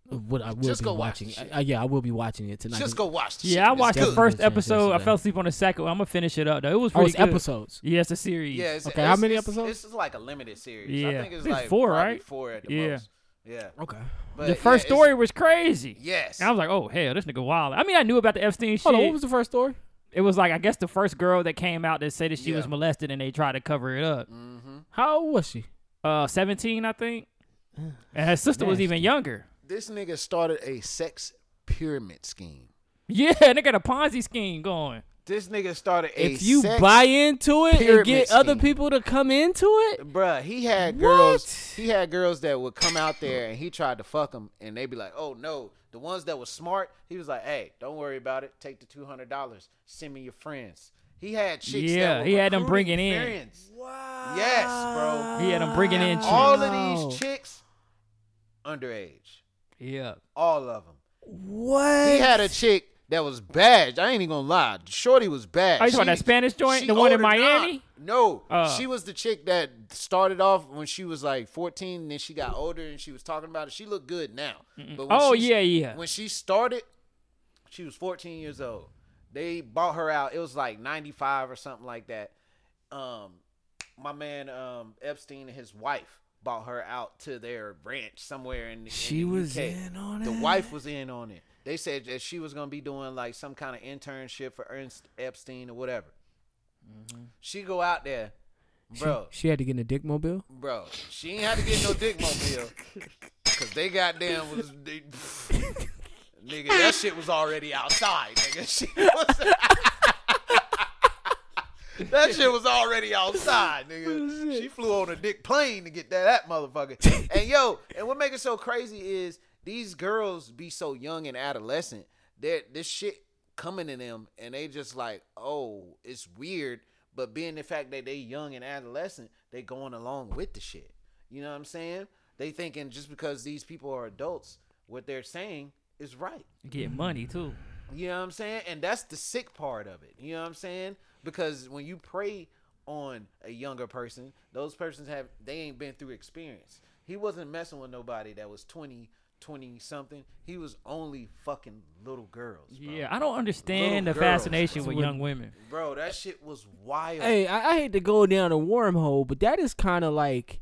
Speaker 4: What I will
Speaker 5: Just
Speaker 4: be
Speaker 5: go watch
Speaker 4: watching.
Speaker 5: the shit.
Speaker 4: I- I- yeah, I will be watching it tonight.
Speaker 5: just go watch this
Speaker 2: Yeah, I
Speaker 5: shit.
Speaker 2: watched the
Speaker 4: definitely
Speaker 2: first
Speaker 4: a chance
Speaker 2: episode.
Speaker 4: to
Speaker 2: I
Speaker 4: that.
Speaker 2: fell asleep on the second one. I'm gonna finish it up though. It was
Speaker 4: Oh,
Speaker 2: pretty
Speaker 4: it's
Speaker 2: good.
Speaker 4: episodes.
Speaker 2: Yeah, it's a series.
Speaker 5: Yeah, it's,
Speaker 4: Okay,
Speaker 5: it's-
Speaker 4: how many
Speaker 5: it's-
Speaker 4: episodes?
Speaker 5: It's, just like a limited series. I
Speaker 2: Yeah.
Speaker 5: think it's
Speaker 2: There's
Speaker 5: like
Speaker 2: four,
Speaker 5: probably
Speaker 2: right?
Speaker 5: Four at the
Speaker 2: Yeah.
Speaker 5: most. Yeah.
Speaker 4: Okay.
Speaker 5: But
Speaker 2: the first
Speaker 5: yeah, it's-
Speaker 2: story was crazy.
Speaker 5: Yes.
Speaker 2: And I was like, oh hell, this nigga wild. I mean, I knew about the Epstein shit.
Speaker 4: Hold on. What was the first story?
Speaker 2: it was like I guess the first girl that came out that said that she was
Speaker 5: Yeah. Mm.
Speaker 2: molested and they tried to cover it up.
Speaker 4: How old was she?
Speaker 2: Uh, seventeen,
Speaker 5: *sighs*
Speaker 2: I think. And her sister was even younger. *laughs*
Speaker 5: this nigga started a sex pyramid scheme.
Speaker 2: Yeah, and they got a Ponzi scheme going.
Speaker 5: This nigga started a
Speaker 4: If you
Speaker 5: sex-
Speaker 4: buy into it and
Speaker 5: pyramid
Speaker 4: get other
Speaker 5: scheme.
Speaker 4: people to come into it,
Speaker 5: Bruh, he had girls. He had girls that would come out there and he tried to fuck them, and they'd be like, "Oh no!" The ones that was smart, he was like, "Hey, don't worry about it. Take the two hundred dollars. Send me your friends." He had chicks.
Speaker 2: Yeah,
Speaker 5: that were
Speaker 2: he had them
Speaker 5: recruiting
Speaker 2: bringing in.
Speaker 5: friends. Wow. Yes, bro.
Speaker 2: He had them bringing in chicks.
Speaker 5: All of these chicks underage.
Speaker 2: yeah.
Speaker 5: All of them. What? He had a chick that was bad. I ain't even gonna lie. Shorty was bad.
Speaker 2: Are you talking about that Spanish joint? The one in
Speaker 5: older than I-
Speaker 2: Miami?
Speaker 5: No,
Speaker 2: Oh.
Speaker 5: she was the chick that started off when she was like 14. Then she got older and she was talking about it. She looked good now. But when
Speaker 2: Oh,
Speaker 5: she-
Speaker 2: yeah, yeah.
Speaker 5: When she started, she was 14 years old. They bought her out. It was like 95 or something like that. Um, my man um, Epstein and his wife bought her out to their ranch somewhere in. She was in on The wife was in on it. They said that she was gonna be doing like some kind of internship for Ernst Epstein or whatever. She go out there, bro,
Speaker 4: she had to get in a dick mobile.
Speaker 5: bro. She ain't had to get no dick mobile because they goddamn was they, *laughs* nigga. That shit was already outside, nigga. *laughs* She was. That shit was already outside, nigga. She flew on a dick plane to get that, that motherfucker. And yo, and what make it so crazy is these girls be so young and adolescent. That this shit coming to them, and they just like, oh, it's weird. But being the fact that they young and adolescent, they going along with the shit. You know what I'm saying? They thinking just because these people are adults, what they're saying is right.
Speaker 2: Get money too.
Speaker 5: You know what I'm saying? And that's the sick part of it. You know what I'm saying? Because when you prey on a younger person, those persons have they ain't been through experience. He wasn't messing with nobody that was 20, 20 something. He was only fucking little girls. Bro.
Speaker 2: Yeah, I don't understand
Speaker 5: Little
Speaker 2: the
Speaker 5: girls.
Speaker 2: fascination with
Speaker 5: *laughs*
Speaker 2: young women.
Speaker 5: Bro, that shit was wild.
Speaker 4: Hey, I, I hate to go down a wormhole, but that is kind of like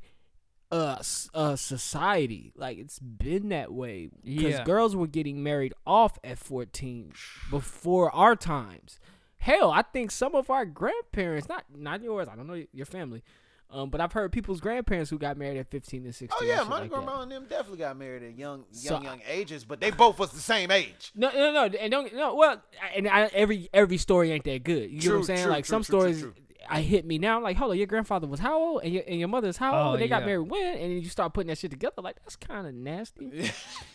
Speaker 4: uh, s- uh society. Like it's been that way because
Speaker 2: Yeah.
Speaker 4: girls were getting married off at fourteen before our times. Hell, I think some of our grandparents, not not yours, I don't know your family, um, but I've heard people's grandparents who got married at fifteen and sixteen.
Speaker 5: Oh
Speaker 4: and
Speaker 5: yeah,
Speaker 4: shit
Speaker 5: my
Speaker 4: like that.
Speaker 5: grandma and them definitely got married at young,
Speaker 4: So
Speaker 5: young,
Speaker 4: I-
Speaker 5: young ages, but they both was the same age.
Speaker 4: No, no, no, and don't no. Well, I- and I, every every story ain't that good. You know what
Speaker 5: True,
Speaker 4: I'm saying?
Speaker 5: true,
Speaker 4: like
Speaker 5: true,
Speaker 4: some
Speaker 5: true, true,
Speaker 4: stories,
Speaker 5: true.
Speaker 4: I hit me now. I'm like, hold on, your grandfather was how old, and your and your mother's how old?
Speaker 2: Oh,
Speaker 4: and they got
Speaker 2: yeah.
Speaker 4: married when? And then you start putting that shit together. Like that's kind
Speaker 5: *laughs*
Speaker 4: of nasty.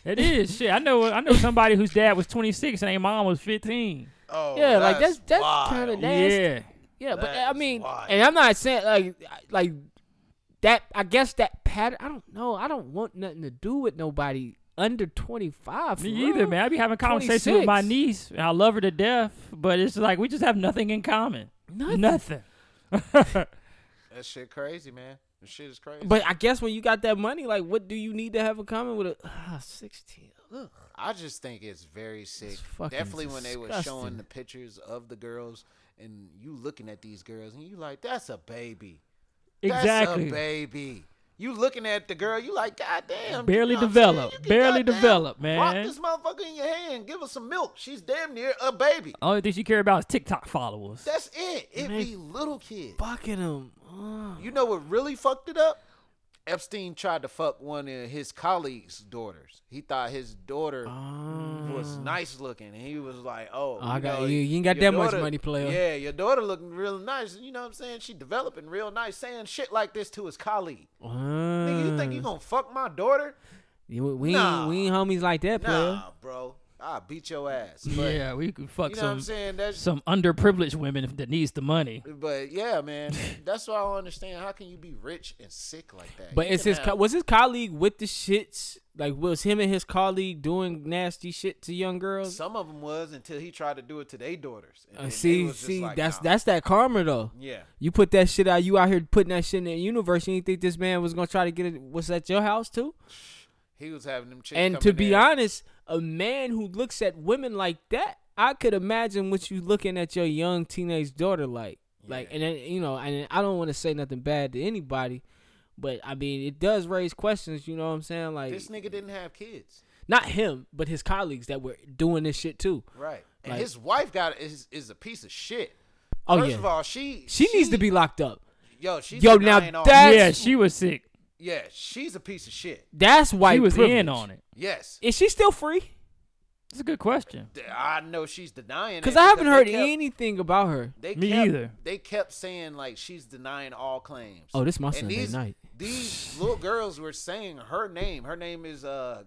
Speaker 2: It is shit. I know. I know somebody whose dad was 26 and their mom was 15.
Speaker 5: Oh,
Speaker 4: yeah, like that's that's
Speaker 5: wild.
Speaker 4: kind of nasty. Yeah,
Speaker 2: Yeah.
Speaker 4: but
Speaker 5: That
Speaker 4: I
Speaker 5: is
Speaker 4: mean,
Speaker 5: wild.
Speaker 4: and I'm not saying like like that. I guess that pattern. I don't know. I don't want nothing to do with nobody under 25.
Speaker 2: Me
Speaker 4: for
Speaker 2: either,
Speaker 4: real.
Speaker 2: man. I be having conversations with my
Speaker 4: 26.
Speaker 2: niece. And I love her to death, but it's like we just have nothing in common.
Speaker 4: Nothing.
Speaker 2: Nothing. *laughs*
Speaker 5: that shit crazy, man. That shit is crazy.
Speaker 4: But I guess when you got that money, like, what do you need to have in common with a *sighs* ah, 16? Ugh.
Speaker 5: I just think it's very sick.
Speaker 4: fucking
Speaker 5: Definitely when they were showing
Speaker 4: disgusting.
Speaker 5: the pictures of the girls and you looking at these girls and you like, that's a baby.
Speaker 2: exactly.
Speaker 5: That's a baby. You looking at the girl, you like, God damn.
Speaker 2: Barely
Speaker 5: you know what I'm saying?
Speaker 2: developed.
Speaker 5: You can
Speaker 2: Barely
Speaker 5: goddamn
Speaker 2: developed,
Speaker 5: Rock
Speaker 2: man.
Speaker 5: this motherfucker in your hand. Give her some milk. She's damn near a baby.
Speaker 2: Only thing she care about is TikTok followers.
Speaker 5: That's it. It be little kids.
Speaker 4: Fucking them.
Speaker 5: You know what really fucked it up? Epstein tried to fuck one of his colleagues' daughters. He thought his daughter was nice looking, and he was like, "Oh,
Speaker 4: Ah. I got
Speaker 5: know,
Speaker 4: you. You ain't got
Speaker 5: your
Speaker 4: that much money, player.
Speaker 5: Yeah, your daughter looking real nice. You know what I'm saying? She developing real nice, saying shit like this to his colleague. Nigga, you think
Speaker 4: Mm.
Speaker 5: you gonna fuck my daughter?
Speaker 4: You- we,
Speaker 5: Nah.
Speaker 4: ain't, we ain't homies like that, player.
Speaker 5: Nah, bro. I beat your ass. But,
Speaker 2: Yeah, we could
Speaker 5: you
Speaker 2: fuck
Speaker 5: know what
Speaker 2: some
Speaker 5: I'm saying? That's
Speaker 2: some underprivileged women that needs the money.
Speaker 5: But yeah, man,
Speaker 4: *laughs*
Speaker 5: that's why I don't understand. How can you be rich and sick like that?
Speaker 4: But
Speaker 5: You
Speaker 4: it's
Speaker 5: can
Speaker 4: his co-
Speaker 5: have-
Speaker 4: was his colleague with the shits? Like was him and his colleague doing nasty shit to young girls?
Speaker 5: some of them was until he tried to do it to their daughters. And
Speaker 4: Uh,
Speaker 5: then they
Speaker 4: see,
Speaker 5: was just
Speaker 4: see,
Speaker 5: like,
Speaker 4: that's
Speaker 5: nah.
Speaker 4: that's that karma though.
Speaker 5: yeah.
Speaker 4: You put that shit out. You out here putting that shit in the universe, and you think this man was gonna try to get it? Was at your house too?
Speaker 5: He was having them chicks.
Speaker 4: And
Speaker 5: come
Speaker 4: to
Speaker 5: in
Speaker 4: be
Speaker 5: there.
Speaker 4: honest, a man who looks at women like that, I could imagine what you looking at your young teenage daughter like. Like, and then, you know, and I don't want to say nothing bad to anybody, but I mean, it does raise questions. You know what I'm saying? Like,
Speaker 5: this nigga didn't have kids,
Speaker 4: not him, but his colleagues that were doing this shit too.
Speaker 5: right? And
Speaker 4: Like-
Speaker 5: his wife got is is a piece of shit.
Speaker 4: Oh
Speaker 5: First
Speaker 4: yeah,
Speaker 5: of all, she,
Speaker 4: she, needs to be locked up.
Speaker 5: yo. She's
Speaker 4: Yo, now
Speaker 5: denying all-
Speaker 4: that- That's-
Speaker 2: yeah, she was sick.
Speaker 5: yeah, she's a piece of shit.
Speaker 4: That's white
Speaker 2: She was
Speaker 4: privilege.
Speaker 2: in on it.
Speaker 5: Yes,
Speaker 4: Is she still free?
Speaker 2: That's a good question.
Speaker 5: Th- I know she's denying it
Speaker 4: Because I haven't
Speaker 5: they
Speaker 4: heard
Speaker 5: kept-
Speaker 4: anything about her.
Speaker 5: They
Speaker 2: Me
Speaker 5: kept,
Speaker 2: either.
Speaker 5: They kept saying like she's denying all claims.
Speaker 4: Oh, this my
Speaker 5: And
Speaker 4: Sunday
Speaker 5: these,
Speaker 4: night.
Speaker 5: These little girls were saying her name. Her name is uh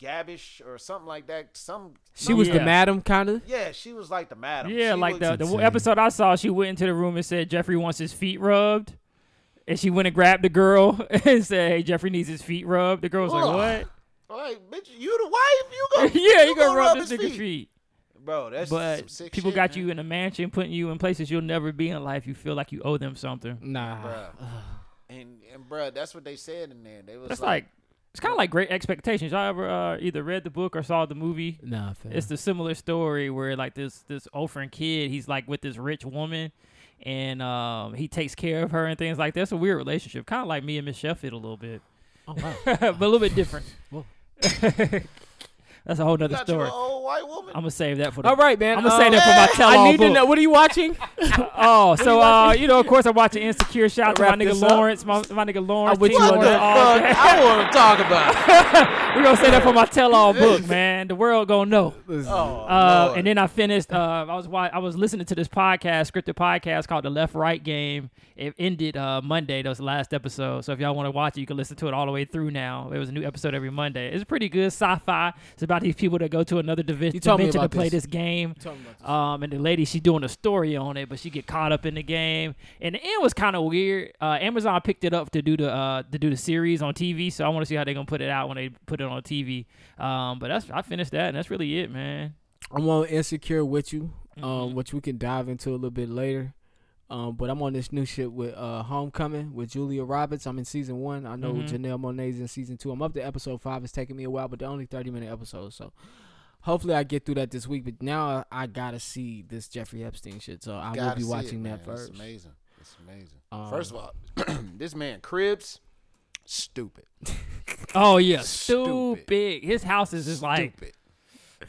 Speaker 5: Gabish or something like that. Some
Speaker 4: She was the
Speaker 2: Yeah.
Speaker 4: madam kind of.
Speaker 5: yeah, she was like the madam.
Speaker 2: Yeah,
Speaker 5: She
Speaker 2: like
Speaker 5: was-
Speaker 2: the the
Speaker 4: insane.
Speaker 2: episode I saw, she went into the room and said Jeffrey wants his feet rubbed, and she went and grabbed the girl *laughs* and said, "Hey, Jeffrey needs his feet rubbed." The girl was like,
Speaker 5: Ugh. Like, bitch, you the wife? You go? *laughs*
Speaker 2: "What? *laughs* yeah, you,
Speaker 5: you
Speaker 2: gonna, rub,
Speaker 5: his
Speaker 2: this nigga's feet?"
Speaker 5: bro? That's some
Speaker 2: But
Speaker 5: sick
Speaker 2: people
Speaker 5: shit,
Speaker 2: got
Speaker 5: man.
Speaker 2: you in a mansion, putting you in places you'll never be in life. You feel like you owe them something.
Speaker 4: Nah.
Speaker 5: Bruh. And and bro, that's what they said in there. They was
Speaker 2: uh, That's like it's kind of like Great Expectations. Y'all ever uh, either read the book or saw the movie?
Speaker 4: Nah, fam.
Speaker 2: It's the similar story where like this this orphan kid, he's like with this rich woman, and um, he takes care of her and things like that. It's a weird relationship, kind of like me and Miss Sheffield a little bit, *laughs*
Speaker 4: oh, wow.
Speaker 2: but a little bit different.
Speaker 4: *laughs* Whoa.
Speaker 2: *laughs* That's a whole
Speaker 5: you
Speaker 2: nother
Speaker 5: got you
Speaker 2: story.
Speaker 5: an old white woman.
Speaker 2: I'm gonna save that for the.
Speaker 4: All right, man. uh,
Speaker 2: I'm gonna say that for my tell-all
Speaker 4: I need to
Speaker 2: book.
Speaker 4: know. What are you watching?
Speaker 2: Oh, so uh, you know, of course, I'm watching Insecure. Shout out to my
Speaker 4: Wrap
Speaker 2: nigga
Speaker 4: this up.
Speaker 2: Lawrence, my, my nigga Lawrence.
Speaker 4: with
Speaker 2: Team
Speaker 4: you on
Speaker 2: Wonder
Speaker 4: that.
Speaker 2: *laughs* All Day.
Speaker 5: I want to talk about.
Speaker 2: *laughs*
Speaker 5: it.
Speaker 2: We're gonna say that for my tell-all book, man. The world gonna know.
Speaker 5: Oh,
Speaker 2: Uh,
Speaker 5: Lord.
Speaker 2: and then I finished. Uh, I was wa- I was listening to this podcast, scripted podcast called the Left Right Game. It ended uh, Monday. That was the last episode. So if y'all want to watch it, you can listen to it all the way through now. It was a new episode every Monday. It's pretty good sci-fi. It's about these people that go to another divi-
Speaker 4: You told me
Speaker 2: dimension to
Speaker 4: about
Speaker 2: play
Speaker 4: this.
Speaker 2: this game.
Speaker 4: told me about this.
Speaker 2: Um, and the lady, she doing a story on it, but she get caught up in the game. And the end was kind of weird. Uh, Amazon picked it up to do the uh, to do the series on TV. So I want to see how they're gonna put it out when they put it on TV. Um, but that's I finished that, and that's really it, man.
Speaker 4: I'm on Insecure with you, um, which we can dive into a little bit later. Um, but I'm on this new shit with uh, Homecoming with Julia Roberts. I'm in season one. I know Janelle Monae's in season two. I'm up to episode five. It's taking me a while, but they're only 30 minute episodes. So hopefully I get through that this week. But now I, I gotta see this Jeffrey Epstein shit. So I will
Speaker 5: Gotta
Speaker 4: be
Speaker 5: see
Speaker 4: watching
Speaker 5: it,
Speaker 4: that
Speaker 5: man.
Speaker 4: first. Um,
Speaker 5: It's amazing. It's amazing. first of all, *clears throat* this man Cribs,
Speaker 4: *laughs*
Speaker 5: stupid,
Speaker 2: Oh yeah,
Speaker 5: Stupid.
Speaker 2: stupid. His house is just like
Speaker 5: stupid.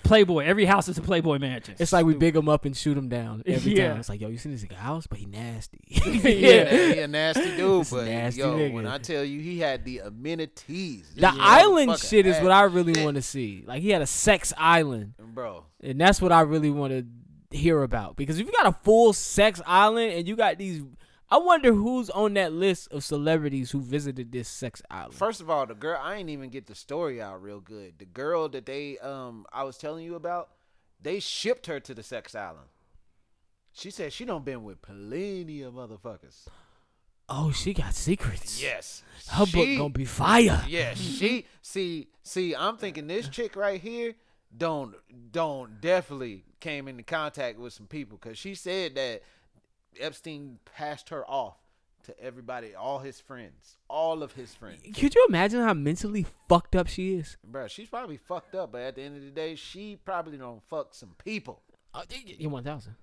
Speaker 2: Playboy. Every house is a Playboy mansion.
Speaker 4: It's like we big him up and shoot him down every
Speaker 2: Yeah.
Speaker 4: time. It's like, yo, you seen this nigga house, but he nasty. *laughs*
Speaker 5: *laughs* Yeah, he a nasty dude,
Speaker 4: This
Speaker 5: but
Speaker 4: nasty
Speaker 5: yo,
Speaker 4: nigga.
Speaker 5: when I tell you he had the amenities,
Speaker 4: The island shit is what I really want to see. Like he had a sex island,
Speaker 5: bro.
Speaker 4: and that's what I really want to hear about. Because if you got a full sex island and you got these, I wonder who's on that list of celebrities who visited this sex island.
Speaker 5: First of all, the girl I ain't even get the story out real good. The girl that they um I was telling you about, they shipped her to the sex island. She said she done been with plenty of motherfuckers.
Speaker 4: oh, she got secrets.
Speaker 5: Yes,
Speaker 4: her book
Speaker 5: She-
Speaker 4: gonna be fire.
Speaker 5: Yeah, she see see. I'm thinking this chick right here don't don't definitely came into contact with some people because she said that Epstein passed her off to everybody, all his friends, all of his friends.
Speaker 4: Could you imagine how mentally fucked up she is?
Speaker 5: Bruh, she's probably fucked up, but at the end of the day, she probably don't fuck some people.
Speaker 4: Oh, you one thousand.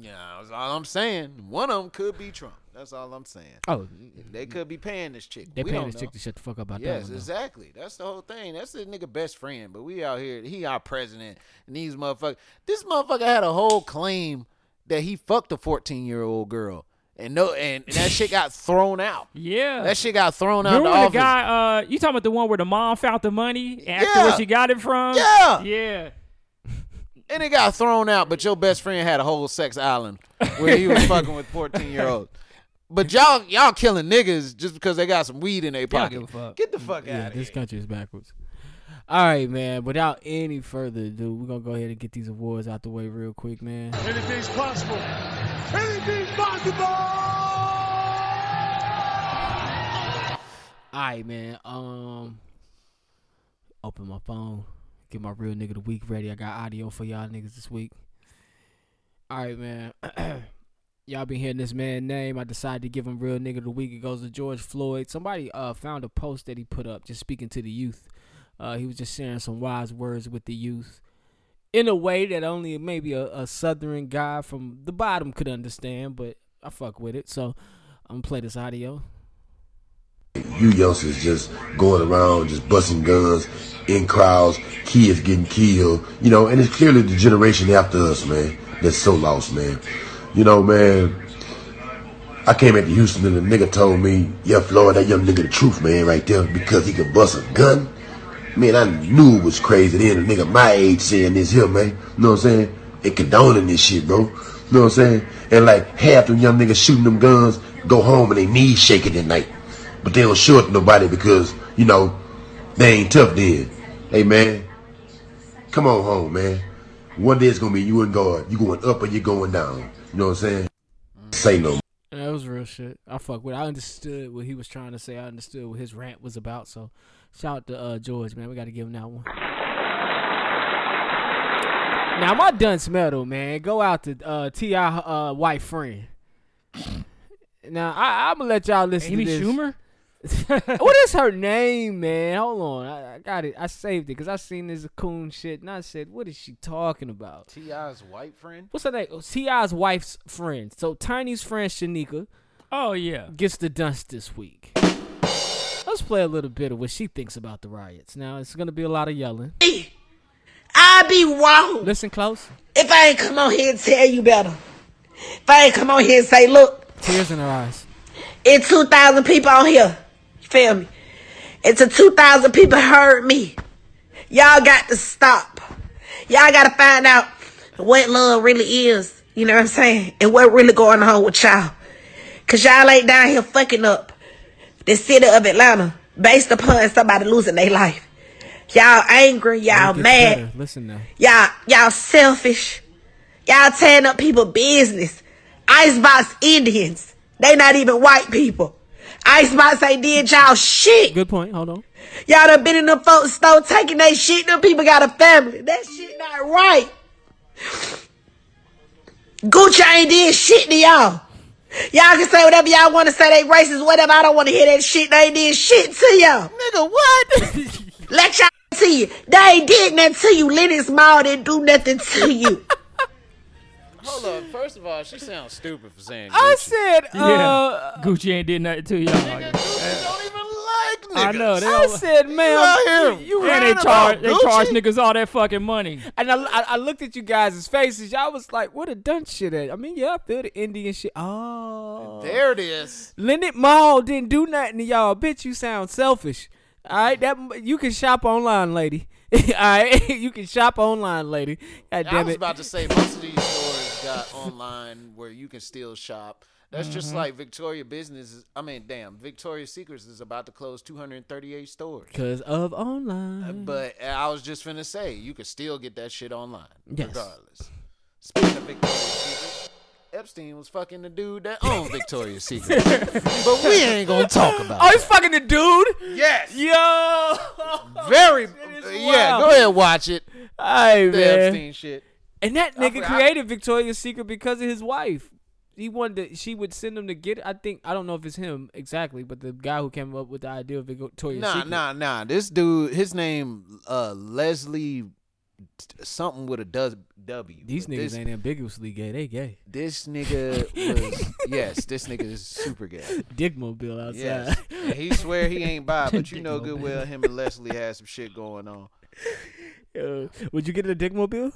Speaker 5: Yeah, that's all I'm saying. One of them could be Trump. That's all I'm saying.
Speaker 4: Oh,
Speaker 5: They could be paying this chick.
Speaker 4: they
Speaker 5: We
Speaker 4: paying
Speaker 5: don't
Speaker 4: this chick
Speaker 5: know.
Speaker 4: to shut the fuck up about
Speaker 5: Yes,
Speaker 4: that one. though.
Speaker 5: exactly. That's the whole thing. That's the nigga best friend. But we out here, he our president. And these motherfuckers, this motherfucker had a whole claim that he fucked a 14 year old girl. and no, and that shit got thrown out.
Speaker 2: Yeah.
Speaker 5: That shit got thrown out.
Speaker 2: Remember
Speaker 5: The
Speaker 2: when the
Speaker 5: office.
Speaker 2: guy? Uh, you talking about the one where the mom found the money after where
Speaker 5: Yeah.
Speaker 2: she got it from?
Speaker 5: Yeah.
Speaker 2: yeah.
Speaker 5: and it got thrown out. But your best friend had a whole sex island where he was fucking with fourteen year olds. But y'all, y'all killing niggas just because they got some weed in their
Speaker 2: Y'all
Speaker 5: pocket.
Speaker 2: give a fuck.
Speaker 5: Get the fuck
Speaker 4: Yeah,
Speaker 5: out of
Speaker 4: this
Speaker 5: here.
Speaker 4: country is backwards. All right, man. Without any further ado, we're gonna go ahead and get these awards out the way real quick, man.
Speaker 10: Anything's possible. Anything's possible.
Speaker 4: All right, man. Um, open my phone. Get my real nigga the week ready. I got audio for y'all niggas this week. All right, man. *clears throat* y'all been hearing this man name. I decided to give him real nigga the week. It goes to George Floyd. Somebody uh found a post that he put up just speaking to the youth. Uh, he was just sharing some wise words with the youth in a way that only maybe a, a southern guy from the bottom could understand. But I fuck with it, so I'm gonna play this audio.
Speaker 11: You youngsters just going around, just busting guns in crowds, kids getting killed, you know, and it's clearly the generation after us, man, that's so lost, man. You know, man, I came into Houston and the nigga told me, yeah, Floyd, that young nigga the truth, man, right there, because he could bust a gun. Man, I knew it was crazy. Then a nigga my age saying this here, man. You know what I'm saying? And condoning this shit, bro. You know what I'm saying? And like half them young niggas shooting them guns go home and they knees shaking at night. But they don't show it to nobody because, you know, they ain't tough then. Hey, man, come on home, man. One day it's going to be you and God. You going up or you going down. You know what I'm saying? Say no
Speaker 4: Yeah, That was real shit. I fuck with. it. I understood what he was trying to say. I understood what his rant was about. So, shout out to uh, George, man. We got to give him that one. Now my dunce medal, man, go out to uh, Ti uh, white friend. Now I, I'm gonna let y'all listen
Speaker 2: Amy
Speaker 4: to this.
Speaker 2: Schumer.
Speaker 4: *laughs* what is her name, man? Hold on, I, I got it. I saved it because I seen this coon shit, and I said, "What is she talking about?"
Speaker 5: Ti's white friend.
Speaker 4: What's her name? Oh, Ti's wife's friend. So Tiny's friend Shanika
Speaker 2: *laughs* Oh yeah.
Speaker 4: gets the dunce this week. Let's play a little bit of what she thinks about the riots. Now it's gonna be a lot of yelling.
Speaker 10: I be wrong
Speaker 4: Listen close.
Speaker 10: if I ain't come on here and tell you better. If I ain't come on here and say, look,
Speaker 4: Tears in her eyes.
Speaker 10: it's 2,000 people on here. You feel me? It's a 2,000 people heard me. Y'all got to stop. Y'all got to find out what love really is. You know what I'm saying? And what really going on with y'all. Because y'all ain't down here fucking up the city of Atlanta based upon somebody losing their life. Y'all angry. Y'all
Speaker 4: It gets
Speaker 10: mad.
Speaker 4: better. Listen now.
Speaker 10: Y'all, y'all selfish. Y'all tearing up people business. Icebox Indians. They not even white people. Icebox ain't did y'all shit.
Speaker 4: Good point. Hold on.
Speaker 10: Y'all done been in them folks' store taking they shit. Them people got a family. That shit not right. Gucci ain't did shit to y'all. Y'all can say whatever y'all want to say. They racist, whatever. I don't want to hear that shit. They ain't did shit to y'all.
Speaker 5: Nigga, what?
Speaker 10: *laughs* Let y'all see you. They ain't did nothing to you. Lenny Small didn't do nothing to you.
Speaker 5: Hold up. First of all, she sounds stupid for saying.
Speaker 4: I
Speaker 5: Gucci.
Speaker 4: said,
Speaker 2: Yeah.
Speaker 4: uh,
Speaker 2: Gucci ain't did nothing to y'all.
Speaker 5: Gucci don't even
Speaker 2: I
Speaker 5: like niggas.
Speaker 2: know. They
Speaker 4: I
Speaker 2: all,
Speaker 4: said, man,
Speaker 5: out
Speaker 4: you,
Speaker 5: here
Speaker 4: you
Speaker 2: and
Speaker 4: ran
Speaker 2: they charge
Speaker 4: about
Speaker 2: they charge
Speaker 4: Gucci.
Speaker 2: niggas all that fucking money.
Speaker 4: And I, I, I looked at you guys' faces. Y'all was like, "What a dunce shit at." I mean, yeah, I feel the Indian shit. Oh,
Speaker 5: There it is.
Speaker 4: Leonard Mall didn't do nothing to y'all. Bitch, you sound selfish. All right, that you can shop online, lady. *laughs* All right, *laughs* you can shop online, lady. God
Speaker 5: I
Speaker 4: damn
Speaker 5: was
Speaker 4: it.
Speaker 5: about to say most of these stores got online where you can still shop. That's
Speaker 4: Mm-hmm.
Speaker 5: just like Victoria Business. Is, I mean, damn, Victoria's Secrets is about to close 238 stores. Uh,
Speaker 4: Because of online.
Speaker 5: But I was just finna say, you can still get that shit online,
Speaker 4: Yes.
Speaker 5: regardless. Speaking of Victoria's Secret, Epstein was fucking the dude that owned
Speaker 4: *laughs*
Speaker 5: Victoria's Secret. but we ain't gonna talk
Speaker 4: Oh,
Speaker 5: about
Speaker 4: he's fucking the dude.
Speaker 5: Yes.
Speaker 4: Yo. All
Speaker 5: it. Very, yeah.
Speaker 4: wild.
Speaker 5: Go ahead, watch it.
Speaker 4: right,
Speaker 5: The
Speaker 4: man.
Speaker 5: Epstein shit.
Speaker 4: And that nigga
Speaker 5: I-
Speaker 4: created Victoria's Secret because of his wife. He wanted to, she would send him to get it. I think I don't know if it's him exactly, but the guy who came up with the idea of Victoria's
Speaker 5: Nah,
Speaker 4: Secret.
Speaker 5: nah, nah. This dude, his name uh Leslie t- something with a does- W.
Speaker 4: These
Speaker 5: But
Speaker 4: niggas
Speaker 5: this,
Speaker 4: ain't ambiguously gay. They gay.
Speaker 5: This nigga was
Speaker 4: *laughs*
Speaker 5: yes. This nigga is super gay.
Speaker 4: Dickmobile outside.
Speaker 5: Yes,
Speaker 4: *laughs*
Speaker 5: And he swear he ain't bi, but you know good well him and Leslie had some shit going on.
Speaker 4: Uh, would you get a dick mobile?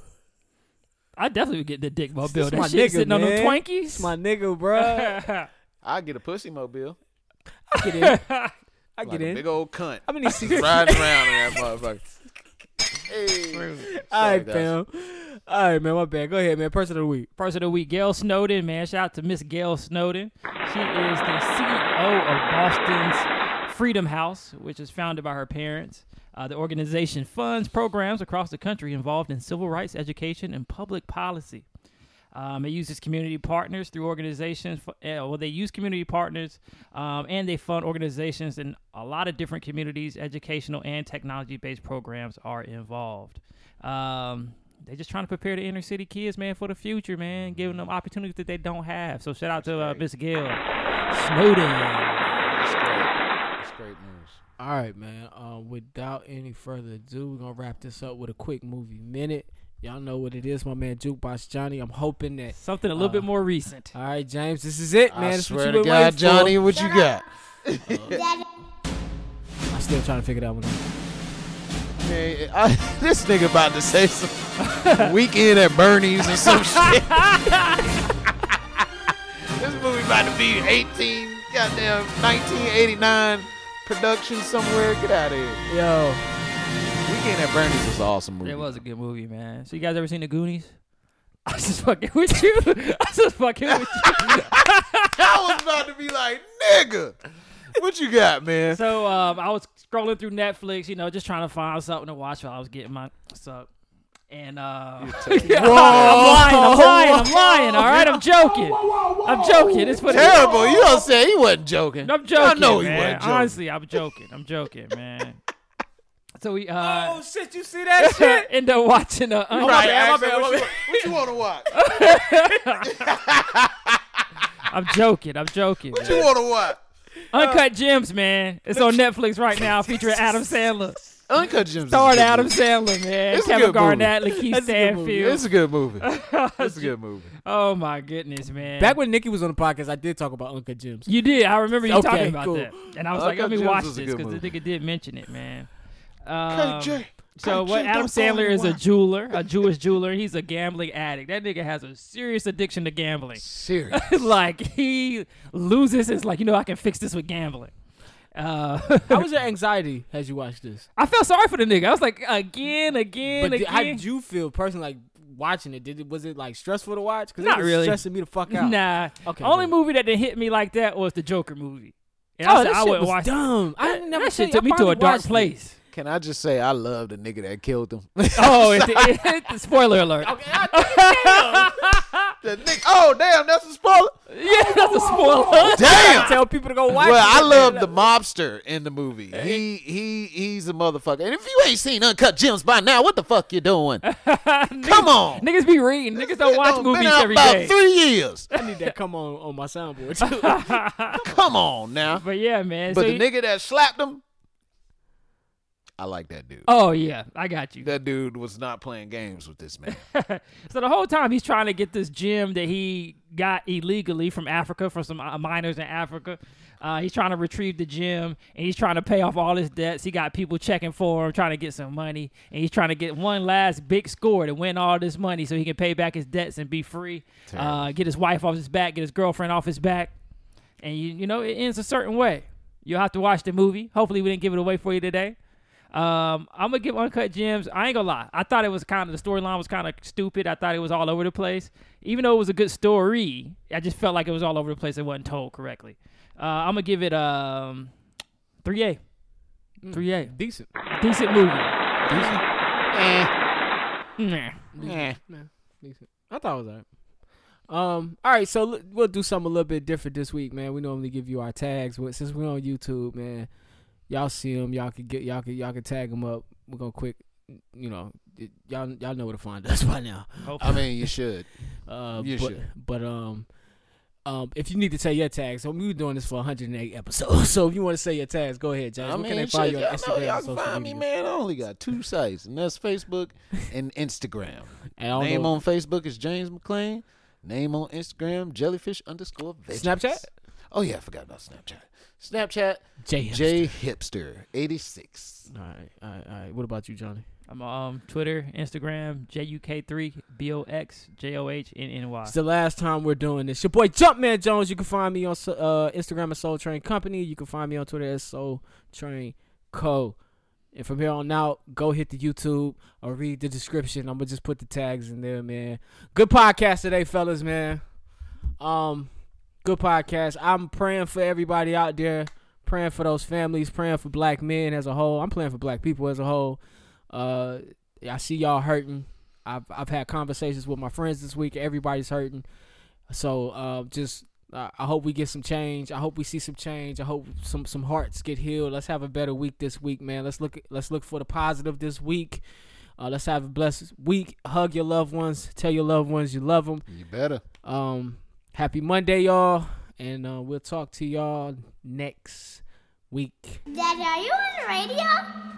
Speaker 2: I definitely would get the dick mobile.
Speaker 4: This
Speaker 2: That
Speaker 4: my
Speaker 2: shit
Speaker 4: nigga,
Speaker 2: sitting on them
Speaker 4: man.
Speaker 2: Twinkies.
Speaker 4: This my
Speaker 5: *laughs*
Speaker 4: nigga, bro.
Speaker 5: I get a pussy mobile.
Speaker 4: I get in. I
Speaker 5: Like
Speaker 4: get
Speaker 5: a
Speaker 4: in.
Speaker 5: Big old cunt.
Speaker 4: How many seats?
Speaker 5: riding around in that motherfucker. Hey.
Speaker 4: All
Speaker 5: Sorry,
Speaker 4: right,
Speaker 5: guys.
Speaker 4: fam. All right, man. My bad. Go ahead, man. Person of the week.
Speaker 2: Person of the week, Gail Snowden, man. Shout out to Miss Gail Snowden. She is the CEO of Boston's Freedom House, which is founded by her parents. Uh, the organization funds programs across the country involved in civil rights education and public policy. Um, it uses community partners through organizations. For, uh, well, they use community partners um, and they fund organizations in a lot of different communities. Educational and technology based programs are involved. Um, they're just trying to prepare the inner city kids, man, for the future, man, giving them opportunities that they don't have. So shout out to uh, Miss Gill Snowden.
Speaker 5: That's great. That's great news.
Speaker 4: All right, man. Uh, without any further ado, we're gonna wrap this up with a quick movie minute. Y'all know what it is, my man Jukebox Johnny. I'm hoping that.
Speaker 2: Something a little
Speaker 4: Uh,
Speaker 2: bit more recent.
Speaker 4: All right, James, this is it, man.
Speaker 5: I
Speaker 4: This is
Speaker 5: swear
Speaker 4: what you
Speaker 5: to
Speaker 4: been waiting
Speaker 5: God, Johnny,
Speaker 4: for.
Speaker 5: what you got?
Speaker 4: I'm still trying to figure that one out.
Speaker 5: Man, I, *laughs* this nigga about to say some *laughs* weekend at Bernie's or
Speaker 2: *laughs*
Speaker 5: some shit. *laughs* this movie about to be 18, goddamn 1989 production somewhere. Get out of here.
Speaker 4: Yo,
Speaker 5: Weekend at Bernie's is an awesome movie.
Speaker 2: It was a good movie, man. So you guys ever seen the Goonies? *laughs* I was just fucking with you. I was just fucking with you.
Speaker 5: I was about to be like, nigga, what you got, man?
Speaker 2: So um, I was scrolling through Netflix, you know, just trying to find something to watch while I was getting my suck. And uh, *laughs* Yeah, I'm lying, I'm lying, I'm lying. All right, I'm joking. I'm joking. It's for the-
Speaker 5: Terrible. You don't say he wasn't joking.
Speaker 2: I'm joking.
Speaker 5: I know he
Speaker 2: man.
Speaker 5: wasn't joking.
Speaker 2: Honestly, I'm joking. I'm joking, man.
Speaker 5: *laughs*
Speaker 2: So we uh,
Speaker 4: oh shit, you see
Speaker 2: *laughs*
Speaker 4: that shit?
Speaker 2: end up watching uh,
Speaker 5: *laughs*
Speaker 2: a.
Speaker 5: Right,
Speaker 4: bad, my
Speaker 5: Axel,
Speaker 4: bad,
Speaker 5: what
Speaker 4: my
Speaker 5: you- what you want to watch?
Speaker 2: I'm joking. I'm joking.
Speaker 5: What
Speaker 2: man.
Speaker 5: you want to
Speaker 2: *laughs*
Speaker 5: watch?
Speaker 2: Uncut Gems, man. It's on Netflix right now, featuring Adam Sandler.
Speaker 5: Uncut Jim's. is a
Speaker 2: Starred
Speaker 5: good
Speaker 2: Adam
Speaker 5: movie.
Speaker 2: Sandler, man.
Speaker 5: It's a
Speaker 2: Kevin
Speaker 5: good
Speaker 2: Garnett,
Speaker 5: movie.
Speaker 2: Lakeith
Speaker 4: That's a good movie.
Speaker 2: Stanfield.
Speaker 5: It's a good
Speaker 2: *laughs*
Speaker 5: movie. It's a good movie.
Speaker 2: Oh my goodness, man.
Speaker 4: Back when Nikki was on the podcast, I did talk about Uncle Jim's.
Speaker 2: you did, I remember you
Speaker 4: Okay,
Speaker 2: talking about
Speaker 4: cool.
Speaker 2: that, and I was like,
Speaker 5: Uncut
Speaker 2: let me
Speaker 5: Gems
Speaker 2: watch
Speaker 5: was a
Speaker 2: this
Speaker 5: good
Speaker 2: because the
Speaker 5: movie.
Speaker 2: nigga did mention it, man. Um,
Speaker 5: KJ,
Speaker 2: so what?
Speaker 5: KJ,
Speaker 2: Adam
Speaker 5: that's all
Speaker 2: Sandler
Speaker 5: you
Speaker 2: is a
Speaker 5: want.
Speaker 2: jeweler, a Jewish jeweler. He's a gambling addict. That nigga has a serious addiction to gambling. *laughs*
Speaker 5: serious.
Speaker 2: like he loses, it's like you know I can fix this with gambling. Uh,
Speaker 4: *laughs* How was your anxiety as you watched this?
Speaker 2: *laughs* I felt sorry for the nigga. I was like, again, again,
Speaker 4: But did,
Speaker 2: again.
Speaker 4: how did you feel personally, like watching it? Did it was it like stressful to watch? Because
Speaker 2: Not
Speaker 4: it was
Speaker 2: really.
Speaker 4: stressing me the fuck out.
Speaker 2: Nah.
Speaker 4: Okay,
Speaker 2: Only
Speaker 4: good.
Speaker 2: movie that done hit me like that was the Joker movie. And
Speaker 4: Oh,
Speaker 2: I said
Speaker 4: that
Speaker 2: I
Speaker 4: shit
Speaker 2: wouldn't
Speaker 4: was
Speaker 2: watch
Speaker 4: dumb. I
Speaker 2: That,
Speaker 4: never
Speaker 2: that
Speaker 4: seen-
Speaker 2: shit
Speaker 4: I
Speaker 2: took me to
Speaker 4: finally
Speaker 2: a dark
Speaker 4: watched
Speaker 5: *laughs*
Speaker 4: it.
Speaker 2: place.
Speaker 5: Can I just say I love the nigga that killed him?
Speaker 2: Oh, it, it, it, spoiler alert.
Speaker 5: *laughs* The nigga- oh damn, that's a spoiler.
Speaker 2: Yeah, that's a spoiler.
Speaker 5: *laughs* Damn.
Speaker 4: Tell people to go watch.
Speaker 5: Well,
Speaker 4: it.
Speaker 5: I love the mobster in the movie. He he he's a motherfucker. And if you ain't seen Uncut Gems by now, what the fuck you
Speaker 2: *laughs*
Speaker 5: doing? Come on.
Speaker 2: Niggas be reading.
Speaker 5: *laughs*
Speaker 2: Niggas don't watch
Speaker 5: It done been
Speaker 2: movies
Speaker 5: out
Speaker 2: every
Speaker 5: about
Speaker 2: day.
Speaker 5: three years.
Speaker 4: I need that come on on my soundboard too. *laughs*
Speaker 2: *laughs*
Speaker 5: Come on now.
Speaker 2: But yeah, man.
Speaker 5: But
Speaker 2: so
Speaker 5: the
Speaker 2: you-
Speaker 5: nigga that slapped him, I like that dude.
Speaker 2: Oh yeah, I got you.
Speaker 5: That dude was not playing games with this man.
Speaker 2: So the whole time he's trying to get this gem that he got illegally from Africa, from some uh, miners in Africa. Uh, he's trying to retrieve the gem, and he's trying to pay off all his debts. He got people checking for him, trying to get some money, and he's trying to get one last big score to win all this money so he can pay back his debts and be free. Uh, get his wife off his back, get his girlfriend off his back, and you you know it ends a certain way. You'll have to watch the movie. Hopefully, we didn't give it away for you today. Um, I'm gonna give Uncut Gems. I ain't gonna lie. I thought it was kind of the storyline was kind of stupid. I thought it was all over the place. Even though it was a good story, I just felt like it was all over the place. It wasn't told correctly. Uh, I'm gonna give it um three A, three A.
Speaker 4: Decent.
Speaker 2: Decent movie.
Speaker 5: Eh,
Speaker 2: Nah.
Speaker 5: eh.
Speaker 4: Decent. I thought it was alright. Um. All right. So l- we'll do something a little bit different this week, man. We normally give you our tags, but since we're on YouTube, man, y'all see them. Y'all can get. Y'all can. Y'all can tag them up. We're gonna quick. You know. y- Y'all. Y'all know where to find us *laughs* by now.
Speaker 5: I mean, you
Speaker 4: *laughs*
Speaker 5: should.
Speaker 4: Uh,
Speaker 5: You
Speaker 4: but,
Speaker 5: should.
Speaker 4: But um, um, if you need to say your tags, so we were doing this for 108 episodes. *laughs* So if you want to say your tags, go ahead, James.
Speaker 5: I
Speaker 4: Where
Speaker 5: mean,
Speaker 4: can they
Speaker 5: shit,
Speaker 4: find you on
Speaker 5: y'all know
Speaker 4: Instagram
Speaker 5: y'all
Speaker 4: and
Speaker 5: can
Speaker 4: social
Speaker 5: find
Speaker 4: media?
Speaker 5: me, man. I only got two sites, and that's Facebook and Instagram.
Speaker 4: *laughs* And I don't
Speaker 5: Name
Speaker 4: know-
Speaker 5: on Facebook is James McLean. Name on Instagram, jellyfish underscore veggies.
Speaker 4: Snapchat?
Speaker 5: Oh, yeah, I forgot about Snapchat. Snapchat,
Speaker 4: J.
Speaker 5: J Hipster86.
Speaker 4: All right, all right, all right. What about you, Johnny?
Speaker 2: I'm um Twitter, Instagram, JUK3BOXJOHNNY.
Speaker 4: It's the last time we're doing this. Your boy Jumpman Jones. You can find me on so- uh, Instagram at Soul Train Company. You can find me on Twitter at Soul Train Co. And from here on out, go hit the YouTube or read the description. I'm gonna just put the tags in there, man. Good podcast today, fellas, man. Um, good podcast. I'm praying for everybody out there, praying for those families, praying for black men as a whole. I'm praying for black people as a whole. Uh, I see y'all hurting. I've I've had conversations with my friends this week. Everybody's hurting, so uh, just uh, I hope we get some change. I hope we see some change. I hope some some hearts get healed. Let's have a better week this week, man. Let's look let's look for the positive this week. Uh, let's have a blessed week. Hug your loved ones. Tell your loved ones you love them.
Speaker 5: You better.
Speaker 4: Um, happy Monday, y'all, and uh, we'll talk to y'all next week.
Speaker 12: Daddy, are you on the radio?